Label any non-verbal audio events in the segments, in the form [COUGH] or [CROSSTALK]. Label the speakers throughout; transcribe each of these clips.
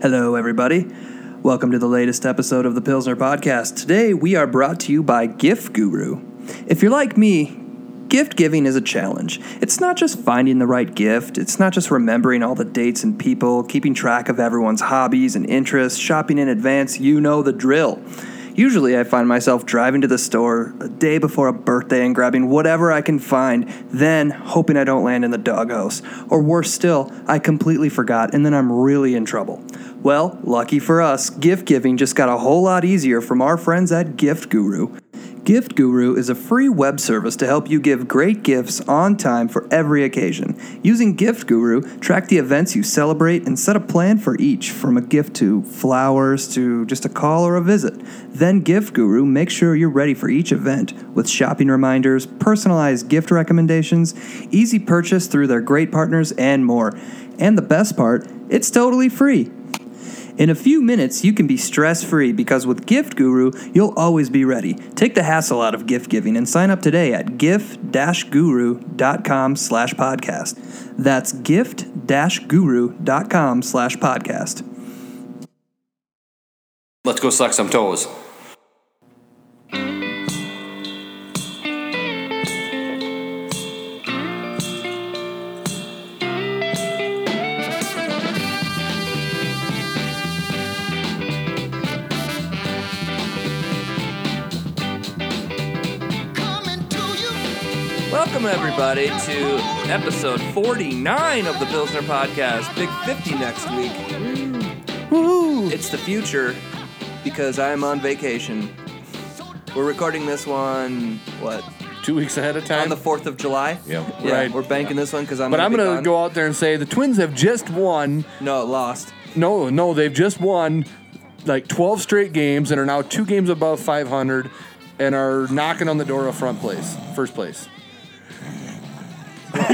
Speaker 1: Hello, everybody. Welcome to the latest episode of the Pilsner Podcast. Today, we are brought to you by Gift Guru. If you're like me, gift giving is a challenge. It's not just finding the right gift, it's not just remembering all the dates and people, keeping track of everyone's hobbies and interests, shopping in advance. You know the drill. Usually, I find myself driving to the store a day before a birthday and grabbing whatever I can find, then hoping I don't land in the doghouse. Or worse still, I completely forgot and then I'm really in trouble. Well, lucky for us, gift giving just got a whole lot easier from our friends at Gift Guru. Gift Guru is a free web service to help you give great gifts on time for every occasion. Using Gift Guru, track the events you celebrate and set a plan for each, from a gift to flowers to just a call or a visit. Then Gift Guru makes sure you're ready for each event with shopping reminders, personalized gift recommendations, easy purchase through their great partners, and more. And the best part, it's totally free. In a few minutes, you can be stress free because with Gift Guru, you'll always be ready. Take the hassle out of gift giving and sign up today at gift-guru.com slash podcast. That's gift-guru.com slash podcast.
Speaker 2: Let's go suck some toes.
Speaker 3: coming to you.
Speaker 4: Welcome, everybody, to episode 49 of the Pilsner Podcast. Big 50 next week. It's the future because I'm on vacation. We're recording this one, what,
Speaker 5: two weeks ahead of
Speaker 4: on
Speaker 5: time.
Speaker 4: the 4th of July?
Speaker 5: Yeah.
Speaker 4: yeah
Speaker 5: Right.
Speaker 4: We're banking this one because I'm
Speaker 5: but I'm
Speaker 4: going
Speaker 5: gonna
Speaker 4: to
Speaker 5: go out there and say the Twins have just won.
Speaker 4: No, lost.
Speaker 5: No, no, they've just won like 12 straight games and are now two games above 500 and are knocking on the door of front place, first place.
Speaker 4: so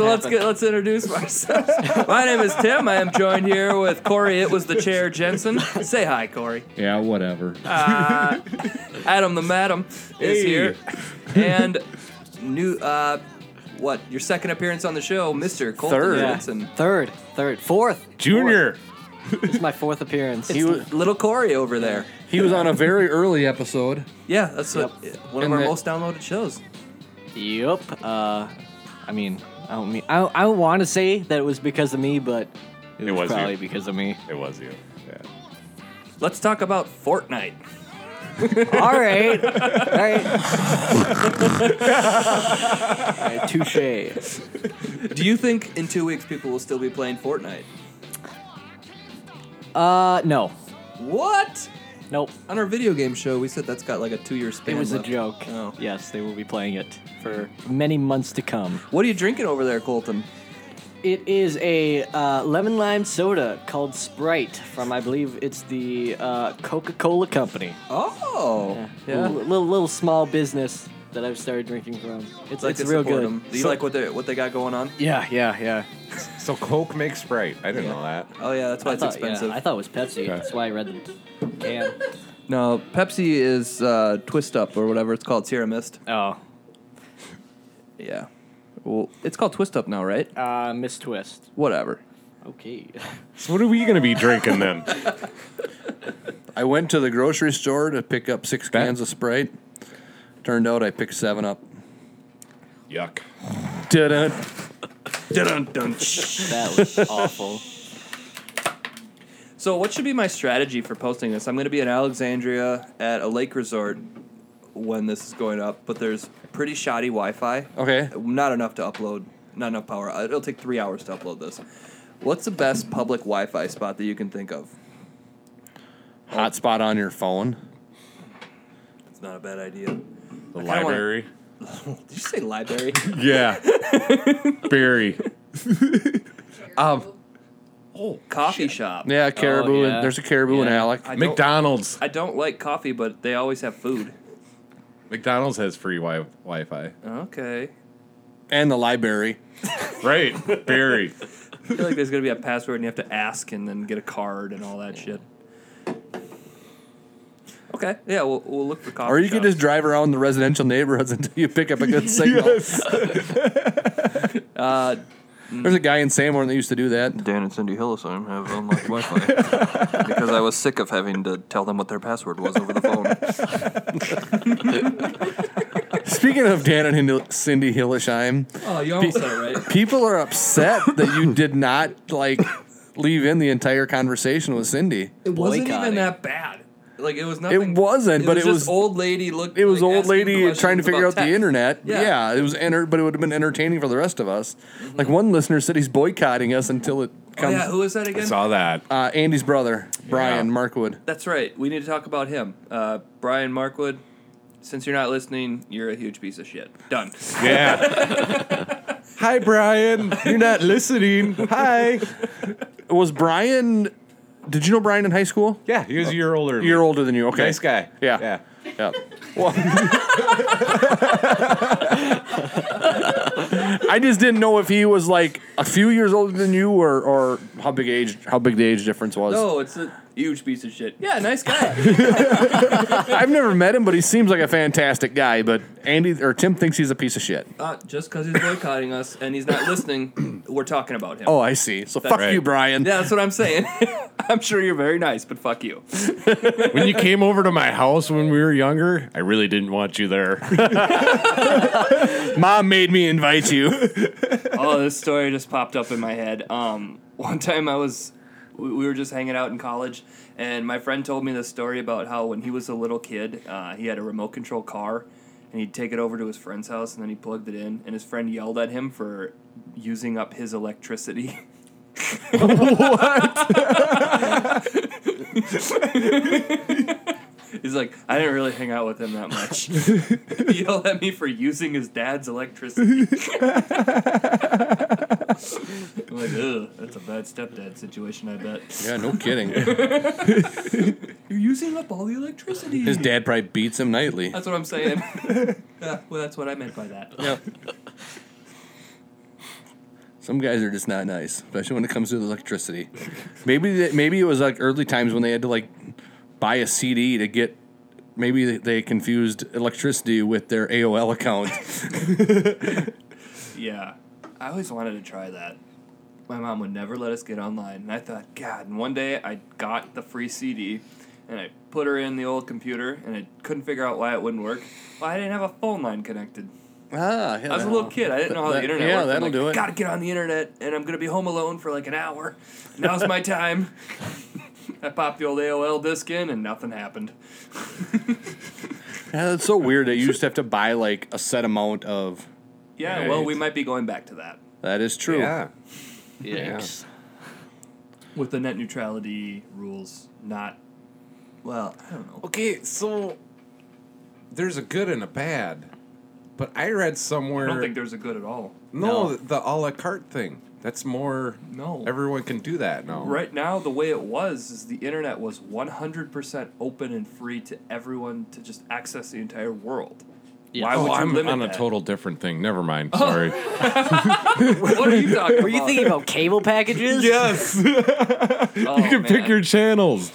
Speaker 4: let's get let's introduce ourselves. My name is Tim. I am joined here with Corey. It was the chair Jensen. Say hi, Corey.
Speaker 5: Yeah, whatever.
Speaker 4: Ah, Adam the Madam is
Speaker 5: Hey.
Speaker 4: here, and [LAUGHS] new uh, what your second appearance on the show, Mister Colton
Speaker 5: Third.
Speaker 6: Yeah.
Speaker 4: Jensen.
Speaker 6: Third, third, fourth.
Speaker 5: Junior.
Speaker 6: It's my fourth appearance.
Speaker 5: He was,
Speaker 4: Little Corey over there.
Speaker 5: he was on a very early episode.
Speaker 4: Yeah, that's what, one of
Speaker 5: And
Speaker 4: our
Speaker 5: the-
Speaker 4: most downloaded shows.
Speaker 6: Yup. Uh, I mean, I don't mean I don't, I don't want to say that it was because of me, but it, was,
Speaker 7: was you.
Speaker 6: probably because of me.
Speaker 7: It was you. Yeah.
Speaker 4: Let's talk about Fortnite.
Speaker 6: All [LAUGHS] right, all right. All right, Touche.
Speaker 4: Do you think in two weeks people will still be playing Fortnite?
Speaker 6: Uh, no,
Speaker 4: What?
Speaker 6: nope.
Speaker 4: On our video game show, we said that's got like a two-year span.
Speaker 6: It was a
Speaker 4: left.
Speaker 6: joke.
Speaker 4: Oh.
Speaker 6: Yes, they will be playing it for many months to come.
Speaker 4: What are you drinking over there, Colton?
Speaker 6: It is a uh, lemon lime soda called Sprite from, I believe, it's the uh, Coca Cola Company.
Speaker 4: Oh,
Speaker 6: Yeah. Little, little, little small business that I've started drinking from. It's,
Speaker 4: Like
Speaker 6: it's
Speaker 4: to
Speaker 6: real
Speaker 4: support
Speaker 6: good.
Speaker 4: 'em. Do you like what they what they got going on?
Speaker 6: Yeah, yeah, yeah.
Speaker 7: So Coke makes Sprite. I didn't know that.
Speaker 4: Oh yeah, that's why it's
Speaker 6: I thought,
Speaker 4: expensive.
Speaker 6: Yeah, I thought it was Pepsi. That's why I read the can.
Speaker 4: No, Pepsi is uh, Twist Up or whatever it's called, Sierra Mist.
Speaker 6: oh,
Speaker 4: Yeah. Well, it's called Twist Up now, right?
Speaker 6: uh, Miss Twist.
Speaker 4: Whatever.
Speaker 6: Okay. [LAUGHS]
Speaker 7: So what are we gonna be
Speaker 4: [LAUGHS]
Speaker 7: drinking then?
Speaker 5: I went to the grocery store to pick up six cans of Sprite. Turned out I picked seven up.
Speaker 7: Yuck.
Speaker 5: Didn't.
Speaker 6: that [LAUGHS] was awful.
Speaker 4: So, what should be my strategy for posting this? I'm going to be in Alexandria at a lake resort when this is going up, but there's pretty shoddy Wi Fi.
Speaker 5: Okay.
Speaker 4: Not enough to upload, not enough power. Uh, It'll take three hours to upload this. What's the best public Wi Fi spot that you can think of?
Speaker 5: Hotspot on your phone.
Speaker 4: It's not a bad idea. Did
Speaker 7: The
Speaker 4: wanna- [LAUGHS]
Speaker 7: library.
Speaker 4: you say
Speaker 5: [LAUGHS]
Speaker 4: library?
Speaker 7: Yeah. Barry.
Speaker 4: Coffee shop.
Speaker 5: Yeah, caribou.
Speaker 6: yeah.
Speaker 5: And, there's a caribou and
Speaker 4: Yeah.
Speaker 5: Alec.
Speaker 4: I don't-
Speaker 7: McDonald's.
Speaker 4: I don't like coffee, but they always have food.
Speaker 7: McDonald's has free wi- Wi-Fi.
Speaker 4: Okay.
Speaker 5: and the library.
Speaker 7: Right.
Speaker 4: [LAUGHS]
Speaker 7: Barry.
Speaker 4: I feel like there's gonna be a password and you have to ask and then get a card and all that shit. Okay, yeah, we'll, we'll look for coffee.
Speaker 5: Or you could
Speaker 4: shops.
Speaker 5: just drive around
Speaker 4: [LAUGHS]
Speaker 5: the [LAUGHS] residential neighborhoods until you pick up a good signal.
Speaker 4: uh,
Speaker 5: There's a guy in Sanborn that used to do that.
Speaker 4: Dan and Cindy Hillisheim have unlocked Wi-Fi [LAUGHS] because I was sick of having to tell them what their password was over the phone.
Speaker 5: Speaking of Dan and Hill- Cindy Hillesheim,
Speaker 4: [LAUGHS] Oh, you almost [LAUGHS] said it right.
Speaker 5: people are upset that you did not like leave in the entire conversation with Cindy.
Speaker 4: It wasn't even
Speaker 6: Boycotting.
Speaker 4: that bad. Like it was nothing.
Speaker 5: wasn't, but it
Speaker 4: just
Speaker 5: was-
Speaker 4: old lady look.
Speaker 5: It was
Speaker 4: like,
Speaker 5: old
Speaker 4: asking
Speaker 5: lady
Speaker 4: questions
Speaker 5: trying to figure
Speaker 4: about
Speaker 5: out the
Speaker 4: tech.
Speaker 5: internet.
Speaker 4: Yeah. Mm-hmm.
Speaker 5: Yeah. it was enter, but it would have been entertaining for the rest of us. Like one listener said, he's boycotting us until it
Speaker 4: Oh,
Speaker 5: comes.
Speaker 4: yeah, who is that again?
Speaker 7: Saw that.
Speaker 5: uh, Andy's brother, Brian
Speaker 7: Yeah.
Speaker 5: Markwood.
Speaker 4: [LAUGHS] That's right. We need to talk about him, uh, Brian Markwood. Since you're not listening, you're a huge piece of shit. Done.
Speaker 7: Yeah.
Speaker 4: [LAUGHS]
Speaker 5: Hi, Brian. You're not listening. Hi. Was Brian? Did you know Brian in high school?
Speaker 7: Yeah. He was a year older. than me.
Speaker 5: You're older than you. Okay.
Speaker 7: Nice guy.
Speaker 5: Yeah.
Speaker 7: Yeah.
Speaker 5: Yeah. Well, I just didn't know if he was like a few years older than you, or or how big age how big the age difference was.
Speaker 4: No, Oh, it's a huge piece of shit. Yeah, nice guy.
Speaker 5: [LAUGHS] I've never met him, but he seems like a fantastic guy. But Andy or Tim thinks he's a piece of shit.
Speaker 4: uh, just because he's boycotting us and he's not listening, [CLEARS THROAT] we're talking about him.
Speaker 5: Oh, I see. So fuck
Speaker 7: right.
Speaker 5: you, Brian.
Speaker 4: Yeah, that's what I'm saying. [LAUGHS] I'm sure you're very nice, but fuck you.
Speaker 7: When you came over to my house when we were younger, I really didn't want you there.
Speaker 5: Mom made me invite you.
Speaker 4: oh, this story just popped up in my head. Um, one time I was, we we were just hanging out in college, and my friend told me this story about how when he was a little kid, uh, he had a remote control car, and he'd take it over to his friend's house, and then he plugged it in, and his friend yelled at him for using up his electricity. [LAUGHS] what? [LAUGHS] He's like, I didn't really hang out with him that much. [LAUGHS] he yelled at me for using his dad's electricity. [LAUGHS] I'm like, ugh, that's a bad stepdad situation, I bet.
Speaker 5: yeah, no kidding.
Speaker 4: You're using up all the electricity.
Speaker 5: [LAUGHS] His dad probably beats him nightly.
Speaker 4: That's what I'm saying. [LAUGHS] Yeah, well, that's what I meant by that.
Speaker 5: Some guys are just not nice, especially when it comes to the electricity. maybe they, maybe it was like early times when they had to like buy a CD to get. Maybe they- they confused electricity with their AOL account.
Speaker 4: Yeah. I always wanted to try that. My mom would never let us get online, and I thought, God. And one day I got the free CD, and I put her in the old computer, and I couldn't figure out why it wouldn't work. Well, I didn't have a phone line connected.
Speaker 5: [LAUGHS] ah,
Speaker 4: I
Speaker 5: yeah,
Speaker 4: was a
Speaker 5: that-
Speaker 4: little kid. I didn't know how the
Speaker 5: That-
Speaker 4: internet
Speaker 5: yeah,
Speaker 4: worked. I'm
Speaker 5: that'll
Speaker 4: like,
Speaker 5: do
Speaker 4: "I
Speaker 5: it."
Speaker 4: Gotta get on the internet, and I'm gonna be home alone for like an hour. Now's my
Speaker 5: [LAUGHS]
Speaker 4: time. I popped the old AOL disc in, and nothing happened.
Speaker 5: Yeah, that's so weird that you just have to buy like a set amount of.
Speaker 4: Yeah, well,
Speaker 7: Right.
Speaker 4: we might be going back to that
Speaker 5: That is true.
Speaker 6: Yikes.
Speaker 4: with the net neutrality rules not. Well, I don't know.
Speaker 7: Okay, so there's a good and a bad, but I read
Speaker 4: I
Speaker 7: somewhere.
Speaker 4: don't think there's a good at all.
Speaker 7: no, the a la carte thing. That's more.
Speaker 4: No.
Speaker 7: Everyone can do that now.
Speaker 4: Right now, the way it was is the internet was 100% open and free to everyone to just access the entire world. Why
Speaker 7: Oh,
Speaker 4: would you
Speaker 7: I'm
Speaker 4: limit
Speaker 7: on a
Speaker 4: that?
Speaker 7: total different thing. Never mind.
Speaker 4: [LAUGHS]
Speaker 7: Sorry.
Speaker 4: What are you talking about?
Speaker 6: Were you thinking about cable packages?
Speaker 7: [LAUGHS] [LAUGHS] yes. you can pick your channels.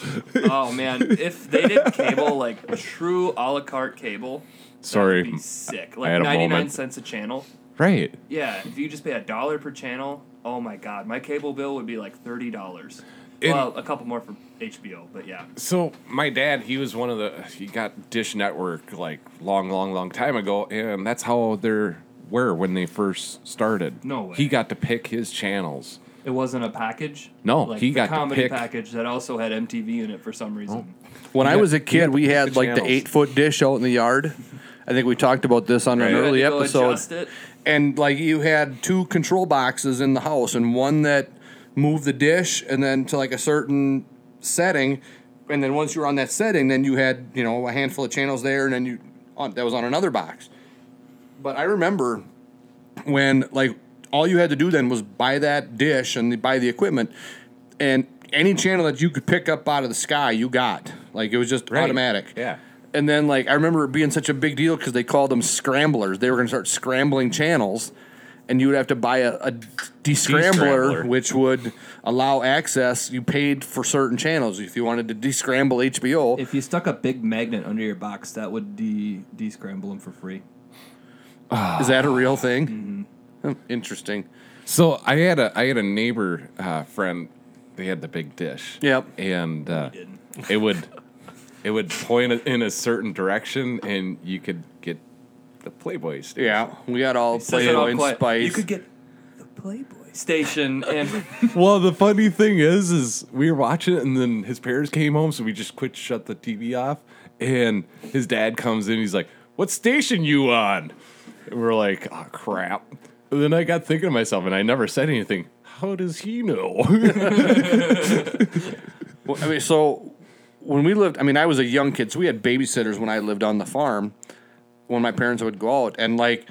Speaker 4: Oh man, if they did cable like true a la carte cable,
Speaker 7: Sorry.
Speaker 4: it'd be sick. Like
Speaker 7: had a
Speaker 4: 99
Speaker 7: moment.
Speaker 4: cents a channel.
Speaker 7: Right.
Speaker 4: Yeah, if you just pay a dollar per channel, oh my god, my cable bill would be like $30.
Speaker 7: In-
Speaker 4: well, a couple more for HBO, but yeah.
Speaker 7: So my dad, he was one of the he got Dish Network like long, long, long time ago, and that's how they're were when they first started.
Speaker 4: No way.
Speaker 7: He got to pick his channels.
Speaker 4: It wasn't a package.
Speaker 7: No,
Speaker 4: like
Speaker 7: he
Speaker 4: the
Speaker 7: got to
Speaker 4: comedy
Speaker 7: pick-
Speaker 4: package that also had MTV in it for some reason.
Speaker 1: Oh.
Speaker 5: When I was a kid, we
Speaker 7: the
Speaker 5: had like the
Speaker 7: channels.
Speaker 5: eight foot dish out in the yard. I think we talked about this on an
Speaker 4: You had to
Speaker 5: early
Speaker 4: go
Speaker 5: episode.
Speaker 4: adjust it.
Speaker 5: and like you had two control boxes in the house and one that moved the dish and then to like a certain setting and then once you were on that setting then you had you know a handful of channels there and then you on, that was on another box but i remember when like all you had to do then was buy that dish and buy the equipment and any channel that you could pick up out of the sky you got like it was just
Speaker 7: Right.
Speaker 5: automatic
Speaker 7: Yeah.
Speaker 5: and then like I remember it being such a big deal because they called them scramblers. They were going to start scrambling channels, and you would have to buy a, a descrambler,
Speaker 7: Descrambler.
Speaker 5: which would allow access. You paid for certain channels if you wanted to descramble HBO.
Speaker 1: If you stuck a big magnet under your box, that would de descramble them for free.
Speaker 7: Mm-hmm.
Speaker 5: Is that a real thing? Hmm, Interesting.
Speaker 7: So I had a I had a neighbor uh, friend. They had the big dish.
Speaker 5: Yep.
Speaker 7: And uh, it would it would point in a certain direction, and you could get the Playboy station.
Speaker 5: Yeah, we got all
Speaker 4: Says it all
Speaker 5: Play-Doh and
Speaker 4: quiet.
Speaker 5: spice.
Speaker 4: You could get the Playboy
Speaker 1: [LAUGHS]
Speaker 4: station and
Speaker 7: Well, the funny thing is, is we were watching it, and then his parents came home, so we just quit shut the TV off. And his dad comes in, he's like, "What station you on?" And we're like, "Oh crap!" And then I got thinking to myself, and I never said anything. How does he know?
Speaker 5: Well, I mean, so when we lived, I mean, I was a young kid, so we had babysitters when I lived on the farm. When my parents would go out, and like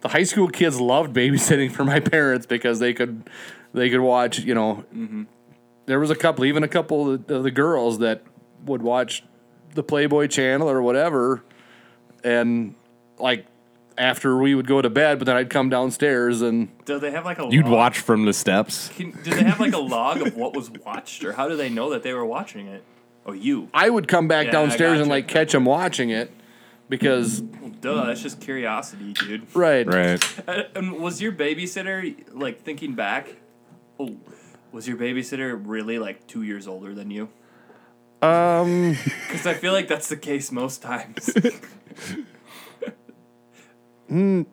Speaker 5: the high school kids loved babysitting for my [LAUGHS] parents because they could, they could watch. You know,
Speaker 4: Mm-hmm.
Speaker 5: there was a couple, even a couple of the, of the girls that would watch the Playboy Channel or whatever, and like after we would go to bed, but then I'd come downstairs and
Speaker 4: do they have like a
Speaker 7: You'd
Speaker 4: log?
Speaker 7: watch from the steps.
Speaker 4: Can, do they have like a log of what was watched or how do they know that they were watching it? Oh, you.
Speaker 5: I would come back
Speaker 4: Yeah, I
Speaker 5: downstairs and
Speaker 4: gotcha.
Speaker 5: like catch them watching it because
Speaker 4: Duh, that's just curiosity, dude.
Speaker 5: right.
Speaker 7: Right.
Speaker 4: Uh, [LAUGHS] And was your babysitter like thinking back? Oh, was your babysitter really like two years older than you?
Speaker 5: Um.
Speaker 4: [LAUGHS] Because I feel like that's the case most times. you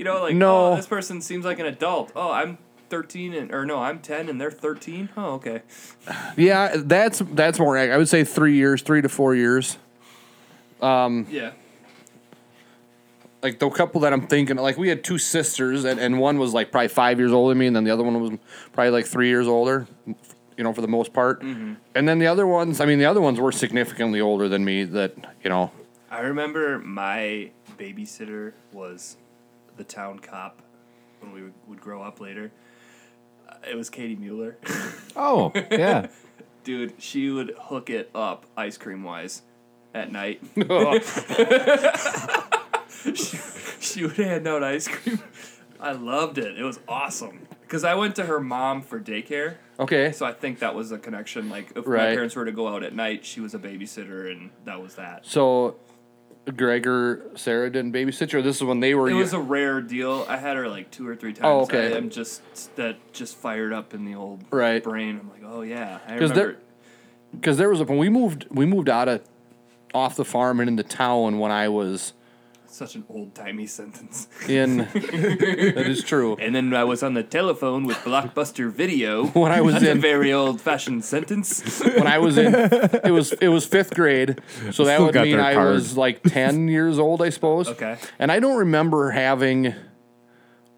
Speaker 4: know, like
Speaker 5: No.
Speaker 4: oh, this person seems like an adult. Oh, I'm thirteen, and or no, I'm ten, and they're thirteen. Oh, okay.
Speaker 5: Yeah, that's that's more. ac- I would say three years, three to four years.
Speaker 4: Yeah.
Speaker 5: Like the couple that I'm thinking, like we had two sisters, and, and one was like probably five years older than me, and then the other one was probably like three years older. You know, for the most part.
Speaker 4: Mm-hmm.
Speaker 5: And then the other ones, I mean, the other ones were significantly older than me. That you know,
Speaker 4: I remember my babysitter was the town cop when we would, would grow up later. Uh, It was Katie Mueller.
Speaker 7: Oh, yeah.
Speaker 4: Dude, she would hook it up ice cream wise at
Speaker 5: [LAUGHS]
Speaker 4: night. [LAUGHS] she, she would hand out ice cream. I loved it. It was awesome. Because I went to her mom for daycare.
Speaker 5: okay,
Speaker 4: So I think that was a connection. Like, if my
Speaker 5: Right.
Speaker 4: parents were to go out at night, she was a babysitter, and that was that.
Speaker 5: so Gregor, Sarah didn't babysit you. Or this is when they were.
Speaker 4: It
Speaker 5: you-
Speaker 4: was a rare deal. I had her like two or three times.
Speaker 5: Oh, okay.
Speaker 4: I am just that just fired up in the old
Speaker 5: Right.
Speaker 4: brain. I'm like, oh yeah, I
Speaker 5: 'Cause there-
Speaker 4: remember.
Speaker 5: because there was a when we moved we moved out of off the farm and into town when I was
Speaker 4: Such an old timey [LAUGHS] sentence.
Speaker 5: in. [LAUGHS] that is true.
Speaker 4: And then I was on the telephone with Blockbuster Video.
Speaker 5: [LAUGHS] When I was
Speaker 4: That's
Speaker 5: in-
Speaker 4: a very old fashioned
Speaker 5: [LAUGHS]
Speaker 4: sentence.
Speaker 5: when I was
Speaker 4: [LAUGHS]
Speaker 5: in it was it was fifth grade, so that
Speaker 7: Still
Speaker 5: would
Speaker 7: got
Speaker 5: mean
Speaker 7: their
Speaker 5: I
Speaker 7: card.
Speaker 5: was like
Speaker 7: [LAUGHS]
Speaker 5: ten years old, I suppose.
Speaker 4: Okay.
Speaker 5: And I don't remember having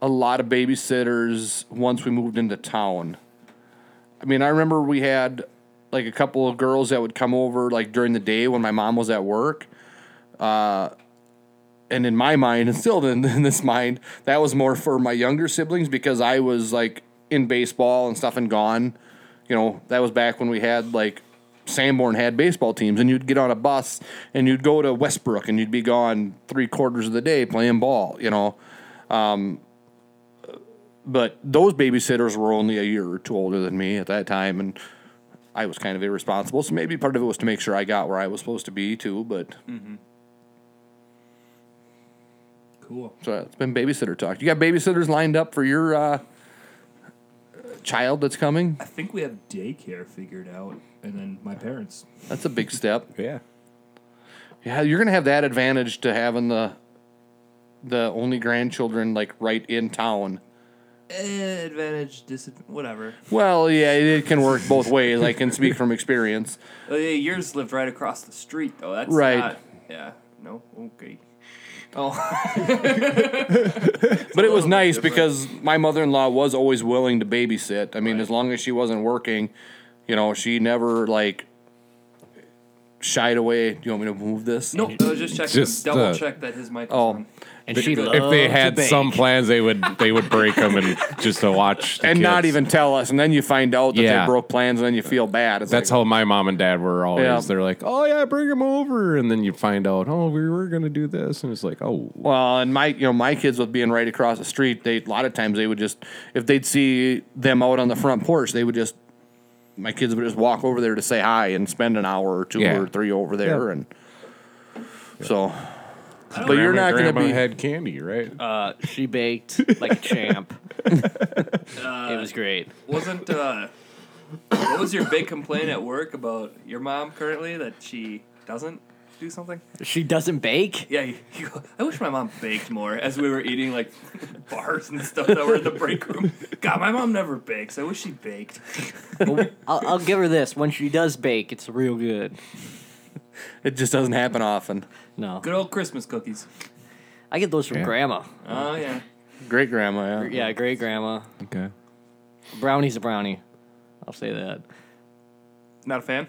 Speaker 5: a lot of babysitters once we moved into town. I mean, I remember we had like a couple of girls that would come over like during the day when my mom was at work. Uh, and in my mind, and still in, in this mind, that was more for my younger siblings because I was like in baseball and stuff and gone. You know, that was back when we had like Sanborn had baseball teams, and you'd get on a bus and you'd go to Westbrook and you'd be gone three quarters of the day playing ball, you know. Um, but those babysitters were only a year or two older than me at that time, and I was kind of irresponsible. So maybe part of it was to make sure I got where I was supposed to be, too. But
Speaker 4: Cool.
Speaker 5: so uh, it's been babysitter talk. You got babysitters lined up for your uh, child that's coming?
Speaker 4: I think we have daycare figured out, and then my parents.
Speaker 5: That's a big step.
Speaker 7: Yeah.
Speaker 5: Yeah, you're gonna have that advantage to having the the only grandchildren like right in town.
Speaker 4: Eh, advantage, disadvantage, whatever.
Speaker 5: Well, yeah, it can work both ways. I can speak from experience.
Speaker 4: Uh, yeah, yours lived right across the street, though. That's
Speaker 5: Right.
Speaker 4: Not, yeah. No. Okay. Oh. [LAUGHS]
Speaker 5: But it was
Speaker 4: little bit
Speaker 5: nice
Speaker 4: different.
Speaker 5: because my mother in law was always willing to babysit. I mean, as long as she wasn't working, you know, she never like shied away. Do you want me to move this?
Speaker 4: Nope. I was just checking.
Speaker 7: Just,
Speaker 4: double
Speaker 7: uh,
Speaker 4: check that his mic. was
Speaker 5: Oh.
Speaker 4: on.
Speaker 6: And she
Speaker 7: if they
Speaker 6: loved
Speaker 7: had
Speaker 6: to
Speaker 7: some
Speaker 6: bake.
Speaker 7: plans, they would they would break them and just to watch. the
Speaker 5: And not
Speaker 7: kids.
Speaker 5: even tell us, and then you find out that
Speaker 7: Yeah.
Speaker 5: they broke plans, and then you feel bad. It's
Speaker 7: That's
Speaker 5: like,
Speaker 7: how my mom and dad were always.
Speaker 5: Yeah.
Speaker 7: They're like, "Oh yeah, bring him over," and then you find out, "Oh, we were gonna do this," and it's like, "Oh,
Speaker 5: Well, and my you know my kids with being right across the street, they a lot of times they would just if they'd see them out on the front porch, they would just my kids would just walk over there to say hi and spend an hour or two
Speaker 7: Yeah.
Speaker 5: or three over there
Speaker 7: Yeah.
Speaker 5: and so But you're not going to be.
Speaker 7: had candy, right?
Speaker 6: Uh, she baked like a [LAUGHS] champ. it was great.
Speaker 4: Wasn't uh, what was your big complaint at work about your mom currently that she doesn't do something?
Speaker 6: She doesn't bake.
Speaker 4: Yeah, you, you, I wish my mom baked more as we were eating like [LAUGHS] bars and stuff that were in the break room. God, my mom never bakes. I wish she baked.
Speaker 6: I'll, I'll give her this. When she does bake, it's real good.
Speaker 5: It just doesn't happen often.
Speaker 6: No,
Speaker 4: Good old Christmas cookies.
Speaker 6: I get those from grandma.
Speaker 4: Oh yeah.
Speaker 5: Great grandma, yeah.
Speaker 6: Yeah, great grandma.
Speaker 7: Okay.
Speaker 6: Brownie's a brownie. I'll say that.
Speaker 4: Not a fan?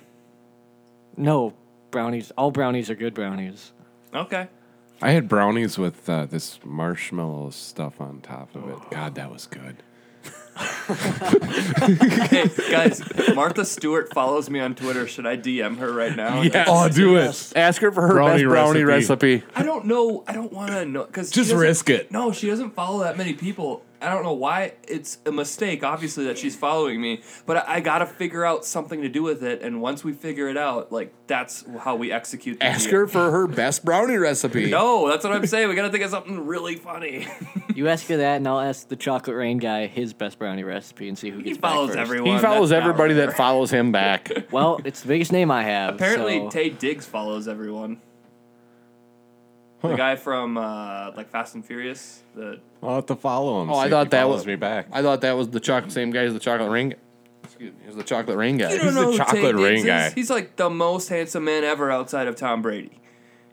Speaker 6: No, brownies. All brownies are good brownies.
Speaker 4: Okay.
Speaker 7: I had brownies with uh, this marshmallow stuff on top of it. God, that was good.
Speaker 4: Hey guys, Martha Stewart follows me on Twitter. Should I DM her right now?
Speaker 5: Yes.
Speaker 7: Oh, do it.
Speaker 6: Yes.
Speaker 5: Ask her for her
Speaker 7: Brownie
Speaker 5: best brownie recipe.
Speaker 4: I don't know. I don't want to know because
Speaker 7: Just risk it.
Speaker 4: No, she doesn't follow that many people. I don't know why. It's a mistake, obviously, that she's following me. But I, I gotta figure out something to do with it. And once we figure it out, like that's how we execute. The
Speaker 5: Ask
Speaker 4: deal.
Speaker 5: her for her best brownie recipe.
Speaker 4: [LAUGHS] No, that's what I'm saying. We gotta think of something really funny. [LAUGHS]
Speaker 6: You ask her that, and I'll ask the chocolate rain guy his best brownie recipe and see who
Speaker 4: He
Speaker 6: gets back
Speaker 4: follows
Speaker 6: first.
Speaker 4: everyone.
Speaker 5: He follows
Speaker 4: That's not
Speaker 5: everybody
Speaker 4: rare.
Speaker 5: that follows him back.
Speaker 6: Well, it's the biggest name I have.
Speaker 4: Apparently,
Speaker 6: so-
Speaker 4: Tay Diggs follows everyone. The guy from uh, like Fast and Furious. The
Speaker 7: I'll have to follow him.
Speaker 5: Oh,
Speaker 7: see
Speaker 5: I
Speaker 7: if
Speaker 5: thought
Speaker 7: he
Speaker 5: that
Speaker 7: follows
Speaker 5: was
Speaker 7: me back.
Speaker 5: I thought that was the chocolate same guy as the chocolate ring. Excuse me, as the chocolate rain guy.
Speaker 7: don't know who Tay Diggs is?
Speaker 4: He's like the most handsome man ever outside of Tom Brady.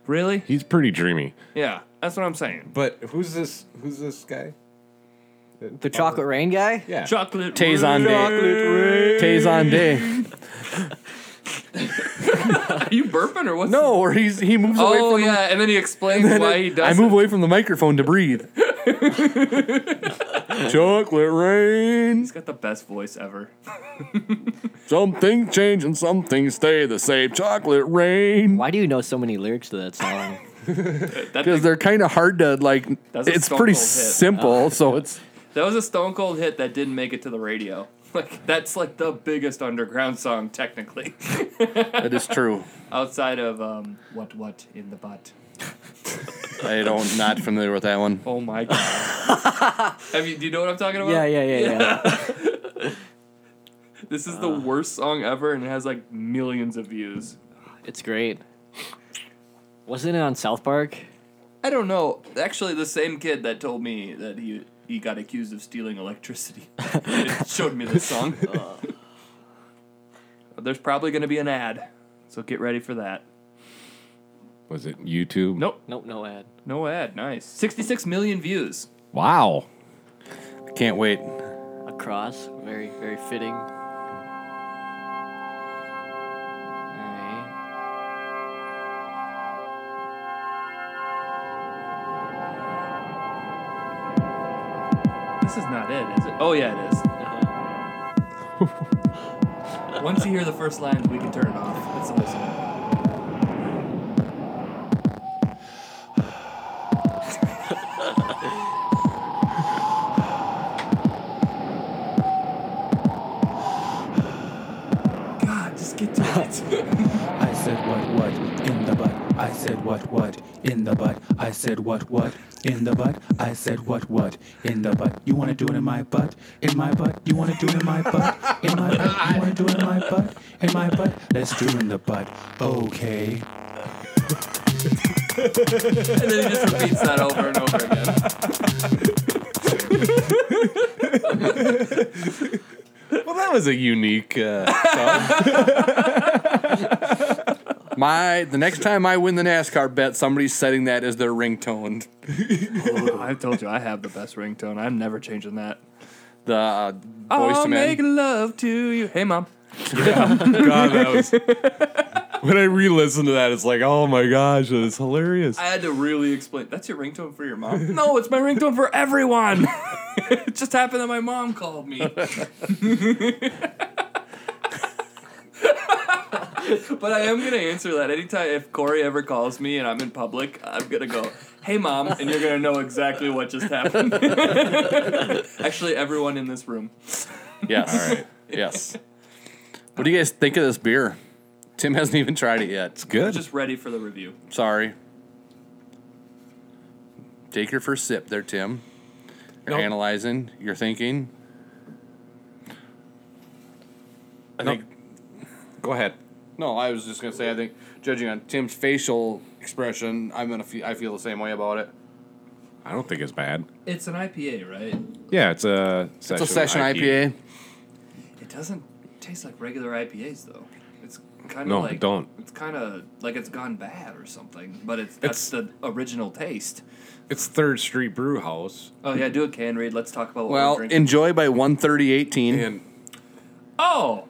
Speaker 4: Really?
Speaker 7: He's pretty dreamy.
Speaker 4: Yeah, that's what I'm saying.
Speaker 7: But who's this? Who's this guy?
Speaker 6: the chocolate rain guy.
Speaker 7: Yeah.
Speaker 4: Chocolate
Speaker 5: Tay's on day.
Speaker 7: Chocolate
Speaker 5: Tay's on day.
Speaker 4: Are [LAUGHS] you burping or what's
Speaker 5: No, or he's he moves away
Speaker 4: Oh
Speaker 5: from.
Speaker 4: yeah, and
Speaker 5: [LAUGHS]
Speaker 4: then he explains why he
Speaker 5: I
Speaker 4: does.
Speaker 5: move away from the microphone to
Speaker 4: [LAUGHS]
Speaker 5: breathe. chocolate rain.
Speaker 4: He's got the best voice ever.
Speaker 5: Some things change and some things stay the same. Chocolate rain.
Speaker 6: Why do you know so many lyrics to
Speaker 4: [LAUGHS]
Speaker 6: that song?
Speaker 4: That,
Speaker 5: Because they're kind of hard to like.
Speaker 4: That's a
Speaker 5: It's
Speaker 4: Stone
Speaker 5: pretty
Speaker 4: Cold hit. Ah.
Speaker 5: simple, so it's.
Speaker 4: that was a Stone Cold hit that didn't make it to the radio. [LAUGHS] Like that's like the biggest underground song technically, [LAUGHS]
Speaker 5: It is true.
Speaker 4: outside of um, what what in the butt.
Speaker 5: I don't not familiar with that one.
Speaker 4: Oh my god!
Speaker 6: [LAUGHS]
Speaker 4: Have you do you know what I'm talking about?
Speaker 6: yeah, yeah, yeah, yeah.
Speaker 4: [LAUGHS]
Speaker 6: Uh.
Speaker 4: This is the worst song ever, and it has like millions of views.
Speaker 6: [LAUGHS] it's great. Wasn't it on South Park?
Speaker 4: I don't know. Actually, the same kid that told me that he he got accused of stealing electricity [LAUGHS] showed me this song. Uh, There's probably going to be an ad, so get ready for that.
Speaker 7: Was it YouTube?
Speaker 4: Nope,
Speaker 6: Nope, no ad.
Speaker 4: no ad. Nice. 66 million views.
Speaker 7: Wow.
Speaker 5: Can't wait.
Speaker 6: A cross, very, very fitting. All right.
Speaker 4: This is not it, is it? Oh yeah, it is.
Speaker 6: Uh-huh.
Speaker 4: [LAUGHS] Once you hear the first lines, we can turn it off. It's listen. God, just get to it.
Speaker 2: I said what what in the butt. I said what what in the butt. I said what what in the butt. I said what what in the butt. You wanna do it in my butt? In my butt. You wanna do it in my butt? In my butt. You wanna do it in my butt? In my butt. Let's do it in the butt. Okay.
Speaker 4: [LAUGHS] and then he just repeats that over and over again.
Speaker 7: Well, that was a unique. Uh,
Speaker 5: My the next time I win the NASCAR bet, somebody's setting that as their ringtone.
Speaker 4: I told you I have the best ringtone. I'm never changing that.
Speaker 5: The uh, voice
Speaker 4: I'll
Speaker 5: to man.
Speaker 4: make love to you. Hey, mom.
Speaker 7: God, that was. when I re-listened to that, it's like, oh my gosh, that is hilarious.
Speaker 4: I had to really explain. That's your ringtone for your mom? no, it's my ringtone for everyone. it just happened that my mom called me. [LAUGHS] but I am gonna answer that anytime if Corey ever calls me and I'm in public. I'm gonna go, "Hey, mom," and you're gonna know exactly what just happened. [LAUGHS] Actually, everyone in this room.
Speaker 5: Yes. All right. Yes. What do you guys think of this beer? Tim hasn't even tried it yet.
Speaker 7: Good.
Speaker 4: Just ready for the review.
Speaker 5: Sorry. Take your first sip there, Tim. You're
Speaker 7: Nope.
Speaker 5: analyzing. You're thinking.
Speaker 7: I think. Go ahead.
Speaker 5: No, I was just gonna say. I think judging on Tim's facial expression, I'm gonna. Fe- I feel the same way about it.
Speaker 7: I don't think it's bad.
Speaker 4: It's an IPA, right?
Speaker 7: Yeah, it's a session,
Speaker 5: It's a session IPA.
Speaker 4: It doesn't taste like regular IPAs though. It's kind of
Speaker 7: No,
Speaker 4: like
Speaker 7: it don't.
Speaker 4: It's kind of like it's gone bad or something. But it's that's the original taste.
Speaker 7: It's Third Street Brew House,
Speaker 4: Oh yeah, do a can read. Let's talk about what
Speaker 5: Well,
Speaker 4: we're drinking.
Speaker 5: enjoy by 130.18.
Speaker 7: and
Speaker 4: oh,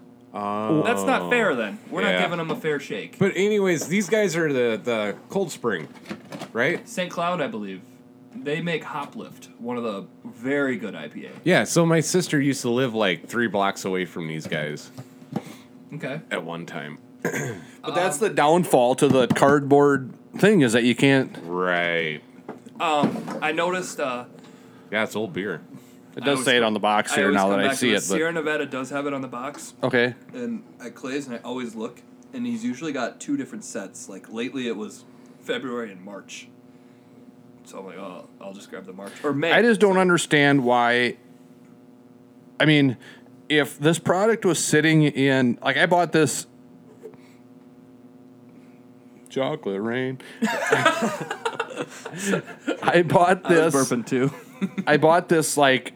Speaker 4: that's not fair. Then we're
Speaker 7: yeah.
Speaker 4: not giving them a fair shake.
Speaker 7: but anyways, these guys are the the Cold Spring, right?
Speaker 4: St. Cloud, I believe, they make Hoplift, one of the very good IPA.
Speaker 7: Yeah. So my sister used to live like three blocks away from these guys
Speaker 4: Okay.
Speaker 7: at one time.
Speaker 5: But that's the downfall to the cardboard thing is that you can't.
Speaker 7: Right.
Speaker 4: I noticed. Uh,
Speaker 7: Yeah, it's old beer.
Speaker 5: It
Speaker 4: I
Speaker 5: does
Speaker 4: always
Speaker 5: say it
Speaker 4: come-
Speaker 5: on the box
Speaker 4: I
Speaker 5: here
Speaker 4: always
Speaker 5: now
Speaker 4: come
Speaker 5: that I
Speaker 4: back to
Speaker 5: see it.
Speaker 4: this.
Speaker 5: But,
Speaker 4: Sierra Nevada does have it on the box.
Speaker 5: okay.
Speaker 4: and um, at Clay's, and I always look, and he's usually got two different sets. Like lately, it was February and March. So I'm like, oh, I'll just grab the March or May.
Speaker 5: I just
Speaker 4: It's
Speaker 5: don't
Speaker 4: like,
Speaker 5: understand why. I mean, if this product was sitting in, like, I bought this chocolate rain. [LAUGHS] I bought this.
Speaker 1: too.
Speaker 5: I bought this like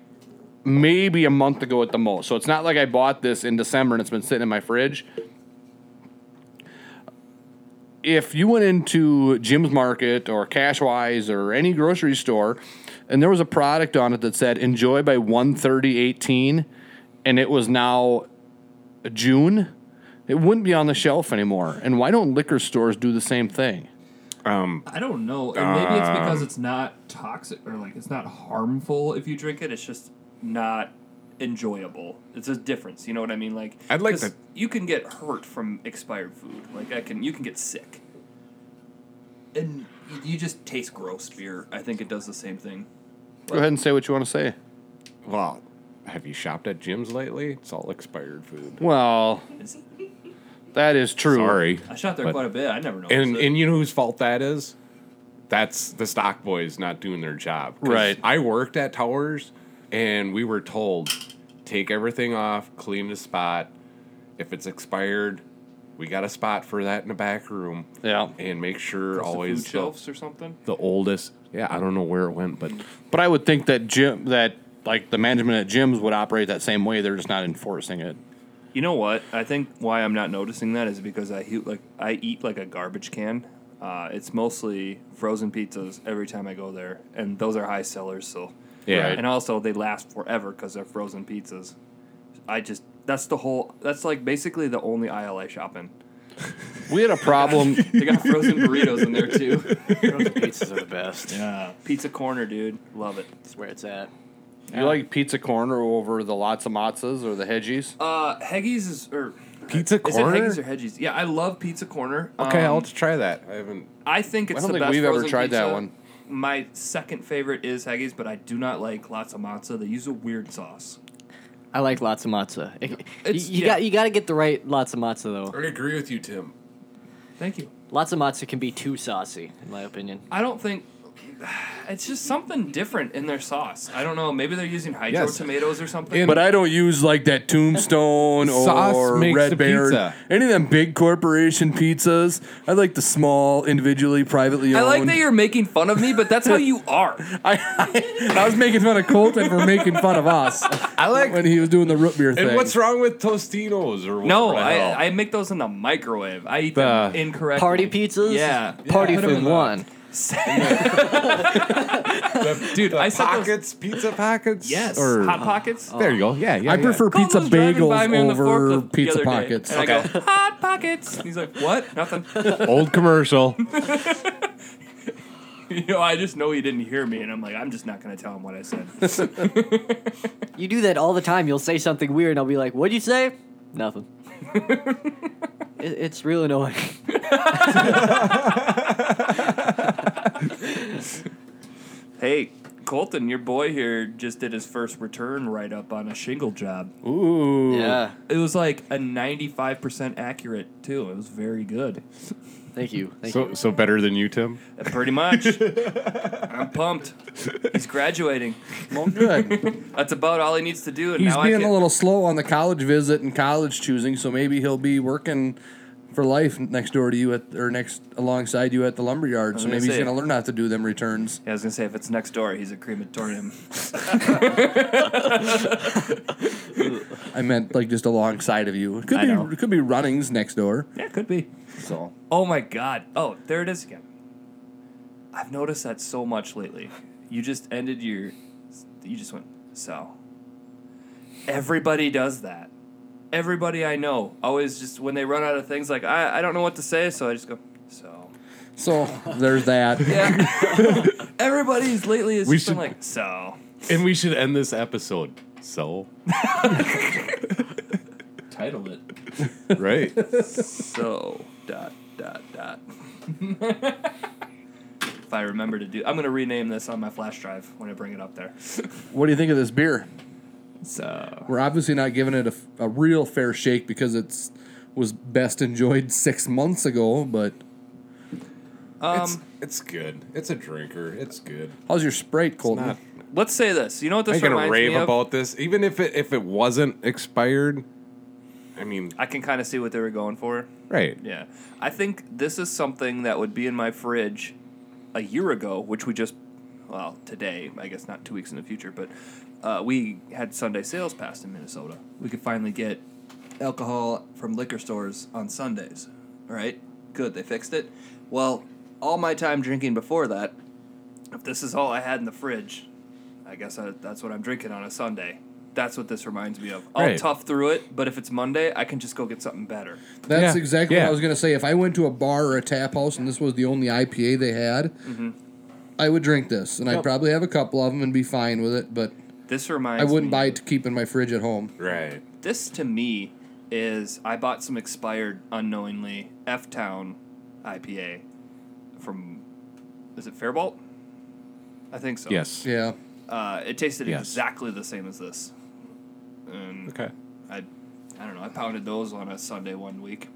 Speaker 5: maybe a month ago at the most. So it's not like I bought this in December and it's been sitting in my fridge. If you went into Jim's Market or Cashwise or any grocery store and there was a product on it that said enjoy by 13018 and it was now June, it wouldn't be on the shelf anymore. And why don't liquor stores do the same thing?
Speaker 4: I don't know, and maybe it's
Speaker 5: Um.
Speaker 4: because it's not toxic or like it's not harmful if you drink it. It's just not enjoyable. It's a difference. You know what I mean? Like
Speaker 7: I'd like
Speaker 4: 'cause
Speaker 7: to-
Speaker 4: You can get hurt from expired food. Like I can, you can get sick. And you- you just taste gross beer. I think it does the same thing.
Speaker 5: Go ahead and say what you want to say.
Speaker 7: Well, have you shopped at gyms lately? It's all expired food.
Speaker 5: Well,
Speaker 4: It's-
Speaker 5: that is true.
Speaker 7: Sorry.
Speaker 4: I shot there
Speaker 7: But-
Speaker 4: quite a bit. I never know.
Speaker 7: And and you know whose fault that is? That's the stock boys not doing their job. 'Cause
Speaker 5: Right.
Speaker 7: I worked at Towers, and we were told take everything off, clean the spot. If it's expired, we got a spot for that in the back room,
Speaker 5: Yeah.
Speaker 7: and make sure always
Speaker 4: food
Speaker 7: the,
Speaker 4: shelves or something.
Speaker 7: the oldest. Yeah, I don't know where it went,
Speaker 4: Mm.
Speaker 7: but
Speaker 5: But I would think that gym that like the management at gyms would operate that same way. They're just not enforcing it.
Speaker 4: You know what? I think why I'm not noticing that is because I eat like I eat like a garbage can. Uh, it's mostly frozen pizzas every time I go there, and those are high sellers. So
Speaker 7: Yeah.
Speaker 4: and also they last forever because they're frozen pizzas. I just that's the whole. That's like basically the only aisle I shop in.
Speaker 5: We had
Speaker 7: [LAUGHS]
Speaker 5: a problem.
Speaker 4: They got frozen burritos in there too.
Speaker 6: Frozen pizzas are the best.
Speaker 4: Yeah, pizza corner, dude, love it.
Speaker 6: That's where it's at.
Speaker 5: you like pizza corner over the lots of matzas or the hedgies?
Speaker 4: Uh, Heggies is or
Speaker 7: Pizza
Speaker 4: is
Speaker 7: Corner?
Speaker 4: it Heggies or Hedgies? Yeah, I love pizza corner.
Speaker 7: okay,
Speaker 4: Um,
Speaker 7: I'll just try that. I haven't.
Speaker 4: I think it's
Speaker 5: I don't
Speaker 4: the
Speaker 5: think
Speaker 4: best
Speaker 5: we've ever
Speaker 4: frozen
Speaker 5: tried that
Speaker 4: pizza.
Speaker 5: one.
Speaker 4: My second favorite is Haggis, but I do not like lots of matzah. They use a weird sauce.
Speaker 6: I like lots of matzah. It- you
Speaker 4: It's-
Speaker 6: you
Speaker 4: yeah.
Speaker 6: got you got to get the right lots of matzah though.
Speaker 7: I agree with you, Tim.
Speaker 4: Thank you.
Speaker 6: Lots of matzah can be too saucy, in my opinion.
Speaker 4: I don't think [SIGHS] it's just something different in their sauce. I don't know. Maybe they're using hydro
Speaker 7: Yes.
Speaker 4: tomatoes or something.
Speaker 7: In-
Speaker 5: But I don't use like that Tombstone
Speaker 7: [LAUGHS] Sauce
Speaker 5: or
Speaker 7: makes the
Speaker 5: Red Baron,
Speaker 7: pizza.
Speaker 5: any of them big corporation pizzas. I like the small, individually, privately
Speaker 4: I
Speaker 5: owned.
Speaker 4: like that you're making fun of me, but that's how you are.
Speaker 5: [LAUGHS] I, I, I was making fun of Colton for making fun of us
Speaker 7: I like.
Speaker 5: when he was doing the root beer thing.
Speaker 7: and what's wrong with Tostinos or
Speaker 4: No,
Speaker 7: whatever the hell?
Speaker 4: I, I make those in the microwave. I eat them
Speaker 7: The-
Speaker 4: incorrectly.
Speaker 6: Party pizzas.
Speaker 4: Yeah.
Speaker 6: Party
Speaker 4: Yeah, put 'em in
Speaker 6: food
Speaker 4: the-
Speaker 6: one.
Speaker 7: Dude,
Speaker 4: I said
Speaker 7: I
Speaker 4: those-
Speaker 7: pockets, pizza pockets.
Speaker 4: Yes.
Speaker 7: Or
Speaker 4: Hot pockets.
Speaker 7: there you go. Yeah, yeah.
Speaker 5: I
Speaker 7: yeah. [LAUGHS]
Speaker 5: prefer
Speaker 4: Colton
Speaker 5: Oh. pizza
Speaker 4: was driving by
Speaker 5: bagels
Speaker 4: me on the forklift
Speaker 5: over
Speaker 4: the
Speaker 5: pizza
Speaker 4: other day,
Speaker 5: pockets.
Speaker 4: And I go, hot pockets. And he's like, what? Nothing.
Speaker 7: old commercial.
Speaker 4: [LAUGHS] You know, I just know he didn't hear me, and I'm like, I'm just not gonna tell him what I said.
Speaker 6: You do that all the time. You'll say something weird, and I'll be like, "What'd you say?"
Speaker 4: [LAUGHS]
Speaker 6: Nothing. it, it's real annoying.
Speaker 4: hey, Colton, your boy here, just did his first return write up on a shingle job.
Speaker 5: Ooh.
Speaker 6: Yeah.
Speaker 4: It was like a 95% accurate, too. It was very good. Uh,
Speaker 6: Thank you. Thank you.
Speaker 7: So, so better than you, Tim.
Speaker 4: Pretty much. I'm pumped. He's graduating.
Speaker 5: Well, good.
Speaker 4: That's about all he needs to do. And
Speaker 5: He's
Speaker 4: now I
Speaker 5: being
Speaker 4: can,
Speaker 5: a little slow on the college visit and college choosing, so maybe he'll be working for life next door to you at or next alongside you at the lumberyard. So
Speaker 4: gonna
Speaker 5: maybe he's
Speaker 4: say-
Speaker 5: gonna learn not to do them returns.
Speaker 4: Yeah, I was gonna say if it's next door, he's a crematorium.
Speaker 5: I meant like just alongside of you. It could
Speaker 4: I
Speaker 5: be
Speaker 4: know.
Speaker 5: it could be runnings next door.
Speaker 4: yeah, could be.
Speaker 5: So
Speaker 4: Oh my god. Oh, there it is again. I've noticed that so much lately. You just ended your you just went, so. Everybody does that. Everybody I know always just when they run out of things like I, I don't know what to say, so I just go, so
Speaker 5: so there's that.
Speaker 4: [LAUGHS] Yeah. Everybody's lately has
Speaker 7: We
Speaker 4: just been
Speaker 7: should-
Speaker 4: like, so
Speaker 7: And we should end this episode. [LAUGHS] So,
Speaker 4: title it. [LAUGHS]
Speaker 7: right.
Speaker 4: So dot dot dot. [LAUGHS] if I remember to do, I'm gonna rename this on my flash drive when I bring it up there.
Speaker 5: What do you think of this beer?
Speaker 4: So
Speaker 5: We're obviously not giving it a, a real fair shake because it's was best enjoyed six months ago. But
Speaker 4: Um,
Speaker 7: it's, it's good. It's a drinker. It's good.
Speaker 5: how's your Sprite, Colton?
Speaker 7: Not,
Speaker 4: let's say this. You know what
Speaker 7: I
Speaker 4: this
Speaker 7: ain't gonna
Speaker 4: reminds
Speaker 7: rave
Speaker 4: me of?
Speaker 7: about this. Even if it if it wasn't expired, I mean,
Speaker 4: I can kind of see what they were going for.
Speaker 7: right?
Speaker 4: Yeah, I think this is something that would be in my fridge a year ago, which we just, well, today. I guess not two weeks in the future, but uh, we had Sunday sales passed in Minnesota. We could finally get alcohol from liquor stores on Sundays. All right, good. They fixed it. Well, all my time drinking before that, if this is all I had in the fridge, I guess I, that's what I'm drinking on a Sunday. That's what this reminds me of. I'll
Speaker 7: Right.
Speaker 4: tough through it, but if it's Monday, I can just go get something better.
Speaker 5: That's
Speaker 7: Yeah,
Speaker 5: exactly what
Speaker 7: yeah.
Speaker 5: I was gonna say. If I went to a bar or a tap house and this was the only IPA they had,
Speaker 4: Mm-hmm.
Speaker 5: I would drink this, and I'd
Speaker 6: Yep.
Speaker 5: probably have a couple of them and be fine with it. But
Speaker 4: This reminds
Speaker 5: I wouldn't
Speaker 4: me-
Speaker 5: buy it to keep in my fridge at home.
Speaker 7: Right.
Speaker 4: This to me is I bought some expired unknowingly F Town IPA from is it Fairbolt? I think so.
Speaker 7: Yes.
Speaker 5: Yeah,
Speaker 4: Uh, it tasted
Speaker 7: Yes.
Speaker 4: exactly the same as this. And
Speaker 7: Okay.
Speaker 4: I I don't know, I pounded those on a Sunday one week.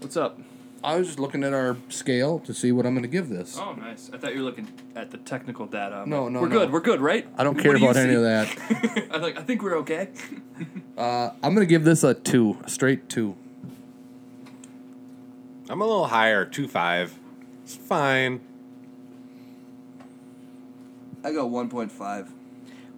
Speaker 4: What's up?
Speaker 5: I was just looking at our scale to see what I'm gonna give this.
Speaker 4: Oh nice. I thought you were looking at the technical data. I'm
Speaker 5: No,
Speaker 4: like,
Speaker 5: no,
Speaker 4: We're
Speaker 5: no.
Speaker 4: good, we're good, right?
Speaker 5: I don't care about any of that. Uh,
Speaker 4: that. [LAUGHS] I like I think we're okay.
Speaker 5: I'm gonna give this a two, a straight two.
Speaker 7: I'm a little higher. Two five. It's fine.
Speaker 4: I got one point five.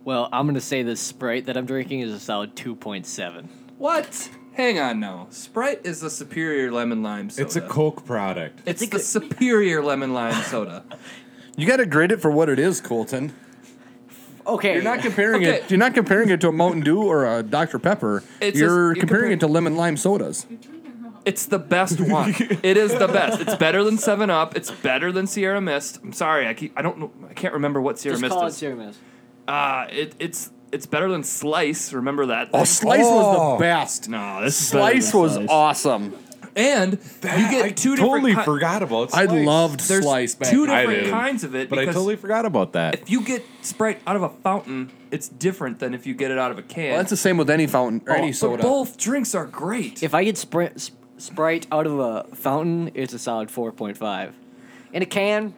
Speaker 6: Well, I'm gonna say this Sprite that I'm drinking is a solid 2.7.
Speaker 4: What? Hang on now. Sprite is the superior lemon lime soda.
Speaker 7: It's a Coke product.
Speaker 4: It's
Speaker 6: It's
Speaker 4: the
Speaker 6: a-
Speaker 4: superior lemon lime soda.
Speaker 5: You gotta grade it for what it is, Colton.
Speaker 6: Okay.
Speaker 5: You're not comparing
Speaker 4: Okay.
Speaker 5: it. You're not comparing it to a Mountain Dew or a Dr Pepper.
Speaker 4: It's a-
Speaker 5: you're
Speaker 4: you're
Speaker 5: comparing
Speaker 4: comparing-
Speaker 5: it to lemon lime sodas.
Speaker 4: It's the
Speaker 7: [LAUGHS]
Speaker 4: best one. it is the best. It's better than Seven Up. It's better than Sierra Mist. I'm sorry, I keep I don't know I can't remember what Sierra
Speaker 6: Just
Speaker 4: Mist
Speaker 6: call it
Speaker 4: is.
Speaker 6: Sierra Mist.
Speaker 4: uh, it, it's it's better than Slice. Remember that?
Speaker 5: Oh,
Speaker 4: thing?
Speaker 5: Slice was
Speaker 7: Oh.
Speaker 5: the best.
Speaker 4: no, this is better than
Speaker 5: Slice was
Speaker 4: Slice.
Speaker 5: awesome.
Speaker 4: And you get
Speaker 7: I
Speaker 4: two
Speaker 7: totally
Speaker 4: different. ki-
Speaker 7: forgot about.
Speaker 5: I
Speaker 7: Slice.
Speaker 5: loved
Speaker 4: There's
Speaker 5: Slice back.
Speaker 4: two
Speaker 7: I
Speaker 4: different
Speaker 7: did.
Speaker 4: kinds of it.
Speaker 7: but I
Speaker 4: because
Speaker 7: totally forgot about that.
Speaker 4: If you get Sprite out of a fountain, it's different than if you get it out of a can.
Speaker 5: Well, that's the same with any fountain or any
Speaker 4: But
Speaker 5: soda.
Speaker 4: both drinks are great.
Speaker 6: If I get Spri- Sp- Sprite out of a fountain, it's a solid 4.5. In a can,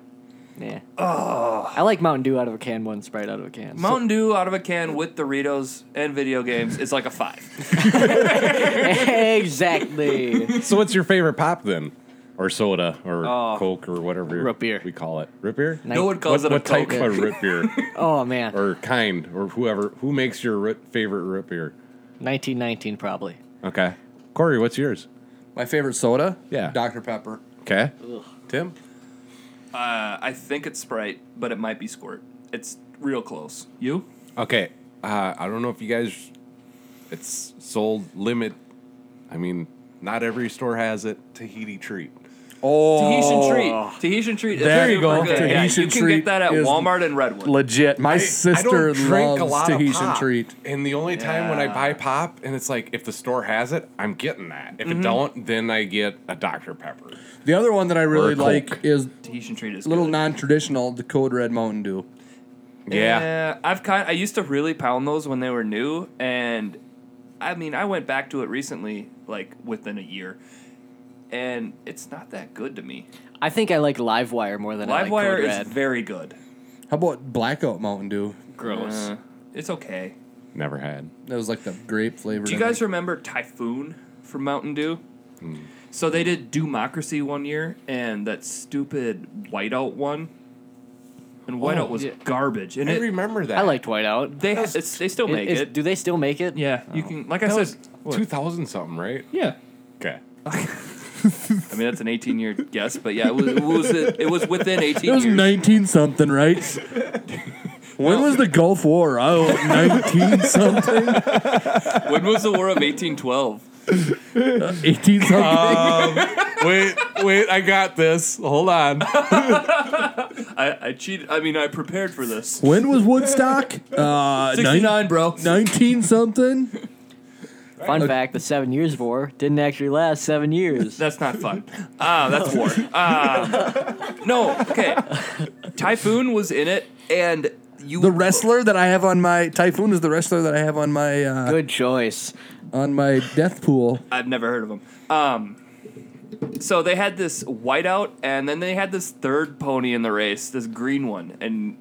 Speaker 6: yeah. Oh. I like Mountain Dew out of a can, one Sprite out of a can. So- [LAUGHS]
Speaker 4: Mountain Dew out of a can with Doritos and video games is like a five. [LAUGHS]
Speaker 6: exactly.
Speaker 7: So what's your favorite pop then? Or soda or
Speaker 4: Oh.
Speaker 7: Coke or whatever
Speaker 6: Root beer.
Speaker 7: we call it. Root beer?
Speaker 6: Nice.
Speaker 4: No one calls
Speaker 7: what
Speaker 4: it a
Speaker 7: what type
Speaker 4: Coke.
Speaker 7: of root
Speaker 4: [LAUGHS]
Speaker 7: beer
Speaker 6: Oh man,
Speaker 7: or kind or whoever who makes your root, favorite root beer?
Speaker 6: 1919 probably.
Speaker 7: Okay. Corey, what's yours?
Speaker 5: My favorite soda?
Speaker 7: Yeah.
Speaker 5: Dr. Pepper.
Speaker 7: Okay. Tim?
Speaker 4: Uh, I think it's Sprite, but it might be Squirt. It's real close. You?
Speaker 7: Okay. Uh, I don't know if you guys it's sold limit. I mean, not every store has it. Tahiti treat.
Speaker 4: Tahitian treat. Tahitian treat.
Speaker 5: Oh. There
Speaker 4: is
Speaker 5: you go.
Speaker 4: super Good. Yeah,
Speaker 5: Tahitian
Speaker 4: you can
Speaker 5: treat
Speaker 4: get that at
Speaker 5: is-
Speaker 4: Walmart and Redwood.
Speaker 5: Legit. My
Speaker 7: I- I
Speaker 5: sister
Speaker 7: don't drink a
Speaker 5: loves
Speaker 7: lot of
Speaker 5: Tahitian
Speaker 7: pop.
Speaker 5: treat.
Speaker 7: And the only time when I
Speaker 4: Yeah.
Speaker 7: buy pop, and it's like if the store has it, I'm getting that. If
Speaker 4: Mm-hmm.
Speaker 7: it don't, then I get a Dr Pepper.
Speaker 5: The other one that I really
Speaker 7: Coke.
Speaker 5: like is
Speaker 4: Tahitian treat is
Speaker 5: a little
Speaker 4: good.
Speaker 5: non traditional, the Code Red Mountain Dew.
Speaker 7: Yeah.
Speaker 4: Uh, I've kind. I used to really pound those when they were new, and I mean, I went back to it recently, like within a year, and it's not that good to me.
Speaker 6: I think I like Livewire more than I like
Speaker 4: Livewire
Speaker 6: Code
Speaker 4: is
Speaker 6: Red.
Speaker 4: very good.
Speaker 5: How about Blackout Mountain Dew?
Speaker 6: gross.
Speaker 4: Uh, it's okay.
Speaker 7: Never had.
Speaker 5: That was like the grape flavor.
Speaker 4: Do you guys remember Typhoon from Mountain Dew? So they did Democracy one year, and that stupid Whiteout one, and Whiteout was
Speaker 6: yeah.
Speaker 4: garbage. And
Speaker 7: I
Speaker 4: it,
Speaker 7: remember that.
Speaker 6: I liked Whiteout.
Speaker 4: they it's, they still
Speaker 6: It-
Speaker 4: make
Speaker 6: it's-
Speaker 4: it.
Speaker 6: Do they still make it?
Speaker 4: yeah, you can. Like I
Speaker 7: that
Speaker 4: said, what?
Speaker 7: was 2000 something, right?
Speaker 4: yeah.
Speaker 7: Okay.
Speaker 4: I mean, that's an 18 year guess, but yeah, it was it was, it was within 18
Speaker 5: It was
Speaker 4: years.
Speaker 5: 19 something, right? When was the Gulf War? Oh, 19 something,
Speaker 4: when was the War of 1812?
Speaker 5: 18 something.
Speaker 7: wait, wait, I got this. Hold on.
Speaker 4: I, I cheated. I mean, I prepared for this.
Speaker 5: when was
Speaker 4: [LAUGHS]
Speaker 5: Woodstock? Uh,
Speaker 4: 69, bro.
Speaker 5: 19 something.
Speaker 6: Fun
Speaker 4: Uh,
Speaker 6: fact: the Seven Years War didn't actually last seven
Speaker 4: [LAUGHS]
Speaker 6: years.
Speaker 4: That's not fun. Ah, that's war. Ah, no. Okay, Typhoon was in it, and you
Speaker 5: The wrestler that I have on my Typhoon is the wrestler that I have on my uh,
Speaker 6: Good choice.
Speaker 5: on my death pool.
Speaker 4: I've never heard of them. Um, so they had this whiteout, and then they had this third pony in the race, this green one, and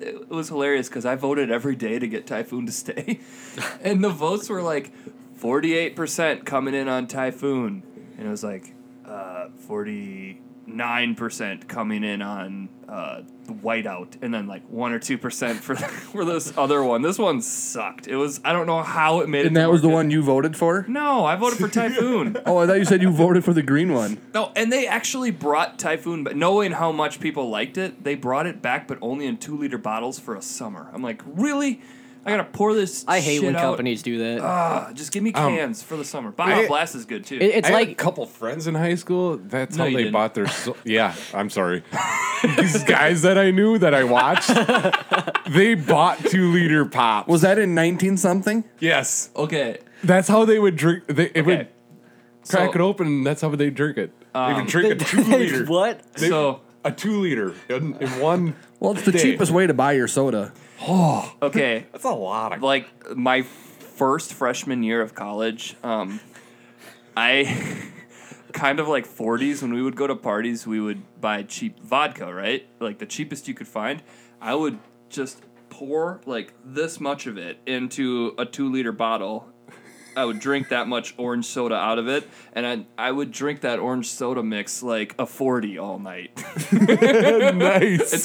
Speaker 4: it was hilarious because I voted every day to get Typhoon to stay, [LAUGHS] and the votes were like forty-eight percent coming in on Typhoon, and it was like uh, forty-nine percent coming in on. Uh, Whiteout, and then like one or two percent for [LAUGHS] for this other one. This one sucked. It was I don't know how it made it.
Speaker 5: And
Speaker 4: to
Speaker 5: that was the
Speaker 4: market.
Speaker 5: one you voted for?
Speaker 4: No, I voted
Speaker 7: [LAUGHS]
Speaker 4: for Typhoon.
Speaker 5: Oh, I thought you said you voted for the green one.
Speaker 4: no, and they actually brought Typhoon, but knowing how much people liked it, they brought it back, but only in two liter bottles for a summer. I'm like, really? I gotta pour this.
Speaker 6: I hate
Speaker 4: shit
Speaker 6: when
Speaker 4: out?
Speaker 6: companies do that. [LAUGHS]
Speaker 4: Ah, just give me
Speaker 7: Um,
Speaker 4: cans for the summer. Bio
Speaker 7: I-
Speaker 4: Blast is good too.
Speaker 6: It- it's
Speaker 7: I had a
Speaker 6: like
Speaker 7: couple friends in high school. That's
Speaker 4: No,
Speaker 7: how
Speaker 4: you
Speaker 7: they
Speaker 4: didn't.
Speaker 7: bought their. So- yeah, I'm sorry. These guys that I knew that I watched, they bought two liter pop.
Speaker 5: Was that in 19 something?
Speaker 7: yes,
Speaker 4: okay,
Speaker 7: that's how they would drink. They it would
Speaker 4: Okay.
Speaker 7: crack
Speaker 4: So-
Speaker 7: it open, and that's how they drink it. they
Speaker 6: [LAUGHS]
Speaker 7: would drink a two liter.
Speaker 6: what?
Speaker 7: They-
Speaker 4: So-
Speaker 7: a two liter in, in one.
Speaker 5: Well, it's the
Speaker 7: day.
Speaker 5: cheapest way to buy your soda.
Speaker 4: okay.
Speaker 7: That's a lot. Of-
Speaker 4: like my first freshman year of college, um, I [LAUGHS] kind of like 40s when we would go to parties, we would buy cheap vodka, right? Like the cheapest you could find. I would just pour like this much of it into a two liter bottle. I would drink that much orange soda out of it, and I, I would drink that orange soda mix like a 40 all night. [LAUGHS]
Speaker 7: nice.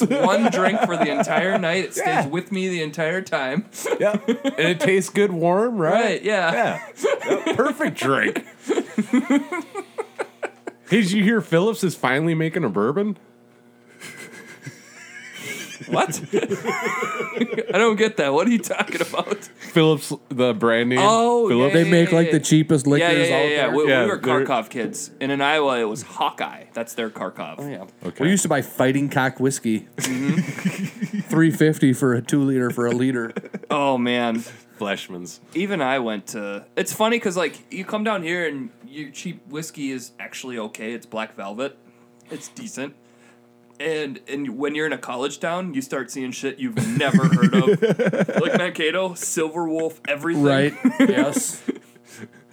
Speaker 4: It's one drink for the entire night. It stays with me the entire time.
Speaker 7: yeah, and it tastes good warm, right?
Speaker 4: Right, yeah.
Speaker 7: [LAUGHS] Yeah. Perfect drink. hey, [LAUGHS] did you hear Phillips is finally making a bourbon?
Speaker 4: [LAUGHS] What? I don't get that. What are you talking about?
Speaker 7: Phillips, the brand name.
Speaker 4: Oh,
Speaker 7: Phillips.
Speaker 4: yeah,
Speaker 5: They make like
Speaker 4: yeah,
Speaker 5: the cheapest liquors
Speaker 4: Yeah, yeah, yeah.
Speaker 5: out
Speaker 4: yeah.
Speaker 5: there.
Speaker 4: We, we
Speaker 7: Yeah,
Speaker 4: were
Speaker 7: they're-
Speaker 4: Kharkov kids, and in Iowa it was Hawkeye. That's their Kharkov.
Speaker 7: Okay.
Speaker 5: We used to buy fighting cock whiskey.
Speaker 4: Mm-hmm.
Speaker 5: [LAUGHS]
Speaker 4: [LAUGHS]
Speaker 5: 350 for a 2 liter for a liter.
Speaker 4: Oh man,
Speaker 7: Fleshman's.
Speaker 4: even I went to. It's funny because like you come down here and your cheap whiskey is actually okay. It's Black Velvet. It's decent. And and when you're in a college town, you start seeing shit you've never heard of, like Mankato, Silver Wolf, everything.
Speaker 5: Right? yes.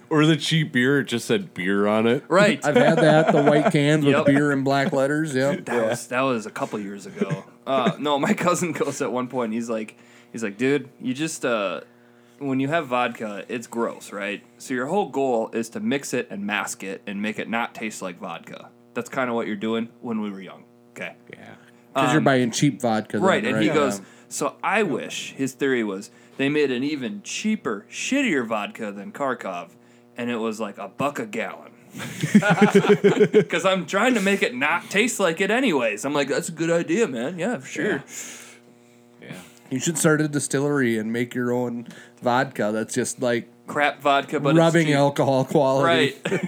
Speaker 7: Or the cheap beer, it just said beer on it.
Speaker 4: Right.
Speaker 5: I've had that, the white cans with
Speaker 4: Yep.
Speaker 5: beer and black letters. Yep.
Speaker 4: That was that was a couple years ago. Uh, no, my cousin goes at one point. He's like, he's like, dude, you just uh, when you have vodka, it's gross, right? So your whole goal is to mix it and mask it and make it not taste like vodka. That's kind of what you're doing when we were young. Okay.
Speaker 7: Yeah.
Speaker 5: Because you're buying cheap vodka. then,
Speaker 4: Um, Right, and he
Speaker 5: Yeah.
Speaker 4: goes, so I wish his theory was they made an even cheaper, shittier vodka than Kharkov, and it was like a buck a gallon. Because I'm trying to make it not taste like it, anyways. I'm like, that's a good idea, man. Yeah, sure.
Speaker 5: You should start a distillery and make your own vodka that's just like
Speaker 4: Crap vodka, but
Speaker 5: rubbing
Speaker 4: it's cheap.
Speaker 5: alcohol quality. [LAUGHS]
Speaker 4: Right.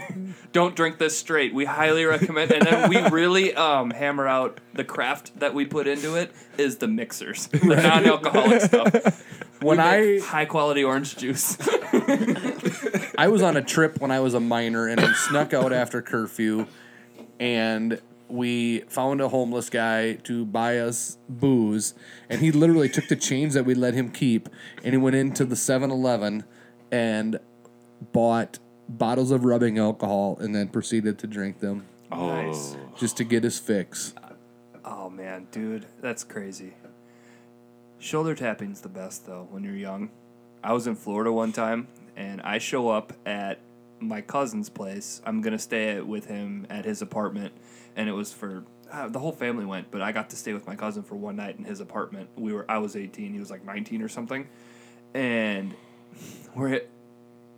Speaker 4: Don't drink this straight. We highly recommend, and then we really um, hammer out the craft that we put into it is the mixers, the non-alcoholic stuff.
Speaker 5: When I
Speaker 4: [LAUGHS] high quality orange juice.
Speaker 5: I was on a trip when I was a minor and I snuck out after curfew and we found a homeless guy to buy us booze, and he literally took the change that we let him keep, and he went into the 7-Eleven and bought bottles of rubbing alcohol, and then proceeded to drink them
Speaker 7: Oh,
Speaker 4: Nice.
Speaker 5: just to get his fix.
Speaker 4: Oh man, dude, that's crazy. Shoulder tapping's the best though when you're young. I was in Florida one time and I show up at my cousin's place. I'm going to stay at- with him at his apartment and it was for uh, the whole family went, but I got to stay with my cousin for one night in his apartment. We were I was 18, he was like 19 or something. And [LAUGHS] we're at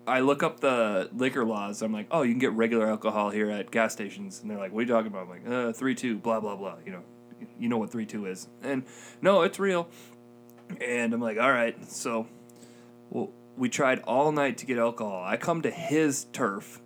Speaker 4: I look up the liquor laws. I'm like, oh, you can get regular alcohol here at gas stations, and they're like, what are you talking about? I'm like, uh, three two, blah blah blah. You know, you know what three two is, and no, it's real. And I'm like, all right, so, well, we tried all night to get alcohol. I come to his turf,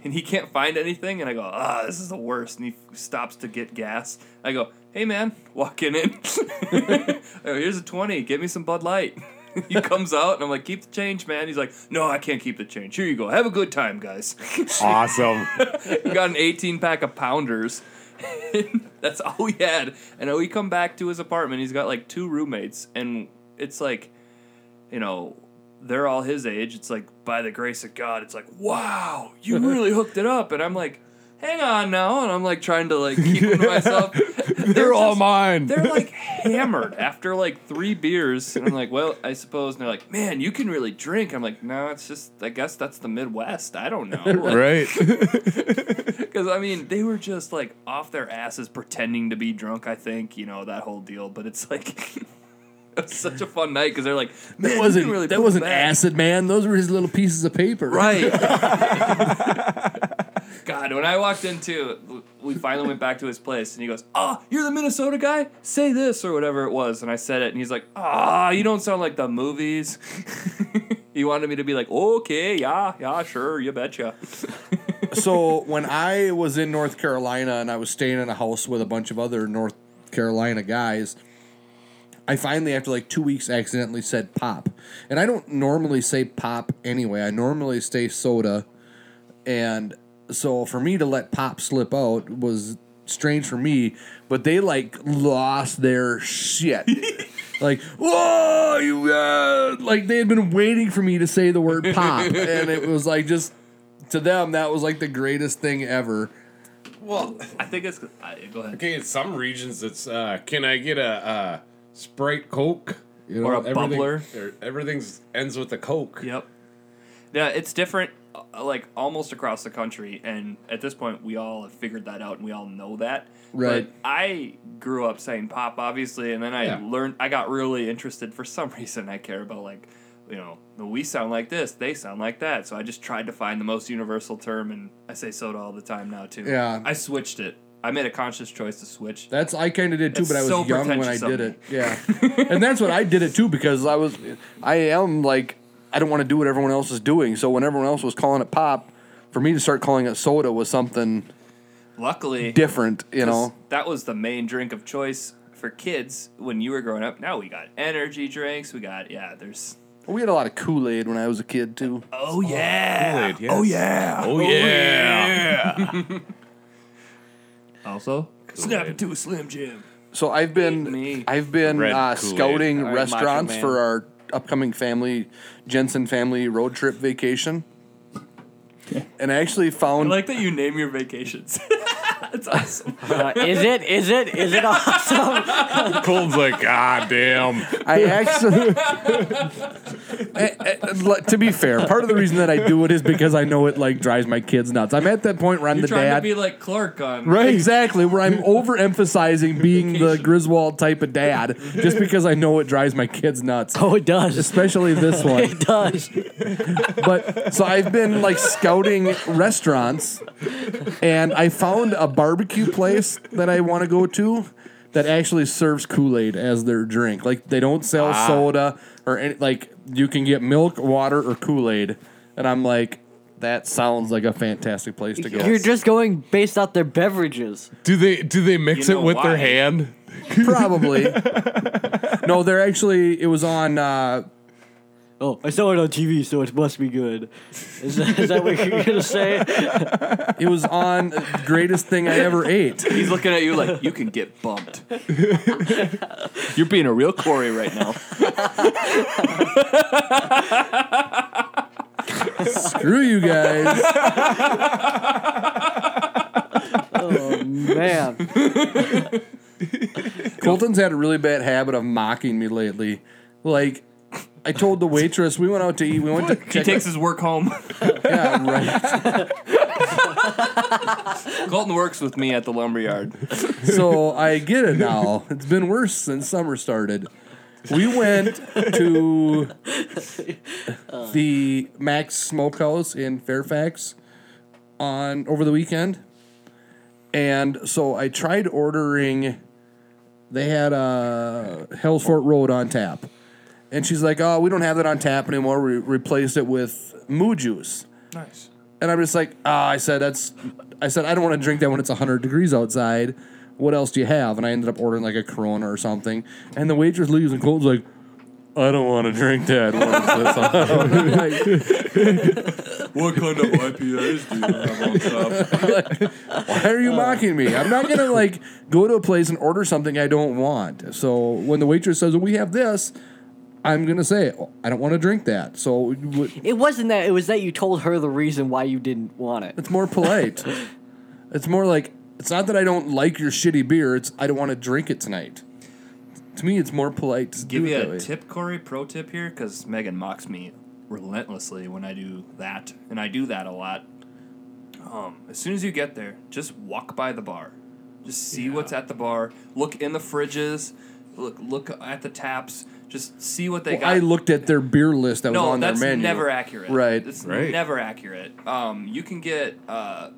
Speaker 4: [LAUGHS] and he can't find anything, and I go, ah, this is the worst. And he f- stops to get gas. I go, hey man, walking in. [LAUGHS] I go, Here's a twenty. Get me some Bud Light. [LAUGHS] he comes out, and I'm like, keep the change, man. He's like, no, I can't keep the change. Here you go. Have a good time, guys. [LAUGHS]
Speaker 7: awesome. [LAUGHS]
Speaker 4: we [LAUGHS] got an 18 pack of pounders. [LAUGHS] That's all we had. And we come back to his apartment. He's got like two roommates, and it's like, you know, they're all his age. It's like, by the grace of God, it's like, wow,
Speaker 7: [LAUGHS]
Speaker 4: you really hooked it up. And I'm like, hang on now. And I'm like trying to like keep it to myself.
Speaker 7: [LAUGHS]
Speaker 4: [LAUGHS]
Speaker 7: They're all
Speaker 4: just-
Speaker 7: mine.
Speaker 4: they're like hammered after like three beers. And I'm like, well, I suppose. And they're like, man, you can really drink. I'm like, no, it's just, I guess that's the Midwest. I don't know.
Speaker 7: [LAUGHS]
Speaker 4: Like,
Speaker 7: [LAUGHS] right.
Speaker 4: because I mean, they were just like off their asses pretending to be drunk. I think you know that whole deal. But it's like [LAUGHS] it was such a fun night because they're like, man,
Speaker 5: That
Speaker 4: you
Speaker 5: wasn't
Speaker 4: can really
Speaker 5: that
Speaker 4: pull
Speaker 5: wasn't
Speaker 4: back."
Speaker 5: acid, man. Those were his little pieces of paper. [LAUGHS]
Speaker 4: right? God, when I walked into, we finally went back to his place, and he goes, "Ah, you're the Minnesota guy. Say this or whatever it was." And I said it, and he's like, "Ah, you don't sound like the movies." [LAUGHS] he wanted me to be like, "Okay, yeah, yeah, sure, you betcha."
Speaker 5: so when I was in North Carolina and I was staying in a house with a bunch of other North Carolina guys, I finally, after like two weeks, accidentally said pop. And I don't normally say pop anyway. I normally say soda. And so for me to let pop slip out was strange for me, but they like lost their shit. like, whoa, you, uh, like they had been waiting for me to say the word pop. and it was like just to them that was like the greatest thing ever.
Speaker 7: well,
Speaker 4: I think it's. I, go ahead.
Speaker 7: okay, in some regions it's uh can I get a uh Sprite Coke? You
Speaker 4: Or a
Speaker 7: everything-
Speaker 4: bubbler.
Speaker 7: or Everything's ends with a Coke.
Speaker 4: Yep. Yeah, it's different, uh, like almost across the country, and at this point, we all have figured that out, and we all know that.
Speaker 5: Right.
Speaker 4: But I grew up saying pop, obviously, and then I
Speaker 7: Yeah.
Speaker 4: learned. I got really interested for some [LAUGHS] reason. I care about like, you know, we sound like this, they sound like that. So I just tried to find the most universal term, and I say soda all the time now too.
Speaker 5: Yeah.
Speaker 4: I switched it. I made a conscious choice to switch.
Speaker 5: That's I kind of did too,
Speaker 4: That's
Speaker 5: but I was
Speaker 4: so
Speaker 5: young when I
Speaker 4: pretentious of
Speaker 5: did
Speaker 4: me.
Speaker 5: it. Yeah,
Speaker 4: [LAUGHS]
Speaker 5: and that's what I did it too because I was, I am like, I don't want to do what everyone else is doing. So when everyone else was calling it pop, for me to start calling it soda was something
Speaker 4: Luckily,
Speaker 5: different. You know,
Speaker 4: that was the main drink of choice for kids when you were growing up. Now we got energy drinks. We got yeah. There's
Speaker 5: we had a lot of Kool Aid when I was a kid too.
Speaker 4: oh yeah.
Speaker 7: Kool-Aid, yes. Oh yeah. Oh yeah.
Speaker 4: Also, snap into a slim jim.
Speaker 5: So I've
Speaker 4: me.
Speaker 5: been, I've been
Speaker 7: Red
Speaker 5: uh,
Speaker 7: Kool-Aid.
Speaker 5: scouting
Speaker 6: right, Macho
Speaker 5: restaurants
Speaker 6: Man.
Speaker 5: for our upcoming family Jensen family road trip vacation. And I actually
Speaker 4: I
Speaker 5: found
Speaker 4: like that you name your vacations. That's awesome.
Speaker 6: Uh, is it? Is it?
Speaker 4: [LAUGHS]
Speaker 6: Is it awesome?
Speaker 7: Cole's like, God damn.
Speaker 4: [LAUGHS]
Speaker 5: I actually, I- I- Eh, like, to be fair, part of the reason that I do it is because I know it like drives my kids nuts. I'm at that point where I'm
Speaker 4: You're
Speaker 5: [LAUGHS] the
Speaker 4: trying to
Speaker 5: dad,
Speaker 4: be like Clark on.
Speaker 5: right? Exactly, where I'm overemphasizing being the Griswold type of dad, just because I know it drives my kids nuts,
Speaker 6: oh, it does.
Speaker 5: especially this [LAUGHS]
Speaker 6: [LAUGHS]
Speaker 5: one.
Speaker 6: It does.
Speaker 5: But so I've been like scouting restaurants, and I found a barbecue place that I want to go to that actually serves Kool Aid as their drink. Like they don't sell soda or any, like you can get milk, water, or Kool Aid. And I'm like, that sounds like a fantastic place to go.
Speaker 6: You're just going based off their beverages.
Speaker 7: Do they do they mix
Speaker 4: You know
Speaker 7: it with
Speaker 4: why?
Speaker 7: their hand?
Speaker 5: [LAUGHS] Probably. no, they're actually. It was on. Uh,
Speaker 6: oh, I saw it on TV, so it must be good. Is that, is that what you're gonna say?
Speaker 5: It was on greatest thing I ever ate.
Speaker 4: He's looking at you like you can get [LAUGHS] bumped. You're being a real Corey right now.
Speaker 5: Screw you guys.
Speaker 6: Oh man, [LAUGHS]
Speaker 5: Colton's had a really bad habit of mocking me lately. Like, I told the waitress we went out to eat. We went to
Speaker 4: He takes his work home. [LAUGHS]
Speaker 5: yeah, right.
Speaker 4: Colton works with me at the lumberyard.
Speaker 5: So I get it now. It's been worse since summer started. We went to the Max Smokehouse in Fairfax on over the weekend, and so I tried ordering. They had a Hell's Fort Road on tap, and she's like, "Oh, we don't have that on tap anymore. We replaced it with Moo Juice."
Speaker 4: Nice.
Speaker 5: And I'm just like, ah, I said, that's, I said, I don't want to drink that when it's 100 degrees outside. What else do you have? And I ended up ordering like a Corona or something. And the waitress leaves and Colton's like, I don't want to drink that. What is this on?"
Speaker 7: What kind of IPAs do you have on top?
Speaker 5: [LAUGHS] Why are you mocking me? I'm not going to like go to a place and order something I don't want. So when the waitress says, we have this, I'm going to say, "Oh, I don't want to drink that. So w-
Speaker 6: it wasn't that. It was that you told her the reason why you didn't want it.
Speaker 5: It's
Speaker 4: [LAUGHS]
Speaker 5: more polite. it's more like it's not that I don't like your shitty beer. It's I don't want to drink it tonight. To me, it's more polite. To
Speaker 4: Give
Speaker 5: do it
Speaker 4: you
Speaker 5: that
Speaker 4: a
Speaker 5: way.
Speaker 4: tip, Corey, pro tip here, because Megan mocks me relentlessly when I do that, and I do that a lot. Um, as soon as you get there, just walk by the bar, just see what's at the bar. Look in the fridges, look look at the taps, just see what they
Speaker 5: Well,
Speaker 4: got.
Speaker 5: I looked at their beer list that was
Speaker 4: no,
Speaker 5: on
Speaker 4: that's
Speaker 5: their menu.
Speaker 4: never accurate.
Speaker 5: Right.
Speaker 4: it's
Speaker 7: Right.
Speaker 4: never accurate. Um, you can get. Uh,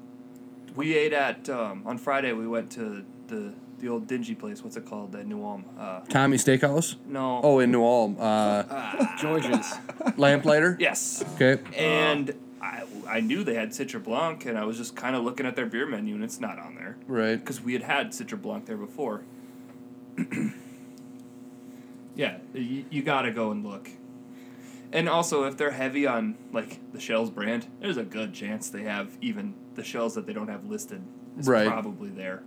Speaker 4: we ate at um, on Friday. We went to the the old dingy place. What's it called? That New Ulm. Uh,
Speaker 5: Tommy Steakhouse.
Speaker 4: no.
Speaker 5: Oh, in New Ulm, uh,
Speaker 6: George's.
Speaker 5: Lamplighter.
Speaker 4: Yes.
Speaker 5: Okay.
Speaker 4: And I, I knew they had Citra Blanc, and I was just kind of looking at their beer menu, and it's not on there.
Speaker 5: Right.
Speaker 4: Because we had had Citra Blanc there before. [CLEARS THROAT] yeah, you, you gotta go and look. And also, if they're heavy on, like, the Shells brand, there's a good chance they have even the shells that they don't have listed. Is
Speaker 5: Right.
Speaker 4: Probably there.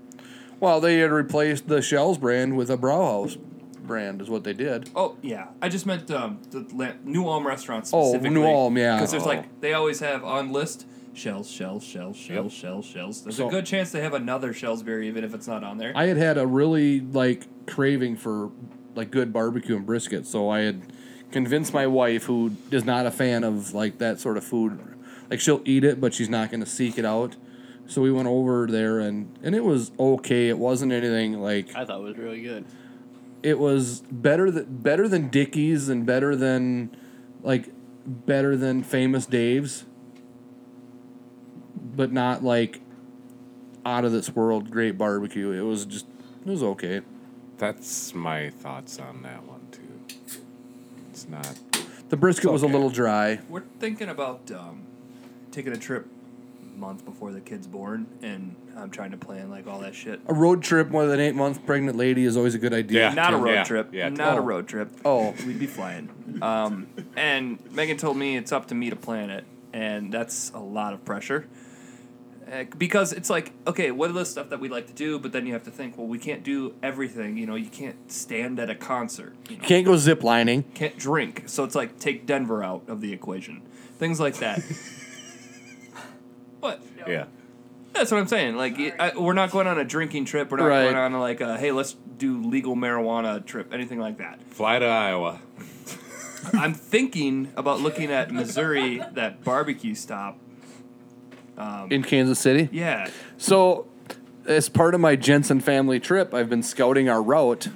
Speaker 5: Well, they had replaced the Shells brand with a Brauhaus brand, is what they did.
Speaker 4: Oh yeah, I just meant um, the La- New Ulm restaurant
Speaker 5: Oh,
Speaker 4: specifically.
Speaker 5: New Ulm, yeah.
Speaker 4: Because there's
Speaker 5: Oh.
Speaker 4: like they always have on list shells, shells, shells, shells, shells, shells. There's
Speaker 5: So-
Speaker 4: a good chance they have another shells beer, even if it's not on there.
Speaker 5: I had had a really like craving for like good barbecue and brisket, so I had convinced my wife, who is not a fan of like that sort of food, like she'll eat it, but she's not going to seek it out. So we went over there, and and it was okay. It wasn't anything like
Speaker 6: I thought it was really good.
Speaker 5: it was better than better than Dickies and better than like better than Famous Dave's, but not like out of this world great barbecue. It was just it was okay.
Speaker 7: That's my thoughts on that one too. It's not.
Speaker 5: The brisket was a
Speaker 7: okay.
Speaker 5: little dry.
Speaker 4: We're thinking about um, taking a trip a month before the kid's born, and I'm trying to plan like all that shit.
Speaker 5: A road trip with an eight month pregnant lady is always a good idea.
Speaker 7: Yeah.
Speaker 4: Not a road
Speaker 7: Yeah,
Speaker 4: trip.
Speaker 7: yeah,
Speaker 4: not a
Speaker 5: oh.
Speaker 4: road trip.
Speaker 5: Oh.
Speaker 4: we'd be flying. Um, and Megan told me it's up to me to plan it, and that's a lot of pressure. Uh, because it's like, okay, what are the stuff that we like to do? But then you have to think, well, we can't do everything. You know, you can't stand at a concert. You know,
Speaker 5: Can't go zip lining.
Speaker 4: can't drink. So it's like take Denver out of the equation. Things like that. what?
Speaker 7: Yeah.
Speaker 4: That's what I'm saying. Like, it- I, we're not going on a drinking trip. We're not
Speaker 5: Right.
Speaker 4: going on like, a, hey, let's do legal marijuana trip. Anything like that.
Speaker 7: Fly to Iowa.
Speaker 4: I'm thinking about looking at Missouri, that barbecue stop.
Speaker 5: In Kansas City.
Speaker 4: Yeah.
Speaker 5: So, as part of my Jensen family trip, I've been scouting our route,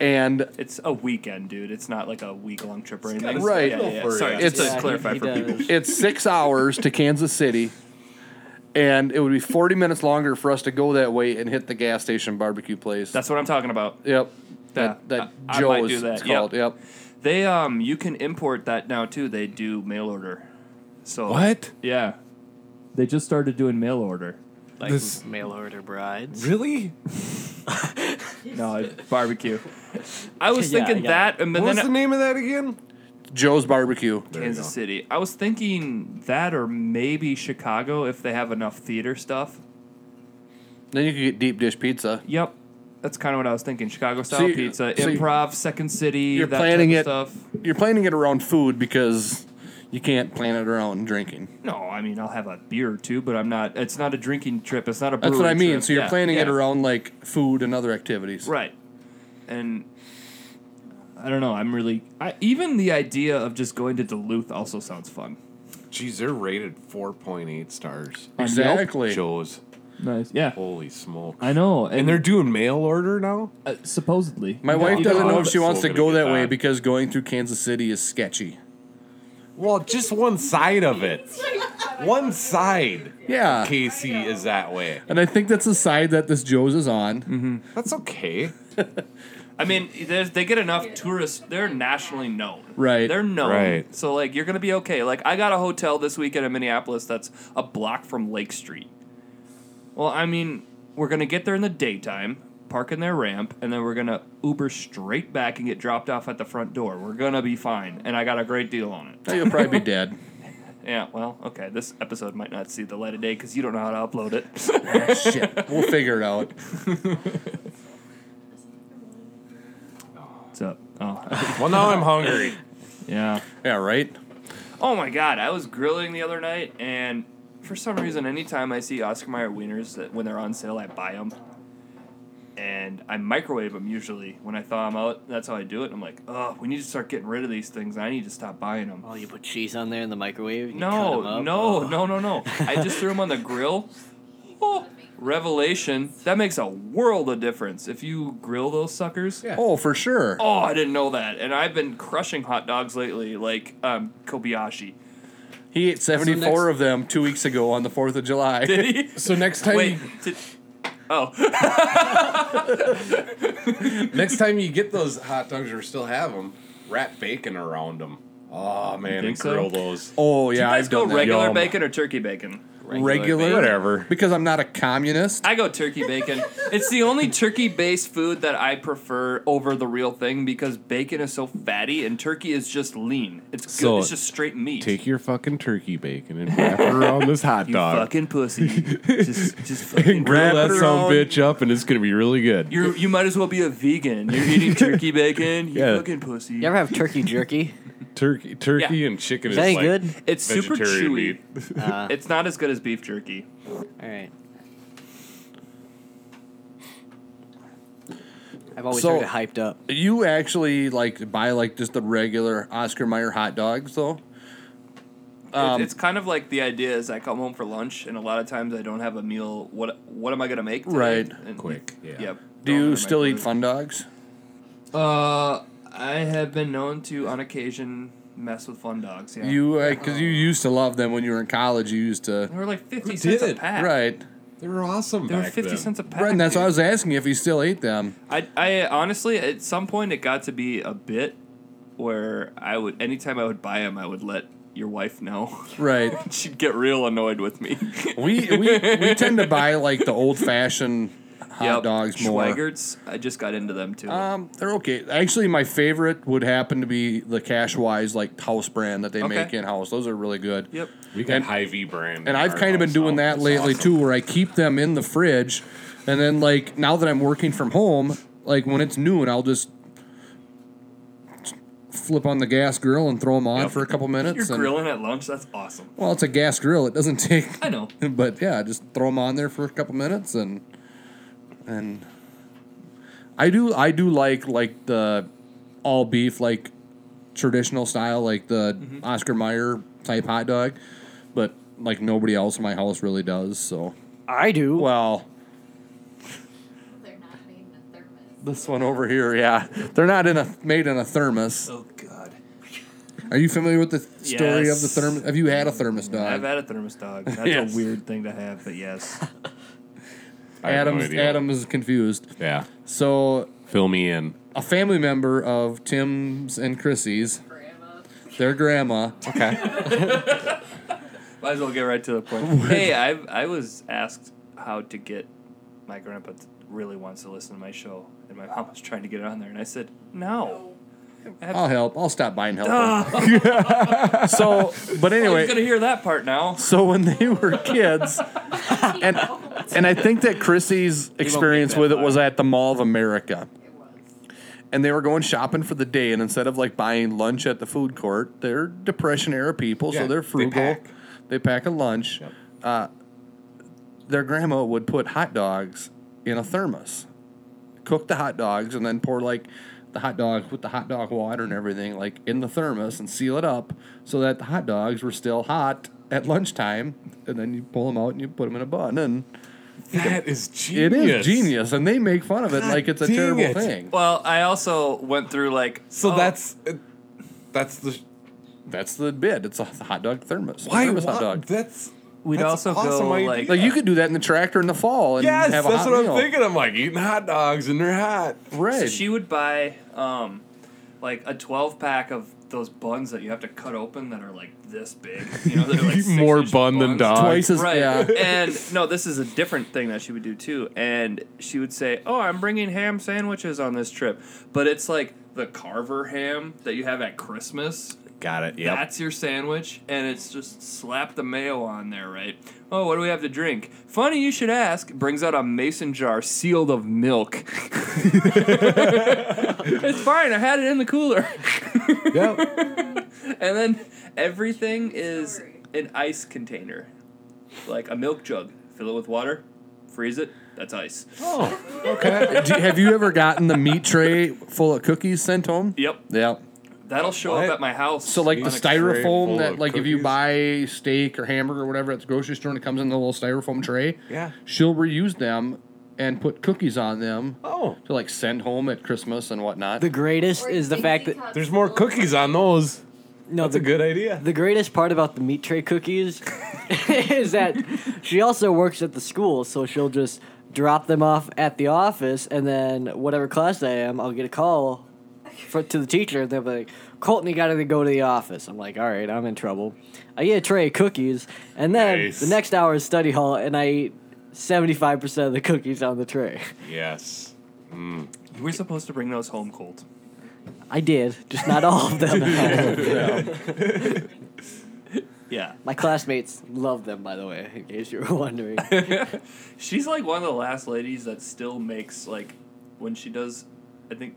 Speaker 5: and
Speaker 4: It's a weekend, dude. It's not like a week long trip or anything.
Speaker 5: got a Right.
Speaker 4: Yeah,
Speaker 5: schedule
Speaker 4: yeah,
Speaker 7: for
Speaker 4: Sorry,
Speaker 7: it.
Speaker 4: just
Speaker 6: Yeah,
Speaker 4: to
Speaker 6: he-
Speaker 4: clarify
Speaker 6: he
Speaker 4: for
Speaker 6: does.
Speaker 4: people.
Speaker 5: it's six hours to Kansas City, and it would be 40 minutes longer for us to go that way and hit the gas station barbecue place.
Speaker 4: That's what I'm talking about.
Speaker 5: yep.
Speaker 4: Yeah,
Speaker 5: That, that
Speaker 4: I- I
Speaker 5: Joe's
Speaker 4: might do that,
Speaker 5: it's
Speaker 4: yep.
Speaker 5: called. Yep.
Speaker 4: They um, you can import that now too. They do mail order. So
Speaker 7: What?
Speaker 4: Yeah. They just started doing mail order.
Speaker 6: Like
Speaker 7: This-
Speaker 6: mail order brides.
Speaker 7: Really?
Speaker 4: No, I- barbecue. I was
Speaker 6: Yeah,
Speaker 4: thinking
Speaker 6: yeah.
Speaker 4: that, and
Speaker 7: What's
Speaker 4: then
Speaker 7: the name of that again?
Speaker 5: Joe's Barbecue.
Speaker 4: Kansas City. I was thinking that or maybe Chicago if they have enough theater stuff.
Speaker 5: Then you can get deep dish pizza.
Speaker 4: Yep. That's kind of what I was thinking. Chicago style
Speaker 5: So you-
Speaker 4: pizza,
Speaker 5: so you-
Speaker 4: improv, second city,
Speaker 5: You're
Speaker 4: that
Speaker 5: planning
Speaker 4: type
Speaker 5: it.
Speaker 4: of stuff.
Speaker 5: You're planning it around food because you can't plan it around drinking.
Speaker 4: No, I mean I'll have a beer or two, but I'm not. It's not a drinking trip. It's not a.
Speaker 5: That's what
Speaker 4: brewery
Speaker 5: I mean.
Speaker 4: trip.
Speaker 5: So you're
Speaker 4: Yeah,
Speaker 5: planning it
Speaker 4: yeah.
Speaker 5: around like food and other activities.
Speaker 4: right? And I don't know. I'm really. I, even the idea of just going to Duluth also sounds fun.
Speaker 7: Geez, they're rated 4.8 stars.
Speaker 5: Exactly.
Speaker 7: Joe's.
Speaker 4: Nice. Yeah.
Speaker 7: Holy smokes.
Speaker 4: I know,
Speaker 7: And they're doing mail order now?
Speaker 4: uh, supposedly.
Speaker 5: My wife
Speaker 7: you
Speaker 5: doesn't
Speaker 7: don't
Speaker 5: know
Speaker 7: know
Speaker 5: if
Speaker 7: that
Speaker 5: she wants
Speaker 7: soul
Speaker 5: to
Speaker 7: gonna
Speaker 5: go
Speaker 7: get
Speaker 5: that way
Speaker 7: that.
Speaker 5: because going through Kansas City is sketchy.
Speaker 7: Well, just one side of it. One side. Uh,
Speaker 5: Yeah.
Speaker 7: Casey is that way.
Speaker 5: And I think that's the side that this Joe's is on.
Speaker 4: Mm-hmm.
Speaker 7: That's okay.
Speaker 4: I mean, there's, they get enough tourists. They're nationally known.
Speaker 5: Right. [LAUGHS]
Speaker 4: They're known.
Speaker 7: Right.
Speaker 4: So, like, you're going to be okay. Like, I got a hotel this weekend in Minneapolis that's a block from Lake Street. Well, I mean, we're going to get there in the daytime, park in their ramp, and then we're going to Uber straight back and get dropped off at the front door. We're going to be fine. And I got a great deal on it.
Speaker 5: Now You'll probably
Speaker 4: [LAUGHS]
Speaker 5: be dead.
Speaker 4: Yeah, well, okay. This episode might not see the light of day because you don't know how to upload it. [LAUGHS]
Speaker 5: Shit. We'll figure it out.
Speaker 4: What's up? Oh,
Speaker 7: Well, now I'm hungry.
Speaker 4: yeah.
Speaker 5: Yeah, right?
Speaker 4: Oh my god, I was grilling the other night, and for some reason, anytime I see Oscar Mayer wieners that when they're on sale, I buy them, and I microwave them usually when I thaw them out. That's how I do it. And I'm like, oh, we need to start getting rid of these things. I need to stop buying them.
Speaker 6: Oh, you put cheese on there in the microwave? and you cut 'em
Speaker 4: No,
Speaker 6: up? Oh.
Speaker 4: no, no, no, no. I just threw them on the grill. Oh, revelation! That makes a world of difference if you grill those suckers.
Speaker 5: Oh, for sure.
Speaker 4: Oh, I didn't know that. And I've been crushing hot dogs lately, like um, Kobayashi.
Speaker 5: He ate 74
Speaker 2: next-
Speaker 5: of them two weeks ago on the 4th of July.
Speaker 2: So next time,
Speaker 4: Wait. Did, oh.
Speaker 7: Next time you get those hot dogs or still have them, wrap bacon around them. Oh, man.
Speaker 4: think
Speaker 7: And
Speaker 4: so?
Speaker 7: grill those.
Speaker 5: Oh, yeah.
Speaker 4: guys
Speaker 5: I've
Speaker 4: go
Speaker 5: done that.
Speaker 4: regular
Speaker 7: Yum.
Speaker 4: bacon or turkey bacon?
Speaker 5: regular.
Speaker 7: Whatever.
Speaker 5: Because I'm not a communist.
Speaker 4: I go turkey bacon. it's the only turkey based food that I prefer over the real thing because bacon is so fatty and turkey is just lean. It's good.
Speaker 7: So,
Speaker 4: it's just straight meat.
Speaker 7: [LAUGHS] Take your fucking turkey bacon and wrap it around this hot
Speaker 4: you
Speaker 7: dog.
Speaker 4: fucking pussy. just just fucking
Speaker 7: [LAUGHS] and grill
Speaker 5: wrap
Speaker 7: that
Speaker 5: it
Speaker 7: some
Speaker 5: around.
Speaker 7: bitch up, and it's gonna be really good.
Speaker 4: you you might as well be a vegan. You're
Speaker 7: [LAUGHS]
Speaker 4: eating turkey bacon. You
Speaker 7: Yeah.
Speaker 4: fucking pussy.
Speaker 6: You ever have turkey jerky? [LAUGHS]
Speaker 7: Turkey, turkey,
Speaker 4: Yeah.
Speaker 7: and chicken
Speaker 6: Is that
Speaker 7: is,
Speaker 6: any
Speaker 7: like
Speaker 6: good?
Speaker 4: it's super chewy.
Speaker 7: vegetarian meat.
Speaker 4: It's not as good as beef jerky.
Speaker 6: All right. I've always
Speaker 5: So-
Speaker 6: heard it hyped up.
Speaker 5: You actually like buy like just the regular Oscar Mayer hot dogs though.
Speaker 4: It-
Speaker 6: Um,
Speaker 4: it's kind of like the idea is I come home for lunch and a lot of times I don't have a meal. What what am I gonna make? Today?
Speaker 5: Right.
Speaker 4: And-
Speaker 7: Quick, yeah.
Speaker 4: Yep.
Speaker 5: Do
Speaker 4: Throw it in
Speaker 5: you
Speaker 4: the
Speaker 5: still eat
Speaker 4: microwave.
Speaker 5: fun dogs?
Speaker 4: Uh, I have been known to, on occasion, mess with fun dogs. Yeah,
Speaker 5: You because you used to love them when you were in college. You used to
Speaker 4: they were like fifty
Speaker 7: Who
Speaker 4: cents a
Speaker 7: did?
Speaker 4: pack.
Speaker 5: right,
Speaker 7: They were awesome.
Speaker 4: they were
Speaker 7: back
Speaker 4: fifty
Speaker 7: then.
Speaker 4: cents a pack.
Speaker 5: right. And that's why I
Speaker 4: dude.
Speaker 5: was asking if you still ate them.
Speaker 4: I, I honestly, at some point, it got to be a bit where I would, anytime I would buy them, I would let your wife know. [LAUGHS]
Speaker 5: Right.
Speaker 4: She'd get real annoyed with me.
Speaker 5: we,
Speaker 4: [LAUGHS]
Speaker 5: we we tend to buy like the old fashioned hot
Speaker 4: Yep.
Speaker 5: dogs more.
Speaker 4: Schweigerts, I just got into them too.
Speaker 5: Um, they're okay. Actually, my favorite would happen to be the Cash Wise like house brand that they
Speaker 4: Okay.
Speaker 5: make in house. Those are really good.
Speaker 4: yep.
Speaker 7: We got
Speaker 5: And-
Speaker 7: high V brand,
Speaker 5: And I've kind of been doing that lately too, where I keep them in the fridge, and then like now that I'm working from home, like when it's noon, I'll just flip on the gas grill and throw them on for a couple minutes.
Speaker 4: You're
Speaker 5: and,
Speaker 4: grilling at lunch? That's awesome.
Speaker 5: Well, it's a gas grill; it doesn't [LAUGHS] take.
Speaker 4: I know.
Speaker 5: But yeah, just throw them on there for a couple minutes, and and I do I do like like the all beef like traditional style like the
Speaker 4: Mm-hmm.
Speaker 5: Oscar Mayer type hot dog, but like nobody else in my house really does. So
Speaker 6: I do.
Speaker 5: well,
Speaker 3: [LAUGHS] They're not made in a thermos.
Speaker 5: this one over here, yeah, they're not in a made in a thermos.
Speaker 4: Oh, God.
Speaker 5: Are you familiar with the story of the
Speaker 4: Yes.
Speaker 5: thermos? Have you had a thermos
Speaker 4: I've
Speaker 5: dog?
Speaker 4: had a thermos dog. That's
Speaker 5: Yes.
Speaker 4: a weird thing to have, but yes.
Speaker 5: Adam's Adam is confused.
Speaker 7: Yeah,
Speaker 5: So
Speaker 7: fill me in.
Speaker 5: a family member of Tim's and Chrissy's,
Speaker 3: Grandma.
Speaker 5: their grandma.
Speaker 7: Okay.
Speaker 4: Might as well get right to the
Speaker 7: [LAUGHS]
Speaker 4: point. hey, I I was asked how to get my grandpa t- really wants to listen to my show, and my mom was trying to get it on there, and I said no.
Speaker 5: I'll help. I'll stop by and help. her. [LAUGHS] so, but
Speaker 4: Who's
Speaker 5: anyway,
Speaker 4: gonna hear that part now?
Speaker 5: so when they were kids, and and I think that Chrissy's experience
Speaker 4: that
Speaker 5: with it
Speaker 4: far.
Speaker 5: was at the Mall of America,
Speaker 3: It was.
Speaker 5: and they were going shopping for the day, and instead of like buying lunch at the food court, they're Depression era people,
Speaker 7: Yeah,
Speaker 5: so they're
Speaker 7: they
Speaker 5: frugal. They
Speaker 7: pack.
Speaker 5: pack, a lunch. Uh, their grandma would put hot dogs in a thermos, cook the hot dogs, and then pour like the hot dogs with the hot dog water and everything like in the thermos and seal it up so that the hot dogs were still hot at lunchtime, and then you pull them out and you put them in a bun and.
Speaker 7: That is
Speaker 5: It
Speaker 7: genius.
Speaker 5: is genius, and they make fun of it like it's a
Speaker 7: dang
Speaker 5: terrible
Speaker 7: it.
Speaker 5: thing.
Speaker 4: Well, I also went through like
Speaker 7: So
Speaker 4: oh,
Speaker 7: that's uh, that's the
Speaker 5: That's the bid. It's a hot dog thermos.
Speaker 7: why
Speaker 5: thermos
Speaker 7: wa-
Speaker 5: hot dog.
Speaker 7: that's
Speaker 4: We'd
Speaker 7: that's
Speaker 4: also
Speaker 7: awesome
Speaker 4: go,
Speaker 7: idea.
Speaker 4: like-
Speaker 5: Like you could do that in the tractor in the fall and
Speaker 7: yes,
Speaker 5: have
Speaker 7: that's
Speaker 5: a hot
Speaker 7: what I'm
Speaker 5: meal.
Speaker 7: thinking. I'm like eating hot dogs and they're hot.
Speaker 5: Right.
Speaker 4: So she would buy um, like a 12 pack of those buns that you have to cut open that are like this big. You know,
Speaker 7: [LAUGHS]
Speaker 4: they're like six
Speaker 7: More
Speaker 4: inch
Speaker 7: bun than
Speaker 4: buns.
Speaker 7: dog.
Speaker 5: Twice as
Speaker 4: Right.
Speaker 5: yeah.
Speaker 4: And no, this is a different thing that she would do too. And she would say, "Oh, I'm bringing ham sandwiches on this trip." But it's like the carver ham that you have at Christmas.
Speaker 7: Got it.
Speaker 4: That's your sandwich, and it's just slap the mayo on there, right? Oh, what do we have to drink? Funny you should ask. Brings out a mason jar sealed of milk. [LAUGHS] it's fine. I had it in the
Speaker 5: [LAUGHS]
Speaker 4: cooler,
Speaker 7: Yep.
Speaker 4: and then everything is
Speaker 3: Sorry.
Speaker 4: an ice container, like a milk jug. Fill it with water, freeze it. That's ice.
Speaker 7: oh, okay.
Speaker 5: Do- [LAUGHS] have you ever gotten the meat tray full of cookies sent home?
Speaker 4: Yep,
Speaker 5: Yeah.
Speaker 4: that'll show
Speaker 7: What?
Speaker 4: up at my house.
Speaker 5: So like
Speaker 7: Meat
Speaker 5: the
Speaker 7: tray full
Speaker 5: styrofoam
Speaker 7: of
Speaker 5: that like if you
Speaker 7: cookies?
Speaker 5: buy steak or hamburger or whatever at the grocery store and it comes in the little styrofoam tray,
Speaker 7: Yeah.
Speaker 5: she'll reuse them and put cookies on them
Speaker 7: Oh,
Speaker 5: to like send home at Christmas and whatnot.
Speaker 6: The greatest
Speaker 3: Or
Speaker 6: is the
Speaker 3: Dixie
Speaker 6: fact that
Speaker 3: cups
Speaker 7: there's more
Speaker 3: full of-
Speaker 7: cookies on those.
Speaker 6: no,
Speaker 7: That's a
Speaker 6: the,
Speaker 7: good idea.
Speaker 6: the greatest part about the meat tray cookies is that she also works at the school, so she'll just drop them off at the office, and then whatever class I am, I'll get a call for, to the teacher, and they'll be like, "Colton, you got to go to the office." I'm like, "All right, I'm in trouble." I eat a tray of cookies, and then
Speaker 7: Nice.
Speaker 6: the next hour is study hall, and I eat seventy five percent of the cookies on the tray.
Speaker 7: Yes.
Speaker 4: you were supposed to bring those home cold.
Speaker 6: I did, just not all of them.
Speaker 4: Yeah.
Speaker 6: My classmates love them, by the way, in case you were wondering.
Speaker 7: [LAUGHS]
Speaker 4: [LAUGHS] She's like one of the last ladies that still makes like when she does, I think,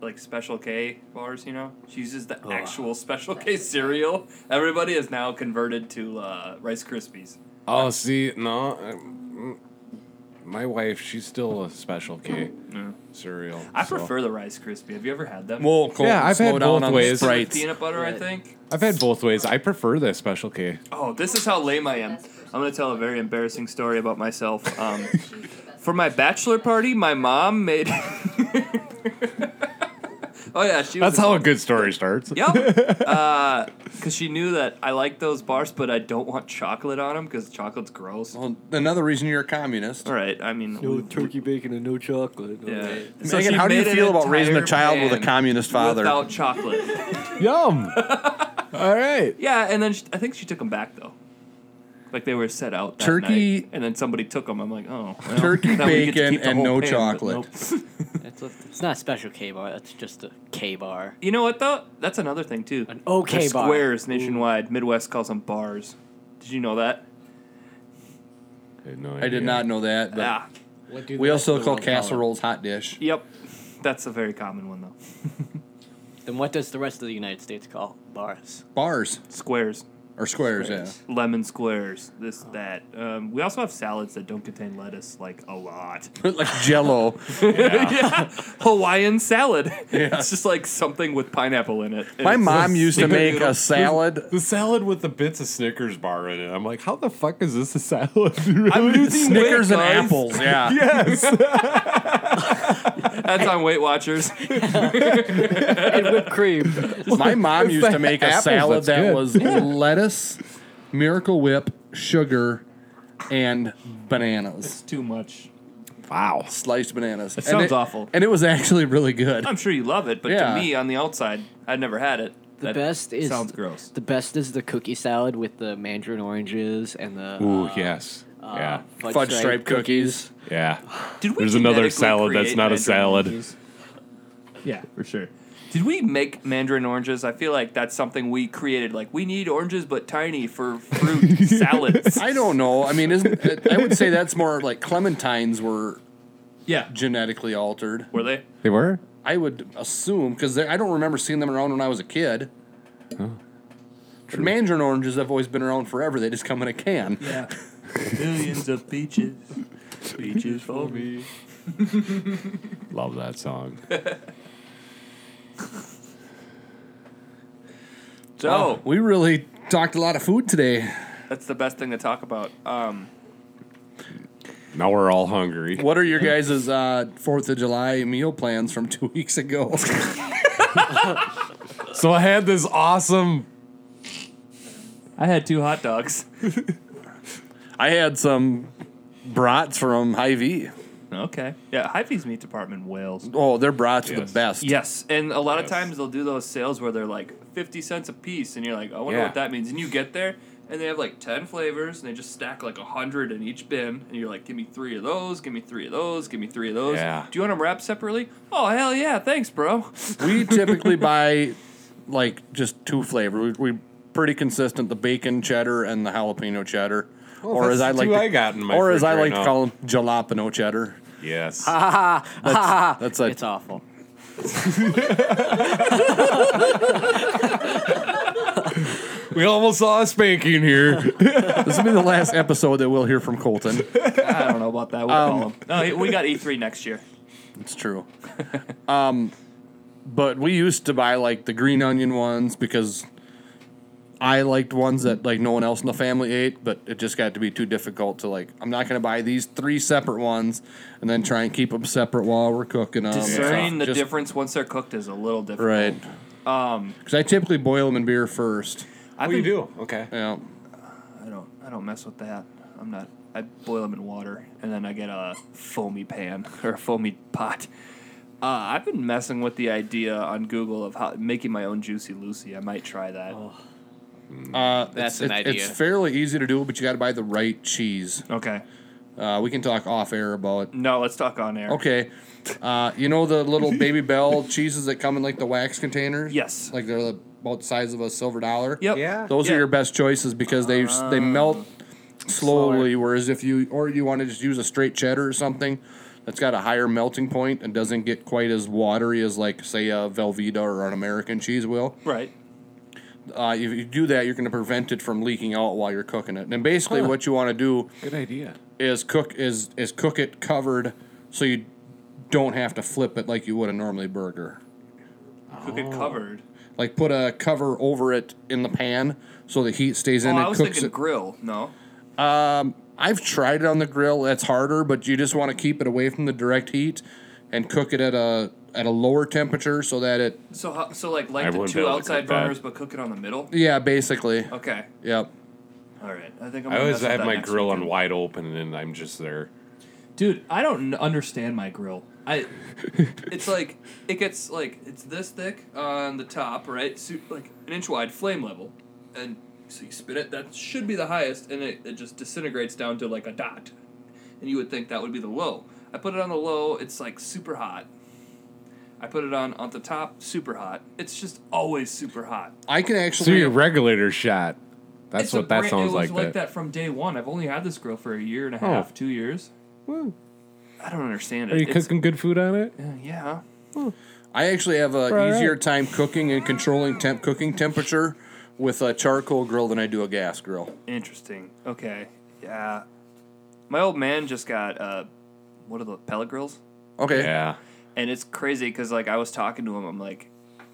Speaker 4: like special K bars. You know, she uses the actual special K cereal. Everybody is now converted to uh, Rice Krispies.
Speaker 7: Oh, see, no. um, My wife, she's still a special K cereal.
Speaker 4: I
Speaker 7: so-
Speaker 4: prefer the Rice Krispie. Have you ever had them?
Speaker 5: Well, Colton,
Speaker 7: Yeah, I've
Speaker 5: slow
Speaker 7: had
Speaker 5: down
Speaker 7: both
Speaker 5: on the
Speaker 7: ways.
Speaker 4: With
Speaker 5: sprites.
Speaker 4: peanut butter, I
Speaker 6: Yeah.
Speaker 4: think.
Speaker 7: I've had both ways. I prefer the special K.
Speaker 4: Oh, this is how lame I am. I'm gonna tell a very embarrassing story about [LAUGHS] myself. Um, for my bachelor party, my mom made. [LAUGHS] oh yeah, she. Was
Speaker 7: That's how a good story starts.
Speaker 5: [LAUGHS]
Speaker 4: Yep. Because Uh, she knew that I like those bars, but I don't want chocolate on them because chocolate's gross.
Speaker 5: Well, another reason you're a communist.
Speaker 4: All right. I mean, we-
Speaker 6: turkey bacon and no chocolate.
Speaker 4: yeah.
Speaker 5: Megan,
Speaker 4: she
Speaker 5: how do you
Speaker 4: made an
Speaker 5: feel about raising a
Speaker 4: entire
Speaker 5: child with a
Speaker 4: pan
Speaker 5: communist father?
Speaker 4: Without chocolate.
Speaker 7: Yum. All right.
Speaker 4: Yeah, and then she, I think she took them back though. Like they were set out. That
Speaker 5: Turkey-
Speaker 4: night, and then somebody took them. I'm like, oh. well,
Speaker 5: [LAUGHS] Turkey,
Speaker 4: now we get to
Speaker 5: bacon,
Speaker 4: keep the
Speaker 5: and
Speaker 4: whole
Speaker 5: no
Speaker 4: pan, but
Speaker 5: chocolate.
Speaker 4: nope.
Speaker 6: It's, not a special K bar, that's just a K bar.
Speaker 4: You know what though? That's another thing too.
Speaker 6: An OK
Speaker 4: They're
Speaker 6: bar.
Speaker 4: Squares nationwide. Midwest calls them bars. Did you know that?
Speaker 7: I, had no
Speaker 5: I
Speaker 7: idea.
Speaker 5: did not know that. But
Speaker 4: Yeah.
Speaker 5: we also call casseroles hot dish.
Speaker 4: Yep. That's a very common one though.
Speaker 6: Then what does the rest of the United States call bars?
Speaker 5: Bars
Speaker 4: Squares.
Speaker 5: or squares,
Speaker 6: Squares.
Speaker 4: lemon squares, this, that. Um, we also have salads that don't contain lettuce, like a
Speaker 7: [LAUGHS]
Speaker 4: lot.
Speaker 5: yeah. [LAUGHS] like jello.
Speaker 4: yeah. [LAUGHS] Hawaiian salad. It's just like something with pineapple in it. And
Speaker 5: My
Speaker 4: it's
Speaker 5: mom
Speaker 4: just
Speaker 5: used to
Speaker 4: super
Speaker 5: make
Speaker 4: noodle.
Speaker 7: [LAUGHS]
Speaker 5: a salad.
Speaker 7: The salad with the bits of Snickers bar in it. I'm like, how the fuck is this a salad? [LAUGHS]
Speaker 4: [LAUGHS]
Speaker 7: really?
Speaker 4: I'm losing weight,
Speaker 5: Snickers and
Speaker 4: guys.
Speaker 5: apples, yeah.
Speaker 7: yes.
Speaker 4: That's on Weight Watchers. [LAUGHS]
Speaker 6: and whipped cream.
Speaker 5: My mom used to make a
Speaker 7: Apples,
Speaker 5: salad
Speaker 7: that's
Speaker 5: that
Speaker 7: good.
Speaker 5: was lettuce, Miracle Whip, sugar, and bananas.
Speaker 4: It's too much.
Speaker 7: wow.
Speaker 5: Sliced bananas. It
Speaker 4: sounds awful.
Speaker 5: And it was actually
Speaker 4: [LAUGHS]
Speaker 5: really good.
Speaker 4: I'm sure you love it, but
Speaker 5: Yeah.
Speaker 4: to me, on the outside, I'd never had it.
Speaker 6: The best is
Speaker 4: sounds gross.
Speaker 6: The best is the cookie salad with the mandarin oranges and the
Speaker 7: Ooh,
Speaker 6: uh,
Speaker 7: yes. yeah.
Speaker 6: fudge,
Speaker 5: Fudge
Speaker 6: stripe
Speaker 5: stripe cookies.
Speaker 7: Yeah.
Speaker 4: Did we
Speaker 7: There's
Speaker 4: genetically
Speaker 7: another salad that's
Speaker 4: create
Speaker 7: not a
Speaker 4: mandarin
Speaker 7: salad.
Speaker 4: oranges? Yeah, for sure. Did we make mandarin oranges? I feel like that's something we created. Like we need oranges, but tiny for
Speaker 5: [LAUGHS]
Speaker 4: fruit salads.
Speaker 5: I don't know. I mean, isn't I would say that's more like clementines were
Speaker 4: Yeah,
Speaker 5: genetically altered.
Speaker 4: were they?
Speaker 7: They were?
Speaker 5: I would assume because I don't remember seeing them around when I was a kid. But mandarin oranges have always been around forever. They just come in a can.
Speaker 4: Yeah. Millions of peaches, peaches for me.
Speaker 7: Love that
Speaker 5: [LAUGHS]
Speaker 7: song.
Speaker 4: So
Speaker 5: We really talked a lot of food today.
Speaker 4: that's the best thing to talk about. Um,
Speaker 7: now we're all hungry.
Speaker 5: What are your guys' uh, Fourth of July meal plans from two [LAUGHS] weeks ago?
Speaker 7: So I had this awesome
Speaker 4: I had two hot dogs.
Speaker 5: I had some brats from Hy-Vee.
Speaker 4: Okay. Yeah, Hy-Vee's meat department wails.
Speaker 5: Oh, their brats are
Speaker 7: Yes.
Speaker 5: the best.
Speaker 4: Yes, and a lot of times they'll do those sales where they're like fifty cents a piece, and you're like, I wonder
Speaker 7: Yeah.
Speaker 4: what that means. And you get there, and they have like ten flavors, and they just stack like hundred in each bin, and you're like, give me three of those, give me three of those, give me three of those.
Speaker 7: Yeah.
Speaker 4: Do you want them wrapped separately? Oh hell yeah, thanks, bro. [LAUGHS]
Speaker 5: We typically buy like just two flavors. We, we pretty consistent the bacon cheddar and the jalapeno cheddar, or
Speaker 7: that's
Speaker 5: as
Speaker 7: the
Speaker 5: I like
Speaker 7: two
Speaker 5: to,
Speaker 7: I got in my
Speaker 5: or as
Speaker 7: fridge
Speaker 5: I
Speaker 7: right
Speaker 5: like
Speaker 7: now.
Speaker 5: to call them jalapeno cheddar.
Speaker 7: Yes.
Speaker 5: Ah, That's a
Speaker 6: It's awful.
Speaker 7: we almost saw a spanking [LAUGHS] here.
Speaker 5: this will be the last episode that we'll hear from Colton.
Speaker 4: I don't know about that. We'll
Speaker 7: Um,
Speaker 4: call 'em. No, we got E three next year.
Speaker 5: It's true. [LAUGHS] um, but we used to buy like the green onion ones because I liked ones that like no one else in the family ate, but it just got to be too difficult to like. I'm not going to buy these three separate ones and then try and keep them separate while we're cooking them.
Speaker 4: Discerning the
Speaker 5: Just-
Speaker 4: difference once they're cooked is a little different.
Speaker 5: right? Because I typically boil them in beer first.
Speaker 4: I
Speaker 7: We
Speaker 4: think-
Speaker 7: do. Okay.
Speaker 5: Yeah,
Speaker 4: I don't. I don't mess with that. I'm not. I boil them in water, and then I get a foamy pan [LAUGHS] or a foamy pot. Uh, I've been messing with the idea on Google of how making my own juicy Lucy. I might try that.
Speaker 7: Oh.
Speaker 5: uh,
Speaker 8: That's
Speaker 5: it's,
Speaker 8: an
Speaker 5: it's-
Speaker 8: idea.
Speaker 5: It's fairly easy to do, but you got to buy the right cheese.
Speaker 4: Okay.
Speaker 5: Uh, we can talk off air about
Speaker 4: No, let's talk on air.
Speaker 5: Okay. Uh, you know
Speaker 4: [LAUGHS]
Speaker 5: the little baby bell cheeses that come in like the wax containers?
Speaker 4: Yes.
Speaker 5: Like they're the, about the size of a silver dollar.
Speaker 4: Yep.
Speaker 7: Yeah.
Speaker 5: Those
Speaker 4: Yeah. Ah.
Speaker 5: are your best choices because they they melt slowly. Whereas if you or you want to just use a straight cheddar or something that's got a higher melting point and doesn't get quite as watery as like say a Velveeta or an American cheese will.
Speaker 4: Right.
Speaker 5: Uh, if you do that, you're going to prevent it from leaking out while you're cooking it. And basically, what you want to do
Speaker 7: Good idea.
Speaker 5: is cook is is cook it covered so you don't have to flip it like you would a normally burger.
Speaker 4: Cook
Speaker 7: Oh.
Speaker 4: it covered.
Speaker 5: Like put a cover over it in the pan so the heat stays
Speaker 4: Oh,
Speaker 5: in.
Speaker 4: I
Speaker 5: it
Speaker 4: was
Speaker 5: cooks
Speaker 4: thinking
Speaker 5: it.
Speaker 4: grill. No.
Speaker 5: I've tried it on the grill. That's harder, but you just want to keep it away from the direct heat and cook it at a at a lower temperature so that it
Speaker 4: So how, so like
Speaker 7: I
Speaker 4: like the
Speaker 7: wouldn't be
Speaker 4: two
Speaker 7: able to
Speaker 4: outside
Speaker 7: cook that.
Speaker 4: burners, but cook it on the middle.
Speaker 5: yeah basically
Speaker 4: Okay.
Speaker 5: yep.
Speaker 4: All right. I think I'm.
Speaker 7: I
Speaker 4: gonna
Speaker 7: always
Speaker 4: mess with
Speaker 7: have
Speaker 4: that
Speaker 7: my
Speaker 4: next
Speaker 7: grill on
Speaker 4: weekend.
Speaker 7: wide open and I'm just there.
Speaker 4: Dude, I don't n- understand my grill. I, it's like it gets like it's this thick on the top, right? So, like an inch wide, flame level, and so you spin it. That should be the highest, and it, it just disintegrates down to like a dot. And you would think that would be the low. I put it on the low. It's like super hot. I put it on on the top, super hot. It's just always super hot.
Speaker 5: I can
Speaker 7: So
Speaker 5: actually
Speaker 7: your regulator shot. That's
Speaker 4: It's a
Speaker 7: what that
Speaker 4: brand-
Speaker 7: sounds
Speaker 4: it was
Speaker 7: like.
Speaker 4: like
Speaker 7: that.
Speaker 4: that. from day one. I've only had this grill for a year and a half, two years. I don't understand it.
Speaker 7: Are you
Speaker 4: It's-
Speaker 7: cooking good food on it?
Speaker 4: Yeah.
Speaker 5: I actually have a
Speaker 7: Right.
Speaker 5: easier time cooking and controlling temp cooking temperature with a charcoal grill than I do a gas grill.
Speaker 4: Interesting. Okay. Yeah. My old man just got uh, what are the pellet grills?
Speaker 5: Okay.
Speaker 7: Yeah.
Speaker 4: And it's crazy because like I was talking to him, I'm like,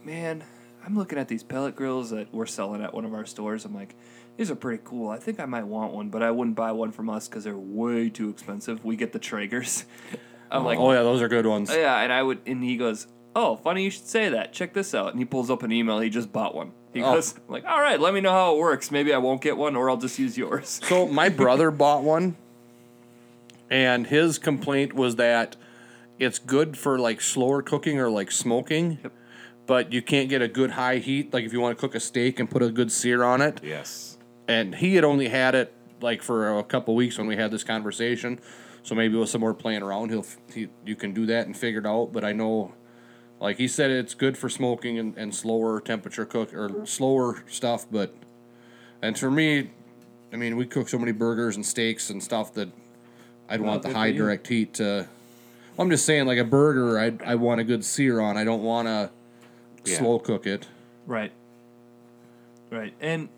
Speaker 4: man, I'm looking at these pellet grills that we're selling at one of our stores. I'm like, these are pretty cool. I think I might want one, but I wouldn't buy one from us because they're way too expensive. We get the Traegers. [LAUGHS] I'm like,
Speaker 5: Oh yeah, those are good ones.
Speaker 4: yeah, and I would, and he goes, "Oh, funny you should say that. Check this out." And he pulls up an email. He just bought one. He
Speaker 5: Oh.
Speaker 4: goes, "Like, all right, let me know how it works. Maybe I won't get one, or I'll just use yours."
Speaker 5: So my brother bought one, and his complaint was that it's good for like slower cooking or like smoking, but you can't get a good high heat. Like if you want to cook a steak and put a good sear on it,
Speaker 7: Yes.
Speaker 5: and he had only had it like for a couple weeks when we had this conversation. So maybe with some more playing around, he'll f- he, you can do that and figure it out. But I know Like he said, it's good for smoking and, and slower temperature cook or slower stuff. But and for me, I mean, we cook so many burgers and steaks and stuff that I'd want the
Speaker 7: good
Speaker 5: high
Speaker 7: for you.
Speaker 5: direct heat to. I'm just saying, like a burger, I I want a good sear on. I don't want to
Speaker 7: Yeah.
Speaker 5: slow cook it.
Speaker 4: Right. Right. And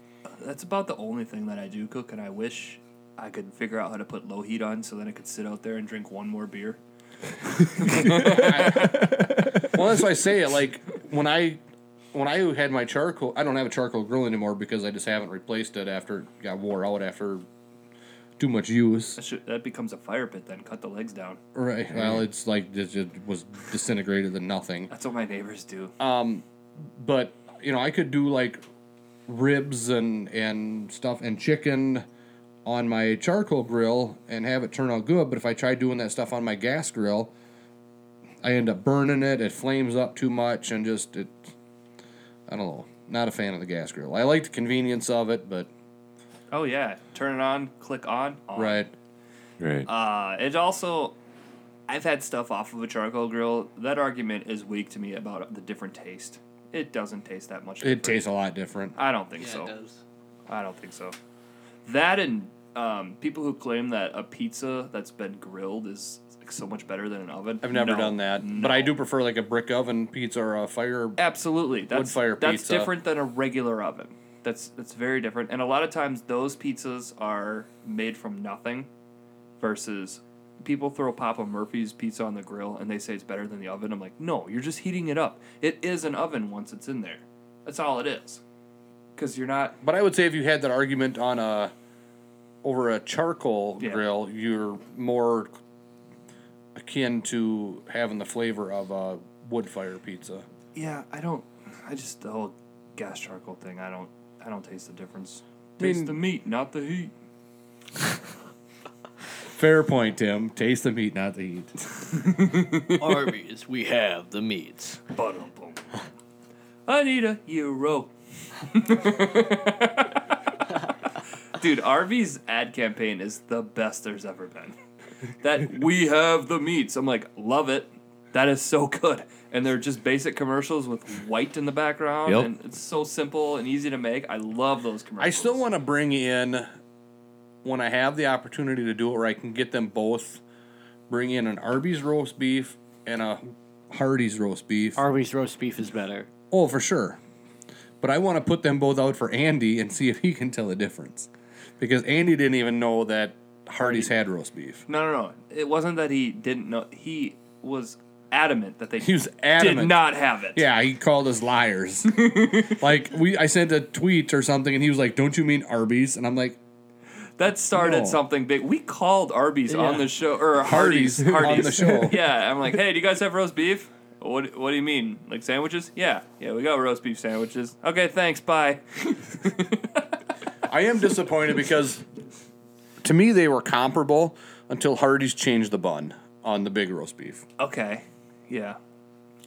Speaker 4: that's about the only thing that I do cook, and I wish I could figure out how to put low heat on so then I could sit out there and drink one more beer.
Speaker 5: well, that's why I say it. Like when I when I had my charcoal, I don't have a charcoal grill anymore because I just haven't replaced it after it got wore out after too much use.
Speaker 4: That, should, that becomes a fire pit then. Cut the legs down.
Speaker 5: Right. Well, it's like it, it was disintegrated to nothing.
Speaker 4: That's what my neighbors do.
Speaker 5: Uh, But you know, I could do like ribs and and stuff and chicken on my charcoal grill and have it turn out good. But if I try doing that stuff on my gas grill, I end up burning it. It flames up too much and just it. I don't know. Not a fan of the gas grill. I like the convenience of it, but
Speaker 4: oh, yeah. Turn it on, click on. on.
Speaker 5: right.
Speaker 7: Right.
Speaker 4: Uh, it also, I've had stuff off of a charcoal grill. That argument is weak to me about the different taste. It doesn't taste that much.
Speaker 5: It
Speaker 4: different.
Speaker 5: tastes a lot different.
Speaker 4: I don't think
Speaker 8: Yeah,
Speaker 4: so.
Speaker 8: it does.
Speaker 4: I don't think so. That and um, people who claim that a pizza that's been grilled is like, so much better than an oven.
Speaker 5: I've never
Speaker 4: No.
Speaker 5: done that, but I do prefer like a brick oven pizza or a fire.
Speaker 4: Absolutely, that's
Speaker 5: fire
Speaker 4: that's
Speaker 5: pizza.
Speaker 4: different than a regular oven. That's that's very different. And a lot of times those pizzas are made from nothing, versus people throw Papa Murphy's pizza on the grill and they say it's better than the oven. I'm like, no, you're just heating it up. It is an oven once it's in there. That's all it is. Because you're not
Speaker 5: But I would say if you had that argument on a over a charcoal
Speaker 4: Yeah.
Speaker 5: grill, you're more akin to having the flavor of a wood fire pizza.
Speaker 4: Yeah, I don't. I just the whole gas charcoal thing. I don't. I don't taste the difference.
Speaker 5: mean-
Speaker 4: Taste the meat, not the heat.
Speaker 5: Fair point, Tim. Taste the meat, not the heat.
Speaker 8: Arby's, we have the meats.
Speaker 4: Ba-dum-bum.
Speaker 5: [LAUGHS]
Speaker 4: I need a euro. [LAUGHS] Dude, RV's ad campaign is the best there's ever been. That we have the meats. I'm like, love it. That is so good. And they're just basic commercials with white in the background.
Speaker 7: Yep.
Speaker 4: And it's so simple and easy to make. I love those commercials.
Speaker 5: I still want to bring in when I have the opportunity to do it, where I can get them both. Bring in an Arby's roast beef and a Hardee's roast beef.
Speaker 6: Arby's roast beef is better.
Speaker 5: Oh, for sure. But I want to put them both out for Andy and see if he can tell the difference. Because Andy didn't even know that Hardy's had roast beef.
Speaker 4: No, no, no. It wasn't that he didn't know. He was adamant that they
Speaker 5: He was adamant.
Speaker 4: did not have it.
Speaker 5: Yeah, he called us [LAUGHS] liars. like we I sent a tweet or something and he was like, "Don't you mean Arby's?" And I'm like,
Speaker 4: That started
Speaker 5: No.
Speaker 4: something big. We called Arby's on
Speaker 6: Yeah.
Speaker 4: the show or
Speaker 5: Hardee's [LAUGHS]
Speaker 4: Hardee's,
Speaker 5: on
Speaker 4: Hardee's.
Speaker 5: the show.
Speaker 4: [LAUGHS] Yeah, I'm like, hey, do you guys have roast beef? What What do you mean? Like sandwiches? Yeah, yeah, we got roast beef sandwiches. Okay, thanks. Bye.
Speaker 5: "I am disappointed because [LAUGHS] to me they were comparable until Hardy's changed the bun on the big roast beef."
Speaker 4: Okay. Yeah.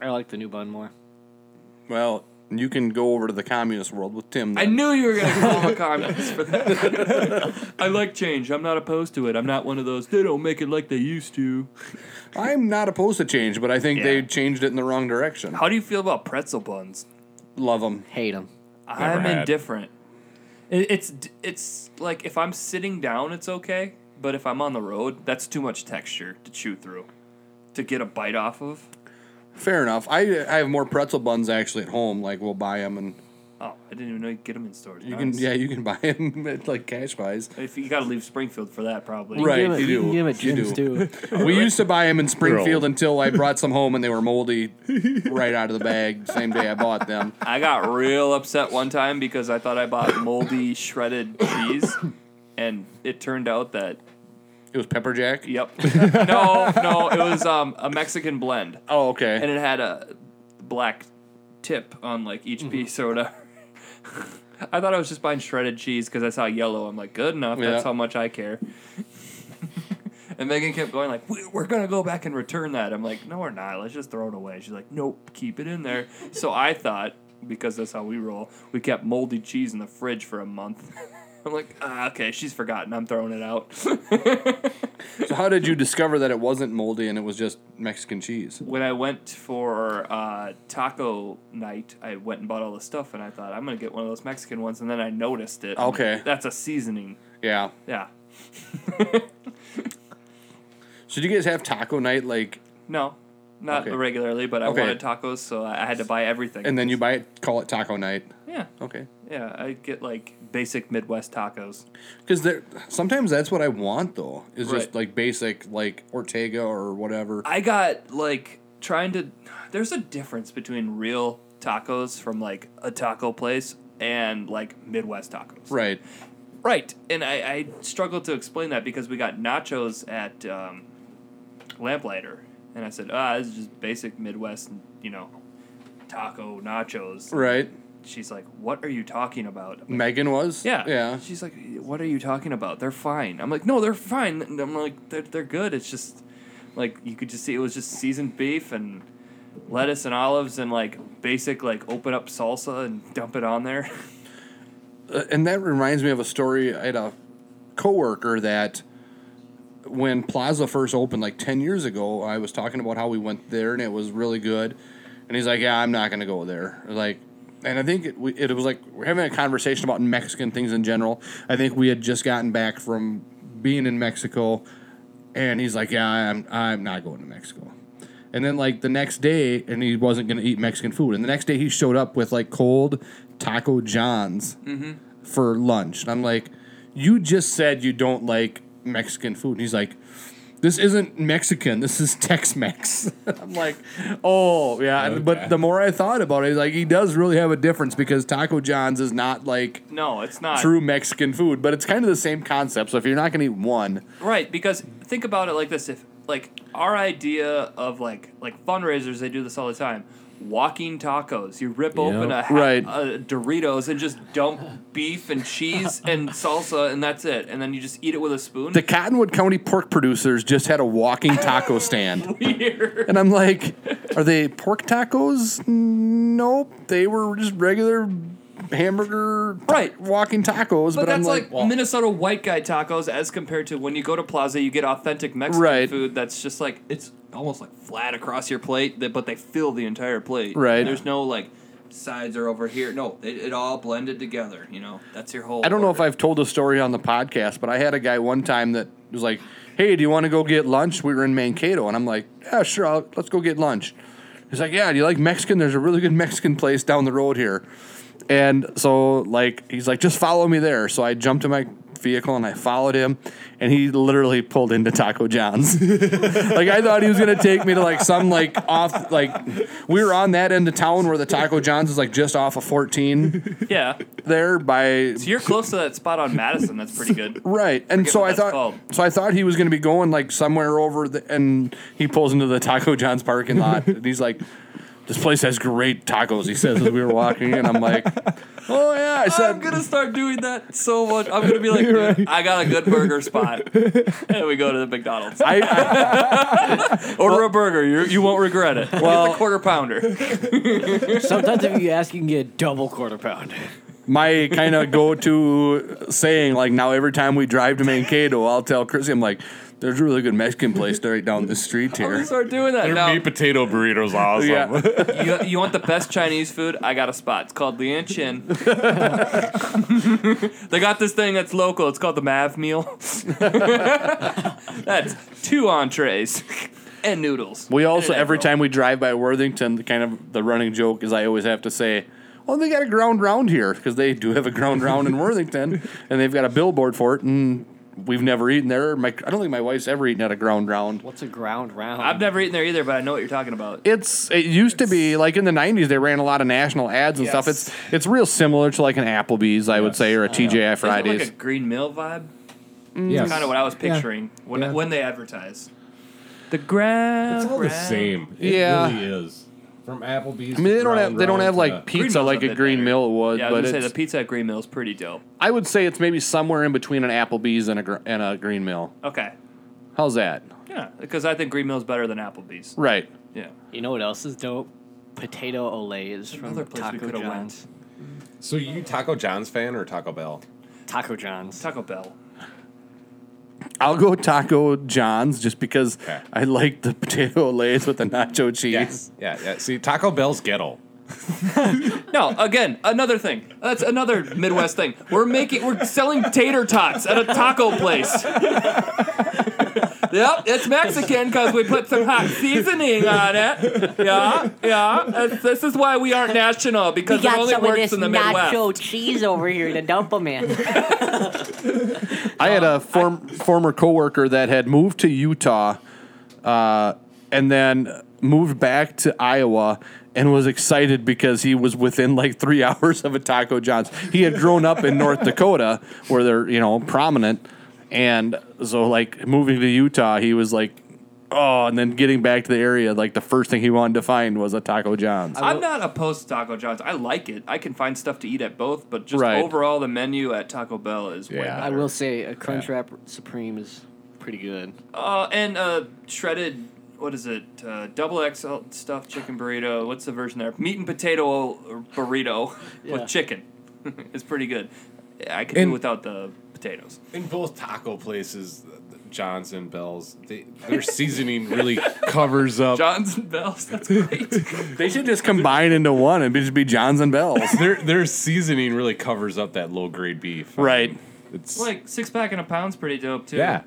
Speaker 6: I like the new bun more.
Speaker 5: Well, you can go over to the communist world with Tim.
Speaker 4: I
Speaker 5: then.
Speaker 4: knew you were gonna call him a communist for that. [LAUGHS] I like change. I'm not opposed to it. I'm not one of those. They don't make it like they used to.
Speaker 5: I'm not opposed to change, but I think
Speaker 4: Yeah.
Speaker 5: they changed it in the wrong direction.
Speaker 4: How do you feel about pretzel buns?
Speaker 5: Love them.
Speaker 6: Hate them.
Speaker 4: I'm
Speaker 7: had.
Speaker 4: indifferent. It, it's d- it's like if I'm sitting down, it's okay. But if I'm on the road, that's too much texture to chew through, to get a bite off of.
Speaker 5: Fair enough. I I have more pretzel buns actually at home. Like we'll buy them and
Speaker 4: Oh, I didn't even know you could get them in stores.
Speaker 5: you can yeah you can [LAUGHS] buy them at like
Speaker 4: [LAUGHS]
Speaker 5: cash buys.
Speaker 4: If you got to leave Springfield for that, probably.
Speaker 5: Right.
Speaker 6: Give 'em-
Speaker 5: you
Speaker 6: you
Speaker 5: do.
Speaker 6: can give 'em at
Speaker 5: You
Speaker 6: gyms too. [LAUGHS]
Speaker 5: We used to buy them in Springfield
Speaker 7: Girl.
Speaker 5: until I brought some home and they
Speaker 4: [LAUGHS]
Speaker 5: were moldy right out of the bag. Same day I bought them.
Speaker 4: I got real upset one time because I thought I bought moldy shredded cheese, and it turned out that
Speaker 5: It was pepper jack.
Speaker 4: yep, [LAUGHS] no, no, it was um, a Mexican blend.
Speaker 5: Oh okay.
Speaker 4: and it had a black tip on like
Speaker 5: Mm-hmm.
Speaker 4: each piece or whatever. [LAUGHS] I thought I was just buying shredded cheese because I saw yellow. I'm like, good enough.
Speaker 5: Yeah.
Speaker 4: That's how much I care. [LAUGHS] and Megan kept going like, "We- we're gonna go back and return that. I'm like, no, we're not. Let's just throw it away. She's like, nope, keep it in there. so I thought because that's how we roll, we kept moldy cheese in the fridge for a month. [LAUGHS] I'm like, ah, okay, she's forgotten. I'm throwing it out. [LAUGHS]
Speaker 5: So how did you discover that it wasn't moldy and it was just Mexican cheese?
Speaker 4: when I went for uh, taco night, I went and bought all the stuff, and I thought I'm gonna get one of those Mexican ones, and then I noticed it.
Speaker 5: Okay.
Speaker 4: that's a seasoning.
Speaker 5: Yeah.
Speaker 4: Yeah.
Speaker 5: So do you guys have taco night like
Speaker 4: No, not
Speaker 5: Okay.
Speaker 4: regularly, but I
Speaker 5: Okay.
Speaker 4: wanted tacos, so I I had to buy everything.
Speaker 5: and then you Oh. buy it call it taco night?
Speaker 4: yeah,
Speaker 5: Okay.
Speaker 4: yeah, I get like basic Midwest tacos.
Speaker 5: Cuz there sometimes that's what I want though. Is
Speaker 4: Right.
Speaker 5: just like basic like Ortega or whatever.
Speaker 4: I got like trying to. There's a difference between real tacos from like a taco place and like Midwest tacos.
Speaker 5: right.
Speaker 4: Right, and I, I struggled to explain that because we got nachos at um, Lamplighter, and I said, "Ah, this is just basic Midwest, you know, taco nachos."
Speaker 5: Right.
Speaker 4: She's like, "What are you talking about?" I'm like,
Speaker 5: Megan was?
Speaker 4: yeah,
Speaker 5: Yeah.
Speaker 4: She's like, "What are you talking about? They're fine." I'm like, "No, they're fine." And I'm like, "They're they're good. It's just like you could just see it was just seasoned beef and lettuce and olives and like basic like open up salsa and dump it on there." [LAUGHS]
Speaker 5: Uh, and that reminds me of a story. I had a coworker that when Plaza first opened, like ten years ago, I was talking about how we went there and it was really good, and he's like, "Yeah, I'm not going to go there." Like, and I think it, we, it was like we're having a conversation about Mexican things in general. I think we had just gotten back from being in Mexico, and he's like, "Yeah, I'm I'm not going to Mexico." And then like the next day, and he wasn't going to eat Mexican food. And the next day, he showed up with like cold taco johns for lunch. And I'm like, you just said you don't like Mexican food. And he's like, this isn't Mexican. This is Tex-Mex. [LAUGHS] I'm like, oh yeah. And- But the more I thought about it, like he does really have a difference because Taco John's is not like
Speaker 4: No, it's not
Speaker 5: true Mexican food, but it's kind of the same concept. So if you're not going to eat one,
Speaker 4: Right, because think about it like this: if like our idea of like like fundraisers, they do this all the time. Walking tacos, you rip open a, ha-
Speaker 5: Right.
Speaker 4: a Doritos and just dump beef and cheese and salsa, and that's it. And then you just eat it with a spoon.
Speaker 5: the Cottonwood County pork producers just had a walking
Speaker 4: [LAUGHS]
Speaker 5: taco stand.
Speaker 4: Weird.
Speaker 5: And I'm like, are they pork tacos? Nope. They were just regular hamburger ta-
Speaker 4: Right.
Speaker 5: walking tacos. But,
Speaker 4: But
Speaker 5: I'm
Speaker 4: that's
Speaker 5: like,
Speaker 4: like, Minnesota white guy tacos as compared to when you go to Plaza, you get authentic Mexican
Speaker 5: Right.
Speaker 4: food that's just like, it's almost like flat across your plate, that- but they fill the entire plate.
Speaker 5: Right.
Speaker 4: There's no like sides are over here. No, it, it all blended together. You know, that's your whole.
Speaker 5: I don't know if
Speaker 4: order.
Speaker 5: I've told the story on the podcast, but I had a guy one time that was like, hey, do you want to go get lunch? We were in Mankato. And I'm like, yeah, sure. I'll, let's go get lunch. He's like, yeah, do you like Mexican? There's a really good Mexican place down the road here. And so, like, he's like, just follow me there. So I jumped in my vehicle and I followed him, and he literally pulled into Taco John's. [LAUGHS] like, I thought he was gonna take me to like some like off like we were on that end of town where the Taco John's is like just off of 14
Speaker 4: Yeah.
Speaker 5: there by
Speaker 4: So you're close to that spot on Madison. That's pretty
Speaker 5: [LAUGHS]
Speaker 4: good.
Speaker 5: Right, and
Speaker 4: Forget
Speaker 5: so
Speaker 4: what
Speaker 5: I
Speaker 4: that's
Speaker 5: thought,
Speaker 4: called.
Speaker 5: so I thought he was going to be going like somewhere over, the, and he pulls into the Taco John's parking
Speaker 4: [LAUGHS]
Speaker 5: lot, and he's like, "This place has great tacos," he says as we were walking, and I'm like, "Oh yeah," I
Speaker 4: I'm
Speaker 5: said,
Speaker 4: gonna start doing that so much. I'm gonna be like, dude, I got a good burger
Speaker 5: [LAUGHS]
Speaker 4: spot, and we go to the McDonald's.
Speaker 5: I, I,
Speaker 4: Order a burger. You you won't regret it. Well,
Speaker 5: Well-
Speaker 4: it's a quarter pounder.
Speaker 6: Sometimes if you ask, you can get a double quarter pound.
Speaker 5: my kind of go-to saying like now every time we drive to Mankato, I'll tell Chrissy, I'm like, "There's a really good Mexican place right down the street
Speaker 4: [LAUGHS] I'm gonna
Speaker 5: here."
Speaker 4: start doing that
Speaker 7: Their
Speaker 4: now.
Speaker 7: meat potato burritos awesome. [LAUGHS]
Speaker 5: Yeah.
Speaker 4: You, you want the best Chinese food? I got a spot. It's called Lian Chin. they got this thing that's local. It's called the Mav meal. [LAUGHS] that's two entrees and noodles.
Speaker 5: We also
Speaker 4: And an egg
Speaker 5: every
Speaker 4: roll.
Speaker 5: time we drive by Worthington, the kind of the running joke is I always have to say, "Well, they got a ground round here because they do have a ground round in
Speaker 4: [LAUGHS]
Speaker 5: Worthington, and they've got a billboard for it." And we've never eaten there. My, I don't think my wife's ever eaten at a ground round.
Speaker 6: What's a ground round?
Speaker 4: I've never eaten there either, but I know what you're talking about.
Speaker 5: It's it used to be like in the '90s they ran a lot of national ads and stuff.
Speaker 4: Yes.
Speaker 5: It's it's real similar to like an Applebee's, I would say, or a TGI
Speaker 4: Isn't it
Speaker 5: Fridays.
Speaker 4: like a Green Mill vibe.
Speaker 7: yeah.
Speaker 4: Kind of what I was picturing when
Speaker 7: Yeah.
Speaker 4: when they advertise. The ground.
Speaker 7: It's all the same. It
Speaker 5: Yeah.
Speaker 7: really is. From Applebee's.
Speaker 5: I mean,
Speaker 7: to
Speaker 5: they don't have
Speaker 7: Brown
Speaker 5: they don't
Speaker 7: Round
Speaker 5: have
Speaker 7: to-
Speaker 4: uh,
Speaker 5: like pizza like a Green Mill would,
Speaker 4: Yeah, I
Speaker 5: but
Speaker 4: was gonna
Speaker 5: it's,
Speaker 4: say the pizza at Green Mill is pretty dope.
Speaker 5: I would say it's maybe somewhere in between an Applebee's and a gr- and a Green Mill.
Speaker 4: Okay.
Speaker 5: How's that?
Speaker 4: Yeah, because I think Green Mill's better than Applebee's.
Speaker 5: Right.
Speaker 4: Yeah.
Speaker 6: You know what else is dope? Potato olays from
Speaker 4: Another place we
Speaker 6: Taco
Speaker 4: coulda
Speaker 6: John's.
Speaker 7: So you Taco John's fan or Taco Bell?
Speaker 6: Taco John's.
Speaker 4: Taco Bell.
Speaker 5: I'll go Taco John's just because
Speaker 7: Okay.
Speaker 5: I like the potato lays with the [LAUGHS] nacho cheese.
Speaker 7: Yes. Yeah, yeah. See, Taco Bell's ghetto.
Speaker 4: No, again, another thing. That's another Midwest thing. We're making, we're selling tater tots at a taco place. Yep, it's Mexican because we put some hot seasoning on it. Yeah, yeah. That's- This is why we aren't national because it only works in the Midwest.
Speaker 6: cheese over here to dump them in.
Speaker 5: Um, I had a form, former coworker that had moved to Utah, uh, and then moved back to Iowa, and was excited because he was within like three [LAUGHS] hours of a Taco John's. He had grown up in North Dakota, where they're you know prominent, and so like moving to Utah, he was like. Oh, and then getting back to the area, like the first thing he wanted to find was a Taco John's.
Speaker 4: I'm not opposed to Taco John's. I like it. I can find stuff to eat at both, but just
Speaker 5: Right.
Speaker 4: overall, the menu at Taco Bell is way
Speaker 5: Yeah.
Speaker 6: I
Speaker 4: better.
Speaker 6: will say a Crunchwrap Supreme is pretty good.
Speaker 4: Uh, and uh, shredded, what is it? Uh, double XL stuffed chicken burrito. What's the version there? Meat and potato burrito [LAUGHS]
Speaker 6: Yeah.
Speaker 4: with chicken. it's pretty good. I could
Speaker 7: And-
Speaker 4: do without the potatoes.
Speaker 7: In both taco places, John's and Bell's, they,
Speaker 4: [LAUGHS]
Speaker 7: their seasoning really covers up.
Speaker 4: John's [LAUGHS] and Bell's. That's great.
Speaker 5: They should just combine into one and just be John's and Bell's.
Speaker 7: their their seasoning really covers up that low grade beef. I
Speaker 5: Right.
Speaker 7: mean, It's
Speaker 4: like six pack and a pound's pretty dope too.
Speaker 7: yeah.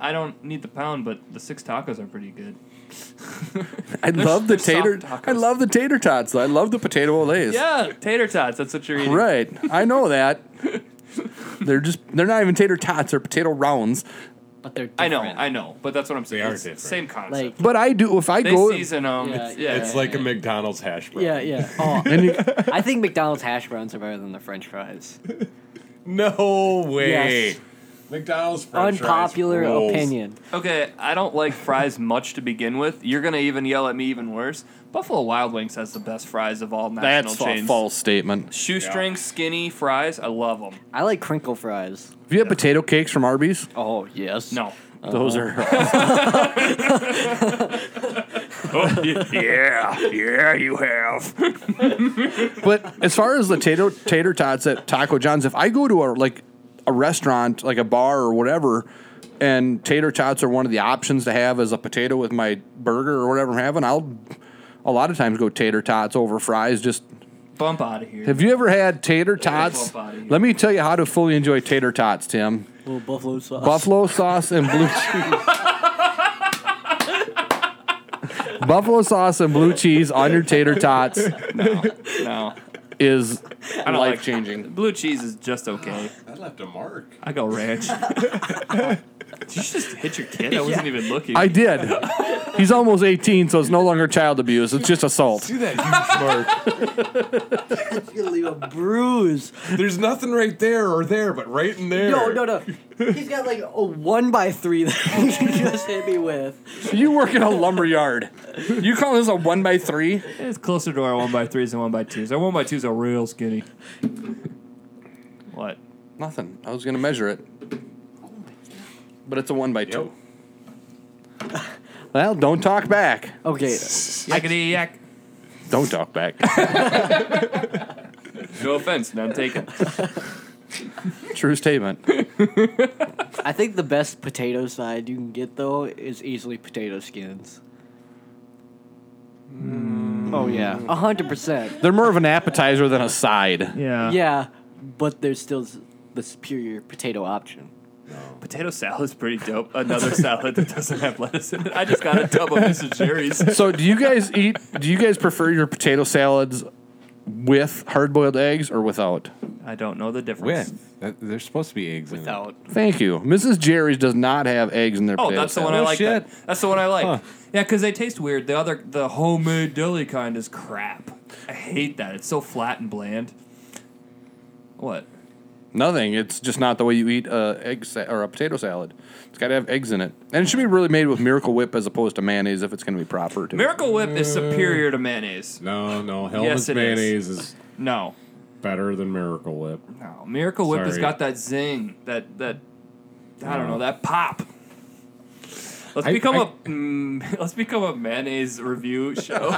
Speaker 4: I don't need the pound, but the six tacos are pretty good.
Speaker 5: [LAUGHS] I love the
Speaker 4: they're soft
Speaker 5: tater.
Speaker 4: tacos.
Speaker 5: I love the tater tots. though. I love the potato olays.
Speaker 4: Yeah, tater tots. That's what you're eating.
Speaker 5: Right. I know that. they're just they're not even tater tots, they're potato rounds.
Speaker 6: But they're
Speaker 4: [LAUGHS] I know,
Speaker 6: different.
Speaker 4: I know, but that's what I'm saying.
Speaker 7: are
Speaker 4: It's
Speaker 7: different.
Speaker 4: Same concept.
Speaker 6: Like,
Speaker 5: But I do if I
Speaker 4: they
Speaker 5: go
Speaker 4: season them.
Speaker 6: Yeah,
Speaker 4: it's,
Speaker 6: yeah.
Speaker 4: yeah.
Speaker 7: It's like a McDonald's hash brown.
Speaker 6: yeah, [LAUGHS] yeah. Oh,
Speaker 5: and you-
Speaker 6: I think McDonald's hash browns are better than the French fries.
Speaker 7: No way.
Speaker 6: Yes.
Speaker 7: McDonald's French fries
Speaker 6: Unpopular
Speaker 7: rules.
Speaker 6: opinion.
Speaker 4: Okay, I don't like fries much to begin with. You're gonna even yell at me even worse. Buffalo Wild Wings has the best fries of all national
Speaker 5: that's a
Speaker 4: chains.
Speaker 5: false statement.
Speaker 4: Shoestring skinny fries, I love them.
Speaker 6: I like crinkle fries.
Speaker 5: If you have potato cakes from Arby's,
Speaker 6: Oh yes.
Speaker 4: No,
Speaker 5: those are
Speaker 7: Oh,
Speaker 4: [LAUGHS]
Speaker 7: Yeah, yeah, you have.
Speaker 5: But as far as the tater tater tots at Taco John's, if I go to a like a restaurant, like a bar or whatever, and tater tots are one of the options to have as a potato with my burger or whatever I'm having, I'll a lot of times go tater tots over fries just
Speaker 4: bump out of here.
Speaker 5: Have you ever had tater tots?
Speaker 4: buff out of here.
Speaker 5: Let me tell you how to fully enjoy tater tots, Tim.
Speaker 6: Little buffalo sauce.
Speaker 5: Buffalo sauce and
Speaker 4: [LAUGHS]
Speaker 5: blue cheese. Buffalo sauce and blue cheese on your tater tots
Speaker 4: No,
Speaker 5: is
Speaker 4: don't like-
Speaker 5: life changing.
Speaker 4: blue cheese is just okay.
Speaker 7: That left a mark.
Speaker 4: I go
Speaker 5: [LAUGHS]
Speaker 4: ranch. Did you just hit your kid? I wasn't even looking.
Speaker 5: I did. He's almost 18, so it's no longer child abuse. It's just assault.
Speaker 7: See that huge
Speaker 6: You'll leave a bruise.
Speaker 7: mark? [LAUGHS] There's nothing right there or there, but right in there.
Speaker 6: [LAUGHS] No, no, no. He's got like a one by three that [LAUGHS] he just hit me with.
Speaker 5: You work in a lumber yard. You call this a one by three?
Speaker 4: It's closer to our one by threes and one by twos. Our one by twos are real
Speaker 5: [LAUGHS]
Speaker 4: skinny. What?
Speaker 5: Nothing. I was gonna measure it, but it's a one by two. Well, don't talk back.
Speaker 6: Okay.
Speaker 4: Yakety
Speaker 5: [LAUGHS]
Speaker 4: yak.
Speaker 5: Don't talk back. [LAUGHS]
Speaker 4: No offense, none taken.
Speaker 5: True statement.
Speaker 6: I think the best potato side you can get though is easily potato skins. Oh yeah, a hundred percent.
Speaker 5: They're more of an appetizer than a side.
Speaker 4: Yeah.
Speaker 6: Yeah, but there's still s- the superior potato option.
Speaker 4: Potato salad's pretty dope. Another salad that doesn't have lettuce in it. I just got a tub of Mrs. Jerry's.
Speaker 5: So, do you guys eat? Do you guys prefer your potato salads with hard-boiled eggs or without?
Speaker 4: I don't know the difference.
Speaker 7: With. That- There's supposed to be eggs in it.
Speaker 6: Without
Speaker 5: Thank you. Mrs. Jerry's does not have eggs in their.
Speaker 4: Oh,
Speaker 5: potato
Speaker 4: that's the one
Speaker 5: salad.
Speaker 4: I
Speaker 7: Oh,
Speaker 4: like.
Speaker 7: shit.
Speaker 4: then. That's the one I like. Yeah, because they taste weird. The other, the homemade deli kind is crap. I hate that. It's so flat and bland. What?
Speaker 5: Nothing. It's just not the way you eat a egg sa- or a potato salad. It's got to have eggs in it, and it should be really made with Miracle Whip as opposed to mayonnaise if it's going to be proper. To
Speaker 4: Miracle Whip is superior to mayonnaise.
Speaker 7: No, no.
Speaker 4: Yes,
Speaker 7: Hellman's
Speaker 4: it is.
Speaker 7: mayonnaise is.
Speaker 4: No,
Speaker 7: better than Miracle Whip.
Speaker 4: no. Miracle Whip has
Speaker 7: Sorry.
Speaker 4: got that zing, that that I don't know, that pop. Let's
Speaker 7: I-
Speaker 4: become
Speaker 7: I-
Speaker 4: a mm, [LAUGHS] let's become a mayonnaise review show.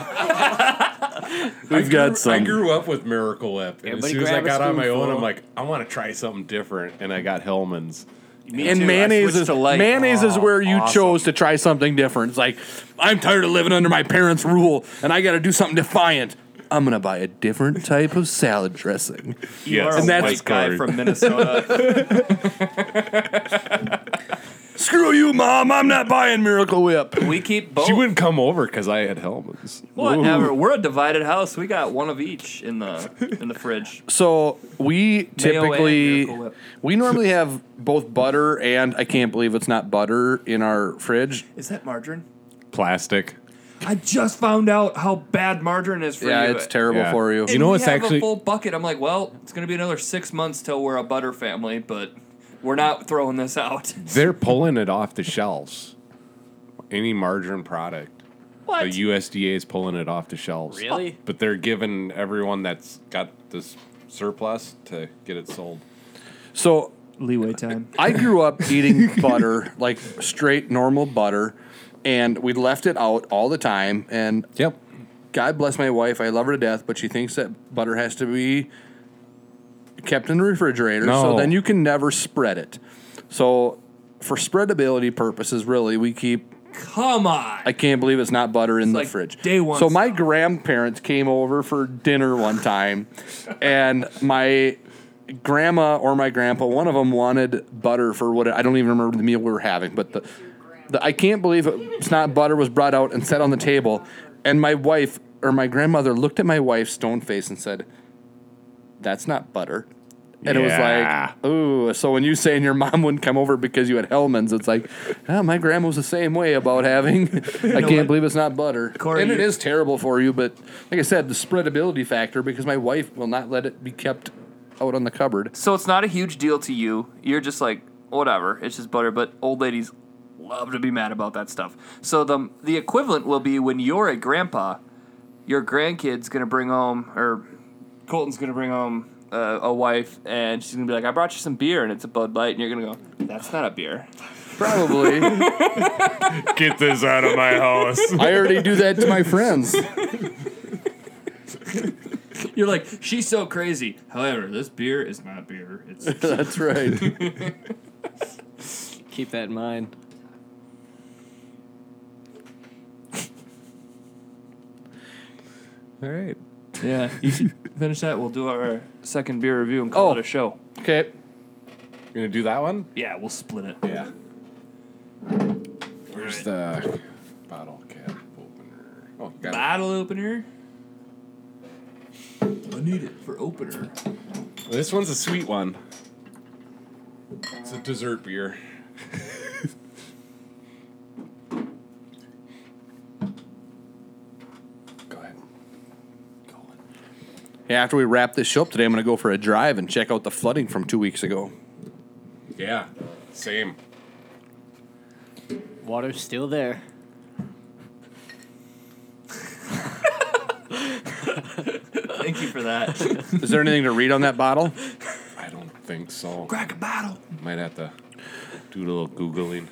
Speaker 7: We've
Speaker 4: got
Speaker 7: I
Speaker 4: some.
Speaker 7: grew up with Miracle Whip, and as
Speaker 9: Everybody
Speaker 7: soon as I
Speaker 9: grab a
Speaker 7: got on my own,
Speaker 9: spoonful.
Speaker 7: I'm like, I want to try something different, and I got Hellman's.
Speaker 4: Me
Speaker 5: and
Speaker 4: too. I
Speaker 5: mayonnaise
Speaker 4: switched
Speaker 5: is
Speaker 4: to light.
Speaker 5: mayonnaise is
Speaker 4: Oh,
Speaker 5: where you
Speaker 4: awesome.
Speaker 5: chose to try something different. It's like I'm tired of living under my parents' rule, and I got to do something defiant. I'm gonna buy a different type of salad dressing.
Speaker 4: You
Speaker 7: Yes.
Speaker 4: are a
Speaker 5: And that's-
Speaker 4: white guy from
Speaker 5: [LAUGHS]
Speaker 4: Minnesota.
Speaker 5: Screw you, mom! I'm not buying Miracle Whip.
Speaker 4: we keep both.
Speaker 7: She wouldn't come over because I had Hellman's.
Speaker 4: Whatever. We're a divided house. We got one of each in the in the fridge.
Speaker 5: So we typically
Speaker 4: Miracle Whip.
Speaker 5: we normally have both butter and I can't believe it's not butter in our fridge.
Speaker 4: Is that margarine?
Speaker 7: Plastic.
Speaker 4: I just found out how bad margarine is for
Speaker 5: yeah,
Speaker 4: you.
Speaker 5: it's terrible
Speaker 7: Yeah.
Speaker 5: for you.
Speaker 7: You know
Speaker 4: we
Speaker 7: what's
Speaker 4: have
Speaker 7: actually-
Speaker 4: a full bucket. I'm like, well, it's gonna be another six months till we're a butter family, but we're not throwing this out.
Speaker 7: They're pulling it off the shelves. Any margarine product.
Speaker 4: What?
Speaker 7: The USDA is pulling it off the shelves.
Speaker 9: Really?
Speaker 7: But they're giving everyone that's got this surplus to get it sold.
Speaker 5: So
Speaker 10: Leeway time.
Speaker 5: I grew up eating [LAUGHS] butter, like straight normal butter, and we left it out all the time. And
Speaker 7: Yep.
Speaker 5: God bless my wife, I love her to death, but she thinks that butter has to be kept in the refrigerator. So
Speaker 7: No.
Speaker 5: then you can never spread it. So for spreadability purposes, really, we keep.
Speaker 4: [LAUGHS] Come on.
Speaker 5: I can't believe it's not butter in the
Speaker 4: like
Speaker 5: fridge.
Speaker 4: day one
Speaker 5: So my
Speaker 4: stuff.
Speaker 5: grandparents came over for dinner one time, and my grandma or my grandpa, one of them wanted butter for what I don't even remember the meal we were having, but the the, I can't believe it's not butter was brought out and set on the table. And my wife or my grandmother looked at my wife's stone face and said, That's not butter. And
Speaker 7: Yeah.
Speaker 5: it was like, ooh. So when you saying your mom wouldn't come over because you had Hellman's, it's like, "Ah, my grandma was the same way about having. [LAUGHS] I can't believe it's not butter.
Speaker 4: Corey,
Speaker 5: and it
Speaker 4: you-
Speaker 5: is terrible for you, but like I said, the spreadability factor because my wife will not let it be kept out on the cupboard.
Speaker 4: So it's not a huge deal to you. You're just like whatever. It's just butter. But old ladies love to be mad about that stuff. So the the equivalent will be when you're a grandpa, your grandkid's gonna bring home or Colton's gonna bring home. Uh, a wife, and she's gonna be like, "I brought you some beer, and it's a Bud Light," and you're gonna go, "That's not a beer."
Speaker 5: Probably. [LAUGHS] I
Speaker 7: Get this out of my house.
Speaker 5: already do that to my friends.
Speaker 4: [LAUGHS] You're like, "She's so crazy." However, this beer is not beer. It's
Speaker 5: [LAUGHS] That's right.
Speaker 9: Keep that in mind.
Speaker 7: All right.
Speaker 4: [LAUGHS] yeah. You should finish that. We'll do our second beer review and
Speaker 5: call
Speaker 4: call
Speaker 5: Oh.
Speaker 4: it
Speaker 5: it
Speaker 4: a
Speaker 5: a
Speaker 4: show.
Speaker 5: Okay.
Speaker 7: You're going to do that one?
Speaker 4: Yeah, we'll split it.
Speaker 7: Yeah. Where's the bottle cap opener? Oh, got it.
Speaker 4: Bottle opener. I need it for opener.
Speaker 7: This one's a sweet one. It's a dessert beer. Go ahead.
Speaker 5: After we wrap this show up today, I'm going to go for a drive and check out the flooding from two weeks ago.
Speaker 7: Yeah, same.
Speaker 9: Water's still there.
Speaker 4: Thank you for that. [LAUGHS]
Speaker 5: Is there anything to read on that bottle?
Speaker 7: I don't think so.
Speaker 4: Crack a bottle.
Speaker 7: Might have to do a little googling.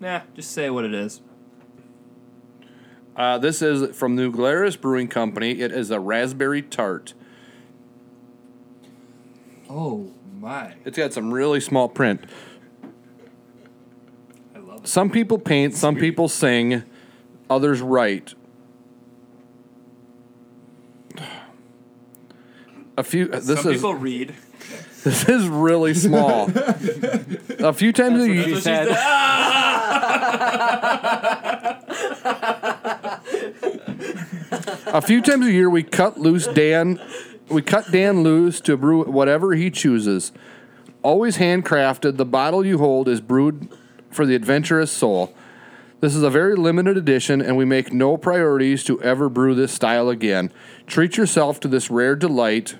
Speaker 4: Nah, just say what it is.
Speaker 5: [LAUGHS] Uh, this is from New Glarus Brewing Company. It is a raspberry tart.
Speaker 4: Oh my!
Speaker 5: It's got some really small print.
Speaker 4: I love
Speaker 5: Some people paint, some people sing, others write. A few. This
Speaker 4: Some
Speaker 5: is
Speaker 4: people read.
Speaker 5: [LAUGHS] this is
Speaker 4: [LAUGHS]
Speaker 5: really small. a few times a
Speaker 9: She
Speaker 5: year.
Speaker 9: said,
Speaker 5: A few times a year, we cut loose Dan. We cut Dan loose to brew whatever he chooses. Always handcrafted, the bottle you hold is brewed for the adventurous soul. This is a very limited edition, and we make no priorities to ever brew this style again. Treat yourself to this rare delight.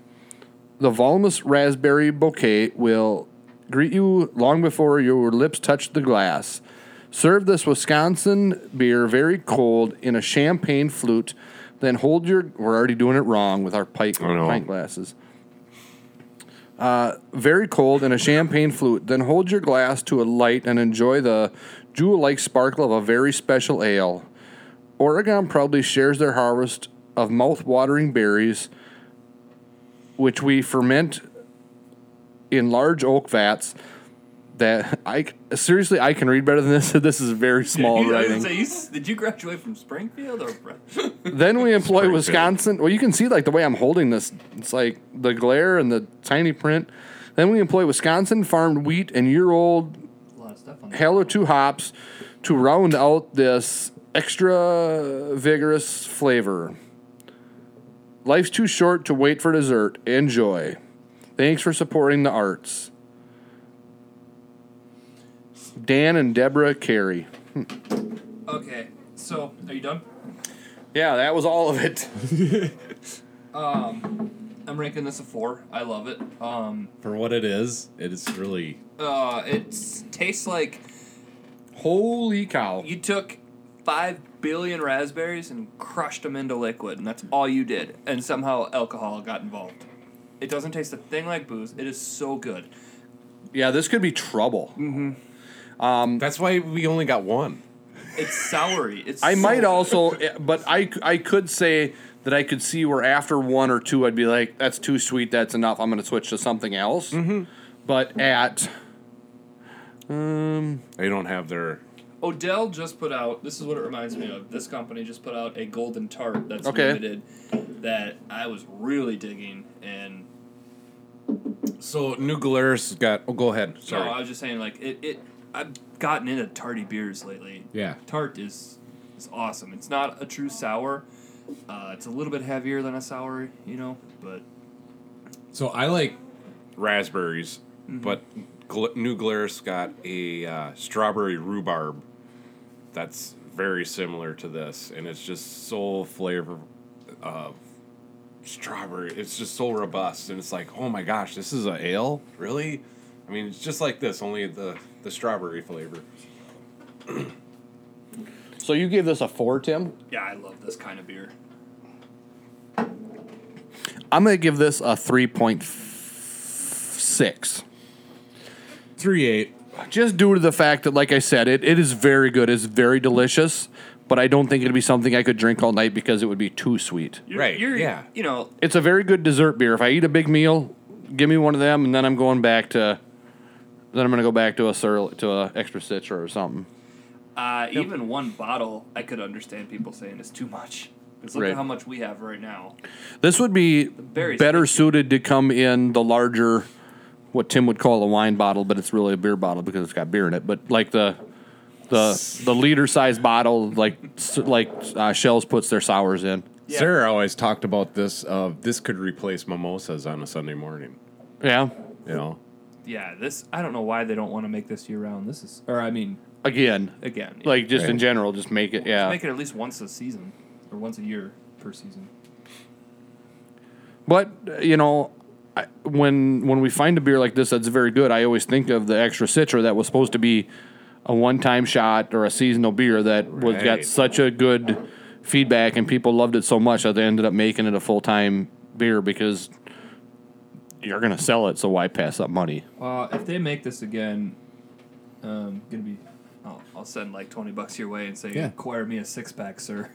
Speaker 5: The voluminous raspberry bouquet will greet you long before your lips touch the glass. Serve this Wisconsin beer very cold in a champagne flute. Then hold your. We're already doing it wrong with our pike,
Speaker 7: I know.
Speaker 5: pint glasses. Uh, very cold in a champagne flute. Then hold your glass to a light and enjoy the Jewel Lake Sparkle of a very special ale. Oregon proudly shares their harvest of mouth-watering berries, which we ferment in large oak vats. That I seriously, I can read better than this. [LAUGHS] This is very
Speaker 4: [LAUGHS]
Speaker 5: small
Speaker 4: You- I was gonna
Speaker 5: writing.
Speaker 4: say, you s- did you graduate from Springfield or? [LAUGHS]
Speaker 5: Then we employ Wisconsin. Well, you can see like the way I'm holding this. It's like the glare and the tiny print. Then we employ Wisconsin farmed wheat and year old
Speaker 4: a lot of stuff on
Speaker 5: hell or two hops to round out this extra vigorous flavor. Life's too short to wait for dessert. Enjoy. Thanks for supporting the arts. Dan and Deborah Carey.
Speaker 4: Okay, so are you done?
Speaker 5: Yeah, that was all of it.
Speaker 4: I'm ranking this a four. I love it. Um,
Speaker 7: For what it is, it is really
Speaker 4: uh, it tastes like
Speaker 5: [LAUGHS] Holy cow.
Speaker 4: you took five billion raspberries and crushed them into liquid, and that's all you did. And somehow alcohol got involved. It doesn't taste a thing like booze. It is so good.
Speaker 5: Yeah, this could be trouble.
Speaker 7: That's why we only got one.
Speaker 4: It's soury. It's
Speaker 5: I
Speaker 4: so
Speaker 5: might
Speaker 4: good.
Speaker 5: also, but I, I could say that I could see where after one or two, I'd be like, that's too sweet, that's enough, I'm going to switch to something else. But at,
Speaker 7: They don't have their
Speaker 4: Odell just put out. This is what it reminds me of. This company just put out a golden tart that's
Speaker 5: Okay.
Speaker 4: limited that I was really digging. And
Speaker 7: So New Glarus got. Oh, go ahead. Sorry.
Speaker 4: no, I was just saying like it. it I've gotten into tarty beers lately.
Speaker 7: yeah.
Speaker 4: Tart is is awesome. It's not a true sour. Uh, it's a little bit heavier than a sour, you know, but
Speaker 7: So I like raspberries,
Speaker 4: Mm-hmm.
Speaker 7: but Gl- New Glarus got a uh, strawberry rhubarb that's very similar to this, and it's just so flavor of strawberry. It's just so robust, and it's like, oh my gosh, this is a ale, really? I mean, it's just like this, only the the strawberry flavor.
Speaker 5: so you gave this a four, Tim?
Speaker 4: yeah, I love this kind of beer.
Speaker 5: I'm going to give this a 3.6.
Speaker 7: Three eight.
Speaker 5: Just due to the fact that, like I said, it, it is very good, it's very delicious, but I don't think it'd be something I could drink all night because it would be too sweet.
Speaker 4: You're,
Speaker 7: Right,
Speaker 4: You're,
Speaker 7: yeah.
Speaker 4: You know,
Speaker 5: It's a very good dessert beer. If I eat a big meal, give me one of them, and then I'm going back to. Then I'm gonna go back to a sur- to a extra citra or something.
Speaker 4: uh, even one bottle, I could understand people saying is too much. 'Cause look
Speaker 5: Right.
Speaker 4: at how much we have right now.
Speaker 5: This would be
Speaker 4: berries
Speaker 5: better
Speaker 4: make you-
Speaker 5: suited to come in the larger, what Tim would call a wine bottle, but it's really a beer bottle because it's got beer in it. But like the the the liter size bottle, like s- like uh, Shells puts their sours in.
Speaker 7: Sarah always talked about this. Of this could replace mimosas on a Sunday morning.
Speaker 5: Yeah,
Speaker 7: You know,
Speaker 4: Yeah, this I don't know why they don't want to make this year round. This is, or I mean,
Speaker 5: again,
Speaker 4: again, yeah.
Speaker 5: like just
Speaker 7: Right.
Speaker 5: in general, just make it. Yeah,
Speaker 4: make it at least once a season or once a year per season.
Speaker 5: But uh, you know, I, when when we find a beer like this that's very good, I always think of the extra citra that was supposed to be a one time shot or a seasonal beer that was got
Speaker 7: Right.
Speaker 5: such a good feedback and people loved it so much that they ended up making it a full time beer because you're gonna sell it, so why pass up money?
Speaker 4: Uh, if they make this again, um, gonna be. I'll, I'll send like twenty bucks your way and say,
Speaker 7: Yeah.
Speaker 4: "Acquire me a six pack, sir."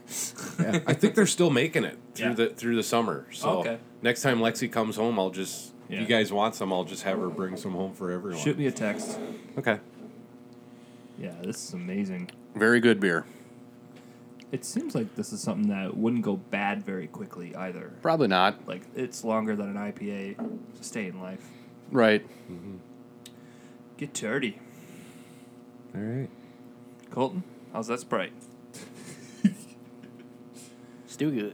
Speaker 7: Yeah, I think they're still making it through
Speaker 4: Yeah.
Speaker 7: the through the summer. So
Speaker 4: Okay.
Speaker 7: next time Lexi comes home, I'll just if
Speaker 4: Yeah.
Speaker 7: you guys want some, I'll just have her bring some home for everyone.
Speaker 4: Shoot me a text.
Speaker 7: Okay.
Speaker 4: Yeah, this is amazing.
Speaker 5: Very good beer.
Speaker 4: It seems like this is something that wouldn't go bad very quickly either.
Speaker 5: Probably not.
Speaker 4: Like it's longer than an IPA stay in life.
Speaker 5: Right.
Speaker 4: Get dirty,
Speaker 7: All right.
Speaker 4: Colton. How's that Sprite?
Speaker 9: Still good.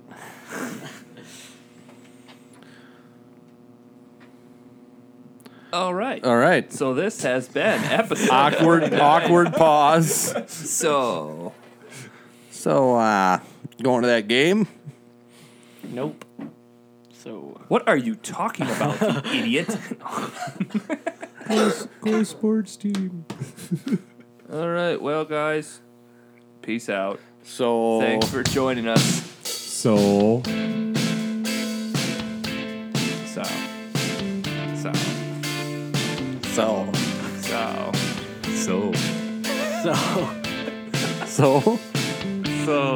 Speaker 4: All right.
Speaker 7: Uh.
Speaker 5: All right. [LAUGHS]
Speaker 4: So this has been episode.
Speaker 7: [LAUGHS]
Speaker 5: Awkward awkward pause.
Speaker 4: So
Speaker 5: So uh going to that game?
Speaker 9: Nope. So
Speaker 4: what are you talking about, [LAUGHS] you idiot?
Speaker 7: Go sports team.
Speaker 4: [LAUGHS] All right. Well, guys, peace out.
Speaker 5: So
Speaker 4: Thanks for joining us.
Speaker 7: So
Speaker 4: So, so,
Speaker 5: so
Speaker 4: so.
Speaker 7: so.
Speaker 6: So
Speaker 5: So,
Speaker 6: so
Speaker 9: So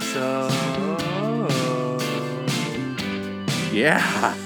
Speaker 1: So,
Speaker 9: so
Speaker 5: yeah.